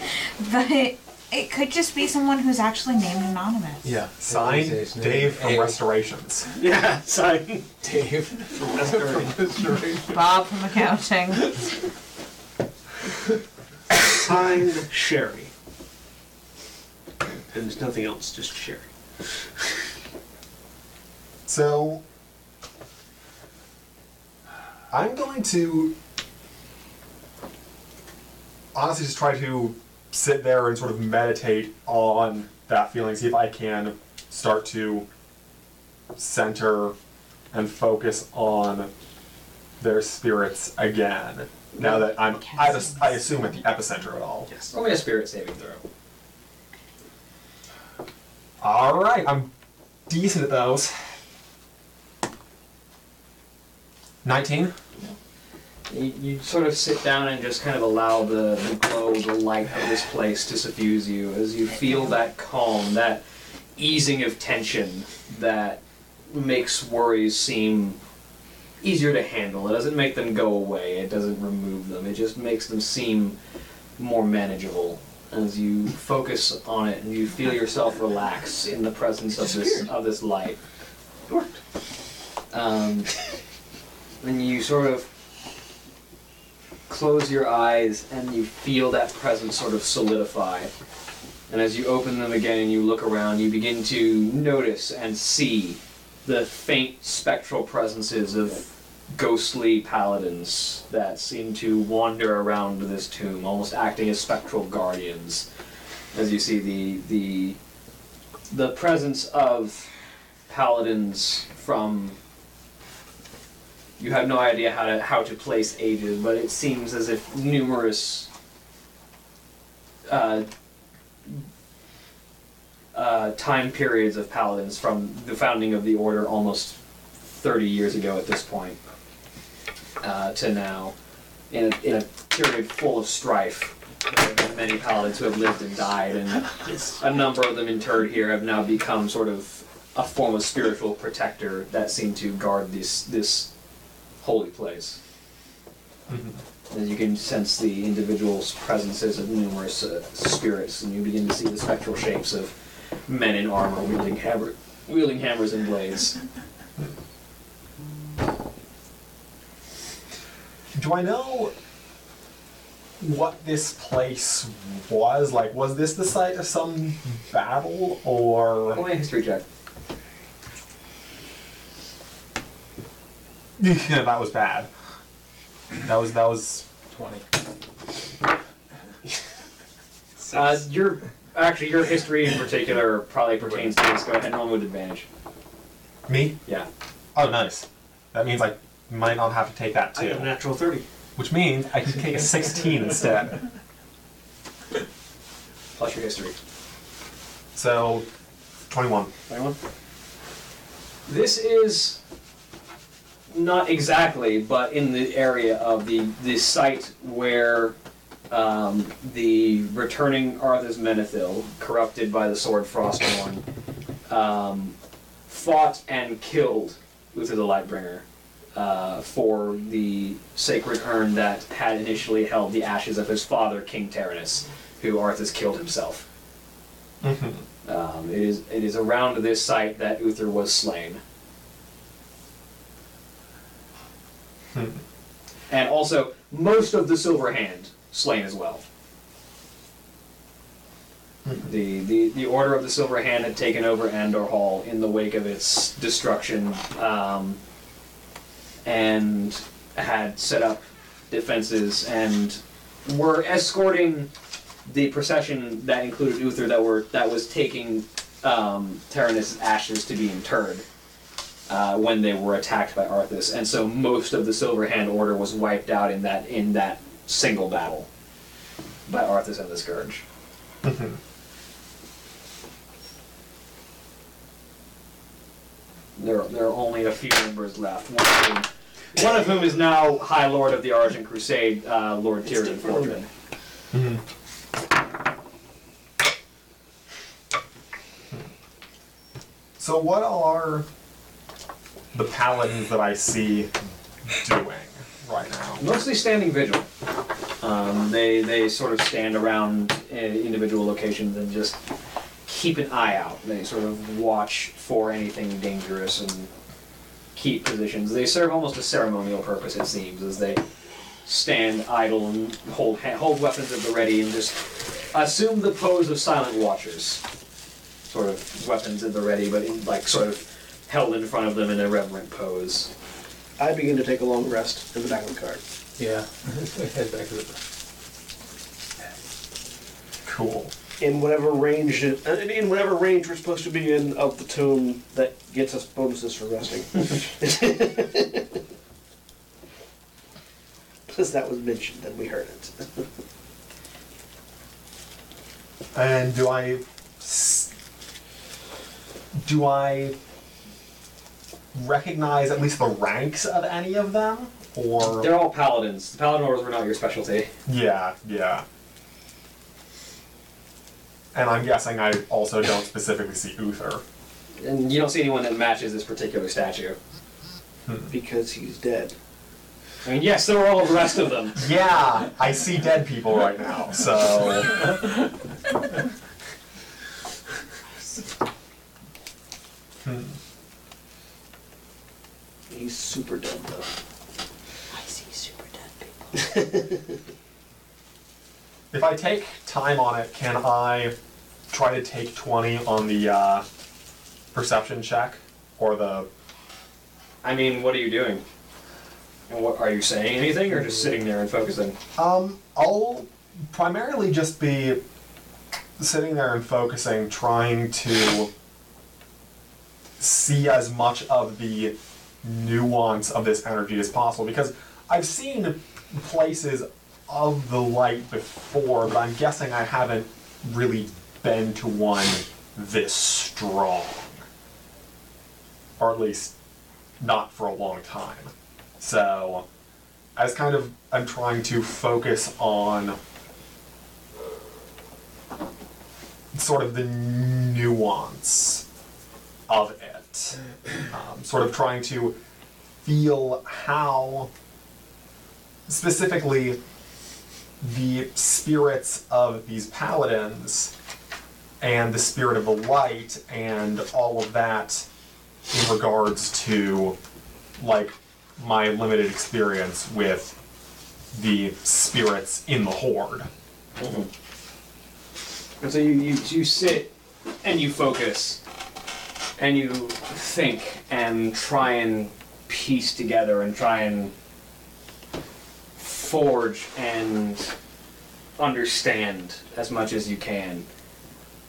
But it, it could just be someone who's actually named anonymous.
Yeah. Signed Dave from Restorations.
Yeah, signed
Dave from Restorations.
Bob from accounting.
Signed Sherry. And there's nothing else, just Sherry.
So I'm going to honestly just try to sit there and sort of meditate on that feeling, see if I can start to center and focus on their spirits again. Now that I'm, I, just, I assume at the epicenter of it all. Yes.
Roll me a spirit saving throw.
All right, I'm decent at those. Nineteen.
You, you sort of sit down and just kind of allow the, the glow, the light of this place to suffuse you as you feel that calm, that easing of tension that makes worries seem easier to handle. It doesn't make them go away, it doesn't remove them, it just makes them seem more manageable. As you focus on it and you feel yourself relax in the presence of this of this light, it worked. Um, and you sort of close your eyes and you feel that presence sort of solidify. And as you open them again and you look around, you begin to notice and see the faint spectral presences of ghostly paladins that seem to wander around this tomb, almost acting as spectral guardians. As you see the the the presence of paladins from you have no idea how to how to place ages, but it seems as if numerous uh, uh, time periods of paladins from the founding of the order almost 30 years ago at this point uh, to now in a, in a period full of strife there have been many paladins who have lived and died and a number of them interred here have now become sort of a form of spiritual protector that seem to guard this this holy place and you can sense the individual's presences of numerous uh, spirits, and you begin to see the spectral shapes of men in armor wielding, hammer, wielding hammers and blades.
Do I know what this place was? Like, was this the site of some battle or?
Only a history check.
yeah, that was bad. That was that was
twenty. Uh, your actually your history in particular probably pertains to this. Go ahead, roll with advantage.
Me?
Yeah.
Oh, nice. That means I might not have to take that too.
I got a natural 30.
Which means I can take a 16 instead.
Plus your history.
So, 21.
21. This is not exactly, but in the area of the, the site where um, the returning Arthas Menethil, corrupted by the sword Frostborn, um, fought and killed Luther the Lightbringer uh, for the sacred urn that had initially held the ashes of his father, King Taranis, who Arthas killed himself. Um, it is it is around this site that Uther was slain. And also most of the Silver Hand slain as well. The, the the Order of the Silver Hand had taken over Andor Hall in the wake of its destruction, um, and had set up defenses and were escorting the procession that included Uther that were that was taking um, Terranus' ashes to be interred uh, when they were attacked by Arthas, and so most of the Silver Hand Order was wiped out in that in that single battle. by Arthas and the Scourge. There, there are only a few members left. One of whom, one of whom is now High Lord of the Argent Crusade, uh, Lord Tyrion Fordred.
So what are the paladins that I see doing right now?
Mostly standing vigil. Um, they they sort of stand around uh, individual locations and just keep an eye out. They sort of watch for anything dangerous and keep positions. They serve almost a ceremonial purpose, it seems, as they stand idle and hold ha- hold weapons at the ready and just assume the pose of silent watchers. Sort of weapons at the ready, but in, like sort of held in front of them in a reverent pose.
I begin to take a long rest in the back of the cart.
Yeah. Head back to the.
Cool.
In whatever range, it, uh, in whatever range we're supposed to be in of the tome that gets us bonuses for resting. Because that was mentioned and we heard it.
And do I s- do I recognize at least the ranks of any of them? Or
They're all paladins. The paladin orders were not your specialty.
yeah, yeah. And I'm guessing I also don't specifically see Uther.
And you don't see anyone that matches this particular statue.
Because he's dead.
I mean, yes, there are all the rest of them.
Yeah, I see dead people right now, so
Hmm. He's super dead though.
I see super dead people.
if I take time on it, can I try to take twenty on the uh, perception check or the
I mean, what are you doing? And what are you saying anything or just sitting there and focusing?
Um, I'll primarily just be sitting there and focusing, trying to see as much of the nuance of this energy as possible because I've seen places of the light before, but I'm guessing I haven't really been to one this strong. Or at least not for a long time. So as kind of I'm trying to focus on sort of the nuance of it, um, sort of trying to feel how specifically the spirits of these paladins and the spirit of the light and all of that in regards to like my limited experience with the spirits in the horde.
And so you, you, you sit and you focus and you think and try and piece together and try and forge and understand as much as you can.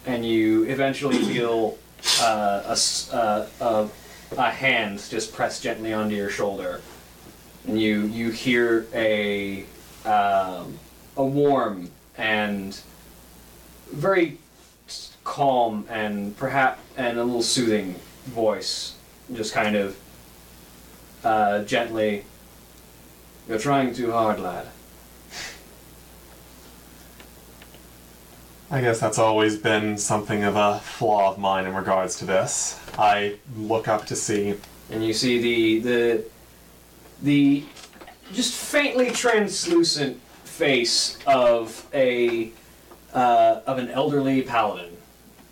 And you eventually feel uh, a, s- uh, a, a hand just pressed gently onto your shoulder. And you, you hear a, um, a warm and very s- calm and perhaps and a little soothing voice, just kind of uh, gently. You're trying too hard, lad.
I guess that's always been something of a flaw of mine in regards to this. I look up to see.
And you see the the the just faintly translucent face of a uh, of an elderly paladin.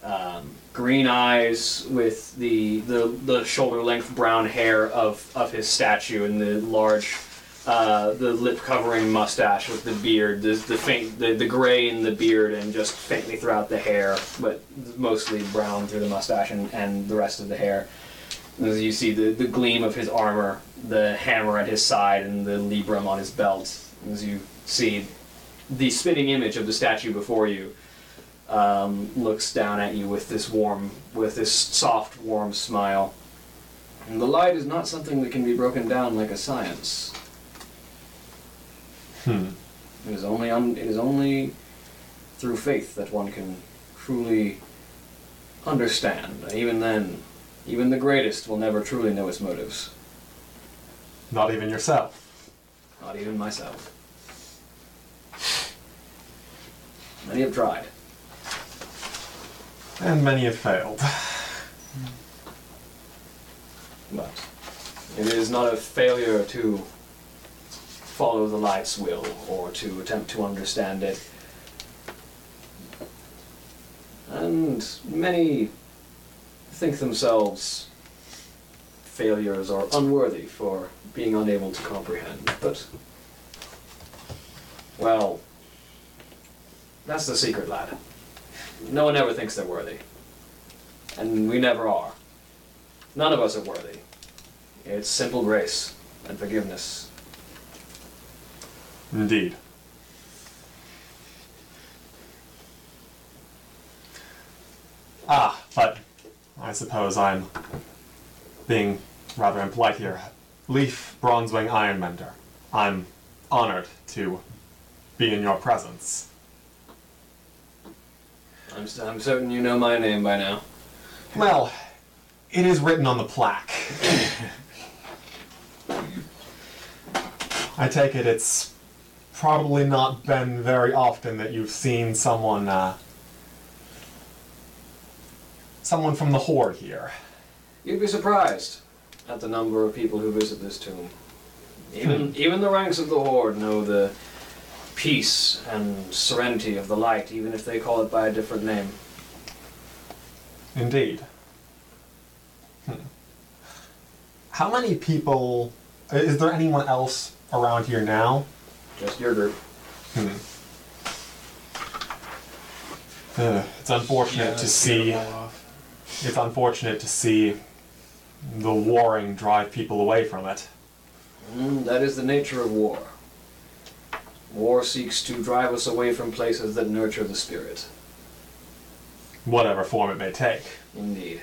Um, green eyes with the, the the shoulder length brown hair of, of his statue and the large uh, the lip covering mustache with the beard, the, the faint the, the gray in the beard and just faintly throughout the hair, but mostly brown through the mustache and, and the rest of the hair. As you see the, the gleam of his armor, the hammer at his side, and the librum on his belt, as you see the spinning image of the statue before you, um, looks down at you with this warm, with this soft, warm smile. And the light is not something that can be broken down like a science.
Hmm.
It is only un- it is only through faith that one can truly understand. And even then, even the greatest will never truly know its motives.
Not even yourself.
Not even myself. Many have tried.
And many have failed.
But it is not a failure to follow the light's will or to attempt to understand it. And many think themselves failures or unworthy for being unable to comprehend. But, well, that's the secret, lad. No one ever thinks they're worthy. And we never are. None of us are worthy. It's simple grace and forgiveness.
Indeed. Ah, but I suppose I'm being rather impolite here. Leaf Bronzewing Ironmender, I'm honored to be in your presence.
I'm, I'm certain you know my name by now.
Well, it is written on the plaque. I take it it's probably not been very often that you've seen someone, uh, someone from the Horde here.
You'd be surprised at the number of people who visit this tomb. Even,
Hmm.
even the ranks of the Horde know the peace and serenity of the light, even if they call it by a different name.
Indeed. Hmm. How many people? i- Is there anyone else around here now?
Just your group.
Hmm. Ugh, it's unfortunate to see. It's unfortunate to see the warring drive people away from it.
Mm, that is the nature of war. War seeks to drive us away from places that nurture the spirit.
whatever form it may take.
Indeed.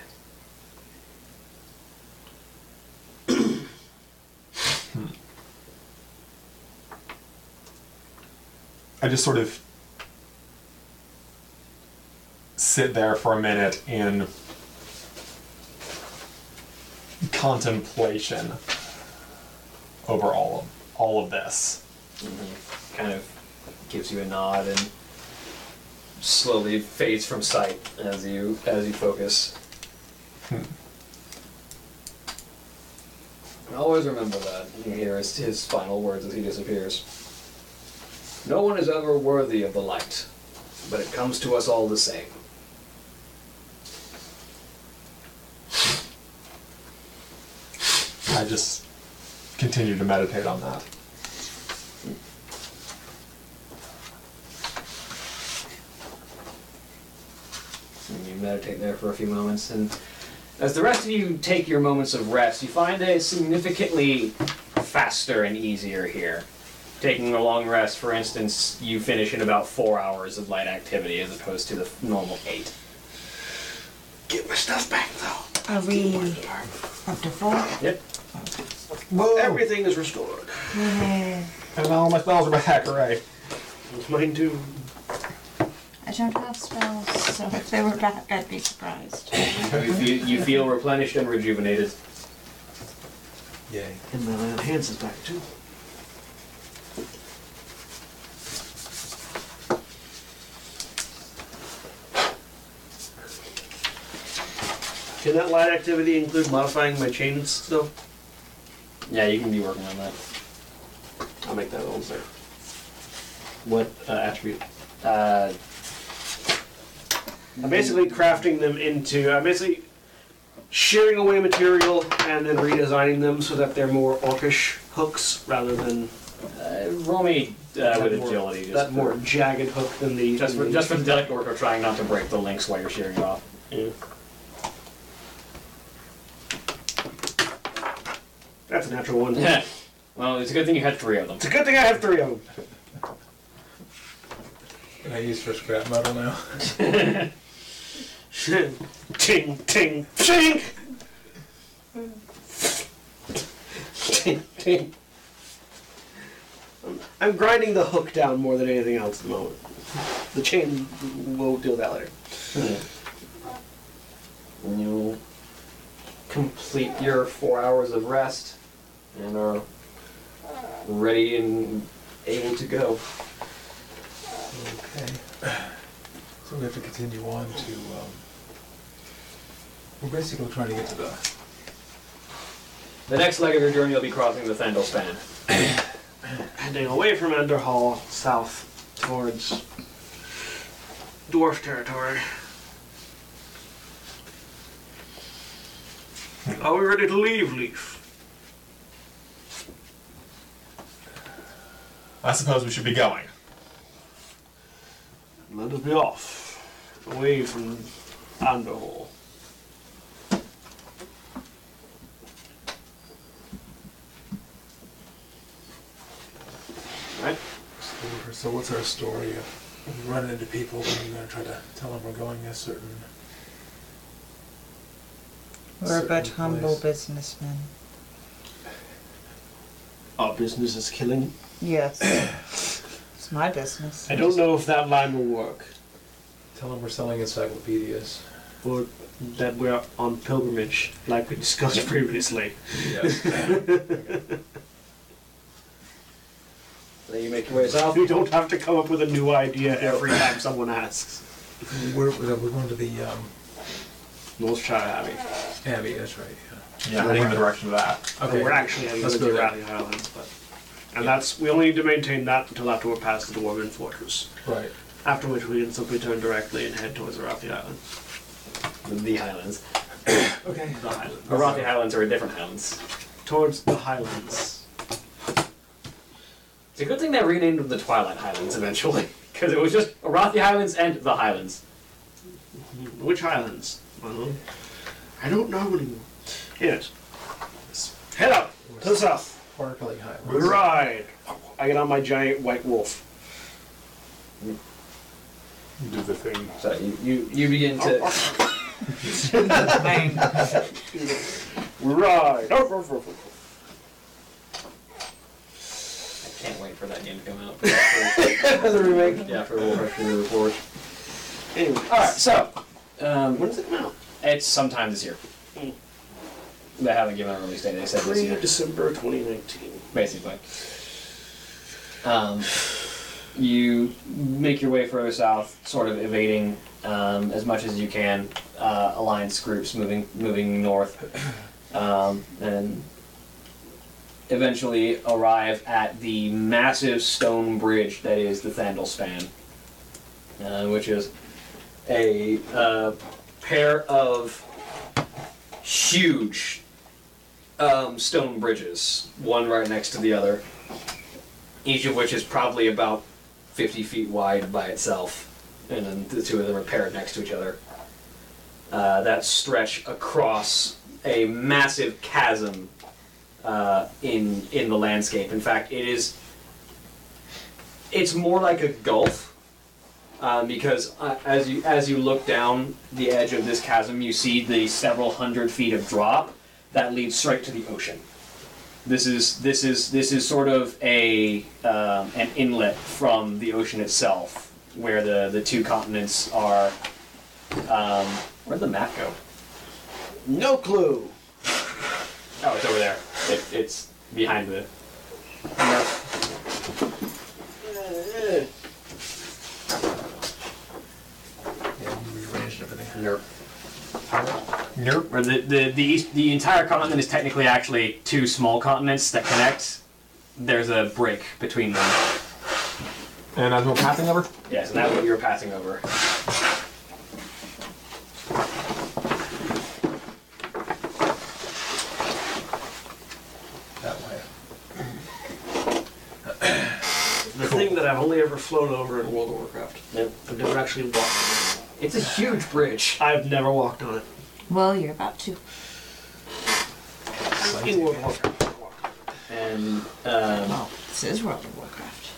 I just sort of sit there for a minute in contemplation over all of all of this.
Kind of gives you a nod and slowly fades from sight as you as you focus. Hmm. And Always remember that. You hear his, his final words as he disappears. No one is ever worthy of the light, but it comes to us all the same.
I just continue to meditate on that.
And you meditate there for a few moments, and as the rest of you take your moments of rest, you find it significantly faster and easier here. Taking a long rest, for instance, you finish in about four hours of light activity as opposed to the normal eight.
Get my stuff back though.
Are we up to four?
Yep.
Everything is restored.
Yay.
And all my spells are back, hooray.
Mine too.
I don't have spells, so if they were back, I'd be surprised.
you, feel, you feel replenished and rejuvenated.
Yay. And my uh, hands is back too. Can that light activity include modifying my chain still?
Yeah, you can be working on that.
I'll make that old sir. What uh, attribute?
Uh,
I'm basically crafting them into. I'm basically shearing away material and then redesigning them so that they're more orcish hooks rather than.
Uh, roll me uh, with agility. Just
that
for-
more jagged hook than the.
Just for, just for the delicate work of trying not to break the links while you're shearing it off.
That's a natural one.
Yeah. Well, it's a good thing you had three of them.
It's a good thing I have three of them.
Can I use for scrap metal now?
ting, ting, ting! ting, ting. I'm grinding the hook down more than anything else at the moment. The chain will deal that later.
And you'll complete your four hours of rest and are ready and able to go.
Okay. So we have to continue on to. Um, we're basically trying to get to the.
The next leg of your journey, you'll be crossing the Thandel Span.
Heading away from Enderhall south towards dwarf territory. Are we ready to leave, Leaf?
I suppose we should be going.
Let us be off. Away from Underhall.
Right. So what's our story? If we run into people, then we're going to try to tell them we're going a certain.
We're but
certain
humble
place.
businessmen.
Our business is killing.
Yes. it's my business.
I don't know if that line will work.
Tell them we're selling encyclopedias.
Or that we're on pilgrimage, like we discussed previously.
Then you make your way south.
You Uh, don't have to come up with a new idea every time someone asks.
We're, we're going to the. Um,
North Shire Abbey.
Abbey, that's right.
Yeah, heading in the direction of that.
Okay. We're actually heading
Let's
to
go
the
there.
Rally Highlands, but and that's we only need to maintain that until after we're past the Dwarven Fortress.
Right.
After which we can simply turn directly and head towards the Rally Highlands.
The Highlands.
Okay.
The Highlands.
Arathi Highlands are a different Highlands.
Towards the Highlands.
It's a good thing they renamed them the Twilight Highlands eventually, because it was just Arathi Highlands and the Highlands.
Which Highlands? I don't know. I don't know anymore. Yes. Head up to the south.
Sparkly Highlands.
Ride. I get on my giant white wolf.
Do the thing.
So you, you, you begin to.
Ride.
Oh,
oh, Can't wait for that game to come out. As a remake? Yeah, for the Wolf Rush Report.
Anyway.
Alright, so. Um, Hmm. when does it come out? It's sometime this year. They haven't given a release date, they said this
Pre
year.
December 2019.
basically. Um, you make your way further south, sort of evading um, as much as you can uh, alliance groups moving moving north, um, and eventually arrive at the massive stone bridge that is the Thandel Span, uh, which is a uh, pair of huge um, stone bridges, one right next to the other, each of which is probably about 50 feet wide by itself, and then the two of them are paired next to each other. Uh, that stretch across a massive chasm uh, in in the landscape. In fact, it is it's more like a gulf um, because uh, as you as you look down the edge of this chasm, you see the several hundred feet of drop that leads straight to the ocean. This is this is this is sort of a um, an inlet from the ocean itself, where the the two continents are. Um, where'd the map go?
No clue.
Oh, it's over there. It, it's behind the.
Yeah, we rearranged everything.
Nope. Nope. Where the, the, the, east, the entire continent is technically actually two small continents that connect. There's a break between them.
And as we're passing over,
Yes, and that's what you were passing over.
That way.
The thing that I've only ever flown over in World of Warcraft.
Yep.
I've never actually walked on it.
It's a huge bridge.
I've never walked on it.
Well, you're about to.
In World of Warcraft.
And um,
Well, this is World of Warcraft.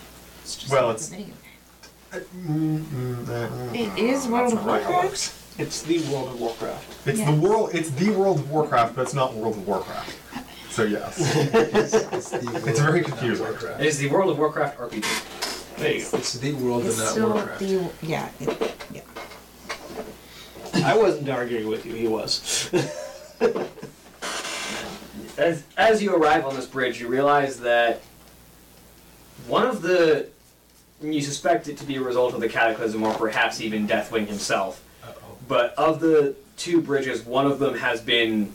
It's just
Well,
like
it's- Uh, mm,
the video.
It
It is
mm.
World of Warcraft.
It's the World of Warcraft.
It's the
Yes.
world. It's the World of Warcraft, but it's not World of Warcraft. So yes, it's very confusing.
it is the World of Warcraft RPG.
There you go. It's the world
It's
of that
still
Warcraft.
the yeah. It,
I wasn't arguing with you. He was.
As, as you arrive on this bridge, you realize that one of the. You suspect it to be a result of the Cataclysm or perhaps even Deathwing himself. But of the two bridges, one of them has been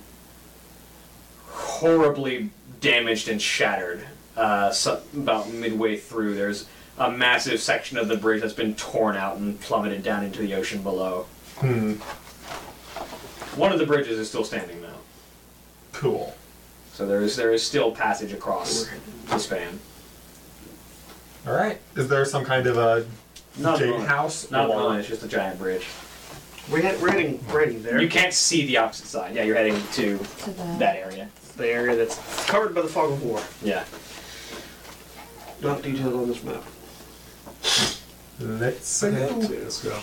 horribly damaged and shattered. Uh, so, about midway through, there's a massive section of the bridge that's been torn out and plummeted down into the ocean below.
Hmm.
One of the bridges is still standing, though.
Cool.
So there is there is still passage across the span.
All right. Is there some kind of a
Not
gate
really.
house?
Not
or-
really. It's just a giant bridge.
We're, head, we're heading right in there.
You can't see the opposite side. Yeah, you're heading to
To the-
that area.
The area that's covered by the fog of war.
Yeah.
Not detailed on this map.
Let's
Let's go.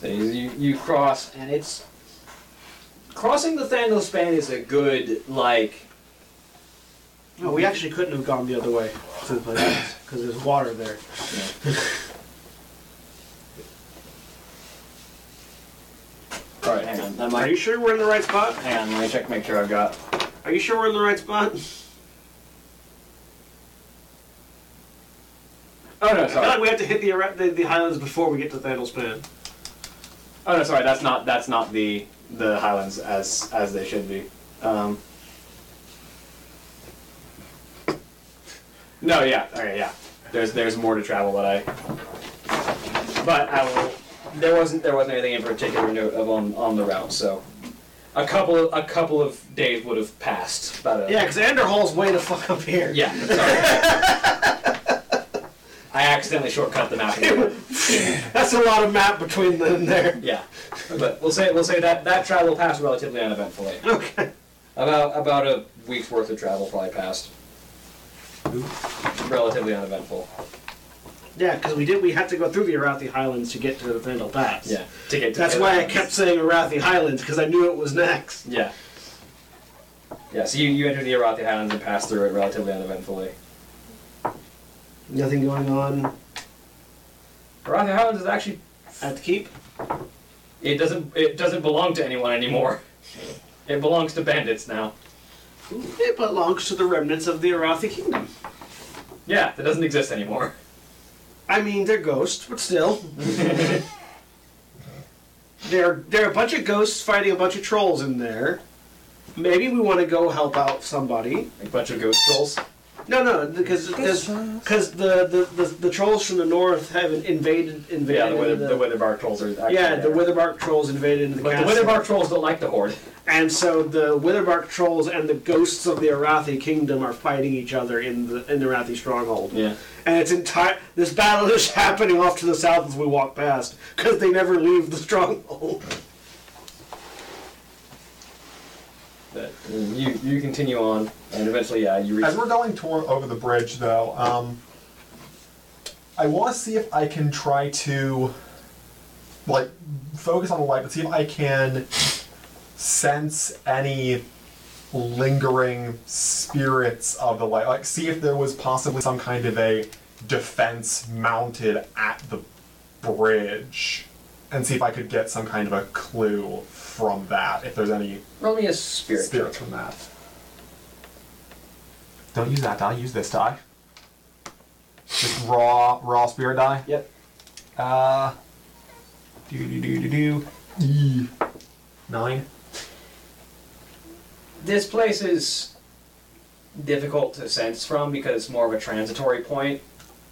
So you, you, you cross, and it's crossing the Thandel span is a good like.
No, we actually couldn't have gone the other way to the place because there's water there.
All right, hang on. That might,
Are you sure we're in the right spot?
Hang on, let me check. Make sure I've got.
Are you sure we're in the right spot?
Oh no,
I feel like
sorry.
we have to hit the, Ara- the the highlands before we get to Thandel Span.
Oh no, sorry. That's not that's not the the Highlands as as they should be. Um, no, yeah, okay, yeah. There's there's more to travel that I. But I will. There wasn't there wasn't anything in particular note of on on the route, so a couple a couple of days would have passed. About a,
Yeah, because Anderhol's way the fuck up here.
yeah. sorry. I accidentally shortcut the map. a little bit.
That's a lot of map between them there.
Yeah, but we'll say we'll say that that travel passed relatively uneventfully.
Okay.
About about a week's worth of travel probably passed. Relatively uneventful.
Yeah, because we did. We had to go through the Arathi Highlands to get to the Vandal Pass.
Yeah, to get to
That's
the-
why I kept saying Arathi Highlands because I knew it was next.
Yeah. Yeah, so you, you entered the Arathi Highlands and passed through it relatively uneventfully.
Nothing going on
Arathi Highlands is actually
at the keep.
it doesn't it doesn't belong to anyone anymore. It belongs to bandits now.
It belongs to the remnants of the Arathi Kingdom.
Yeah, that doesn't exist anymore.
I mean, they're ghosts, but still. they're, they're a bunch of ghosts fighting a bunch of trolls in there. Maybe we want to go help out somebody.
A bunch of ghost trolls.
No, no, because because the, the, the, the trolls from the north have invaded invaded
Yeah, the
into
Wither, the Witherbark trolls are actually
yeah the
there.
Witherbark trolls invaded into the
But the
castle,
Witherbark trolls don't like the horde.
and so the Witherbark trolls and the ghosts of the Arathi kingdom are fighting each other in the in the Arathi stronghold.
Yeah.
And it's entire this battle is happening off to the south as we walk past because they never leave the stronghold.
But you you continue on, and eventually, yeah, you reach.
As we're going toward over the bridge, though, um, I want to see if I can try to, like, focus on the light, but see if I can sense any lingering spirits of the light. Like, see if there was possibly some kind of a defense mounted at the bridge, and see if I could get some kind of a clue from that. If there's any
Roll me a spirit.
spirits from that. Don't use that die. Use this die. Just raw, raw spirit die.
Yep.
Uh. Do do do do do. E. Nine.
This place is difficult to sense from because it's more of a transitory point.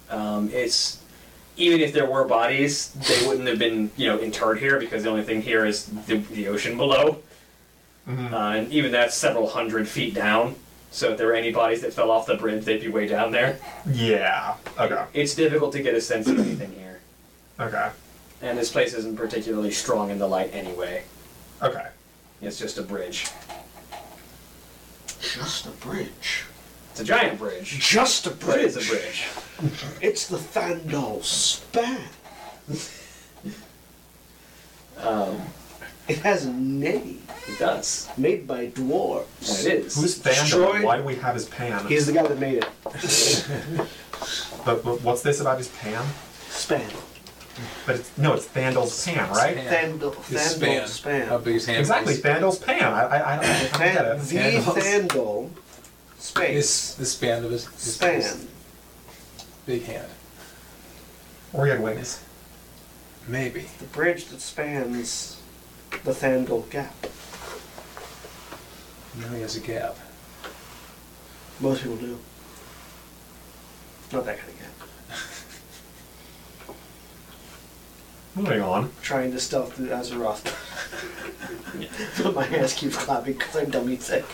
Um, it's even if there were bodies, they wouldn't have been you know interred here because the only thing here is the, the ocean below, uh, and even that's several hundred feet down. So if there were any bodies that fell off the bridge, they'd be way down there.
Yeah. Okay.
It's difficult to get a sense of anything here,
Okay.
and this place isn't particularly strong in the light anyway.
Okay.
It's just a bridge.
Just a bridge.
It's a giant bridge.
Just a
But
bridge.
it's a bridge.
It's the Thandal span.
Um,
It has a name
it does.
made by dwarves.
And it is.
Who's Vandal?
Destroyed.
Why do we have his pan?
He's the guy that made it.
But, but what's this about his pan?
Span.
But it's, no, it's Thandal's pan, right?
Thandal.
His
Thandal.
span.
Span.
How big his hand Exactly, is. Thandal's pan. I- I- I don't- I don't get it.
The
Thandal's-
Thandal.
Space. The span of his, his
Span.
big hand.
Or he had wings.
Maybe.
The bridge that spans the Thandal Gap.
Now he has a gap.
Most people do. Not that kind of gap.
Moving on.
Trying to stealth the Azeroth. My hands keep clapping because I'm dummy sick.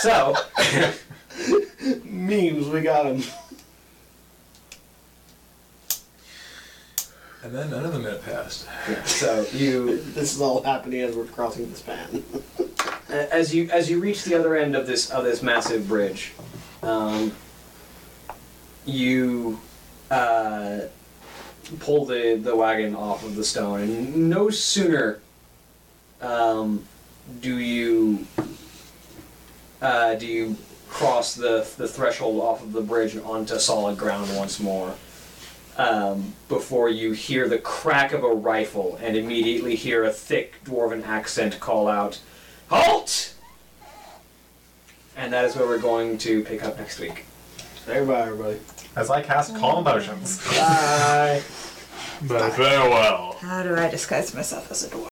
So,
memes, we got them.
And then another minute passed.
so you.
This is all happening as we're crossing the span.
A- Uh, as you as you reach the other end of this of this massive bridge, um, you uh, pull the the wagon off of the stone, and no sooner um, do you uh, do you cross the the threshold off of the bridge and onto solid ground once more. Um, before you hear the crack of a rifle and immediately hear a thick dwarven accent call out, Halt! And that is where we're going to pick up next week.
Everybody, everybody.
As I cast Calm Motions.
Bye.
But farewell.
How do I disguise myself as a dwarf?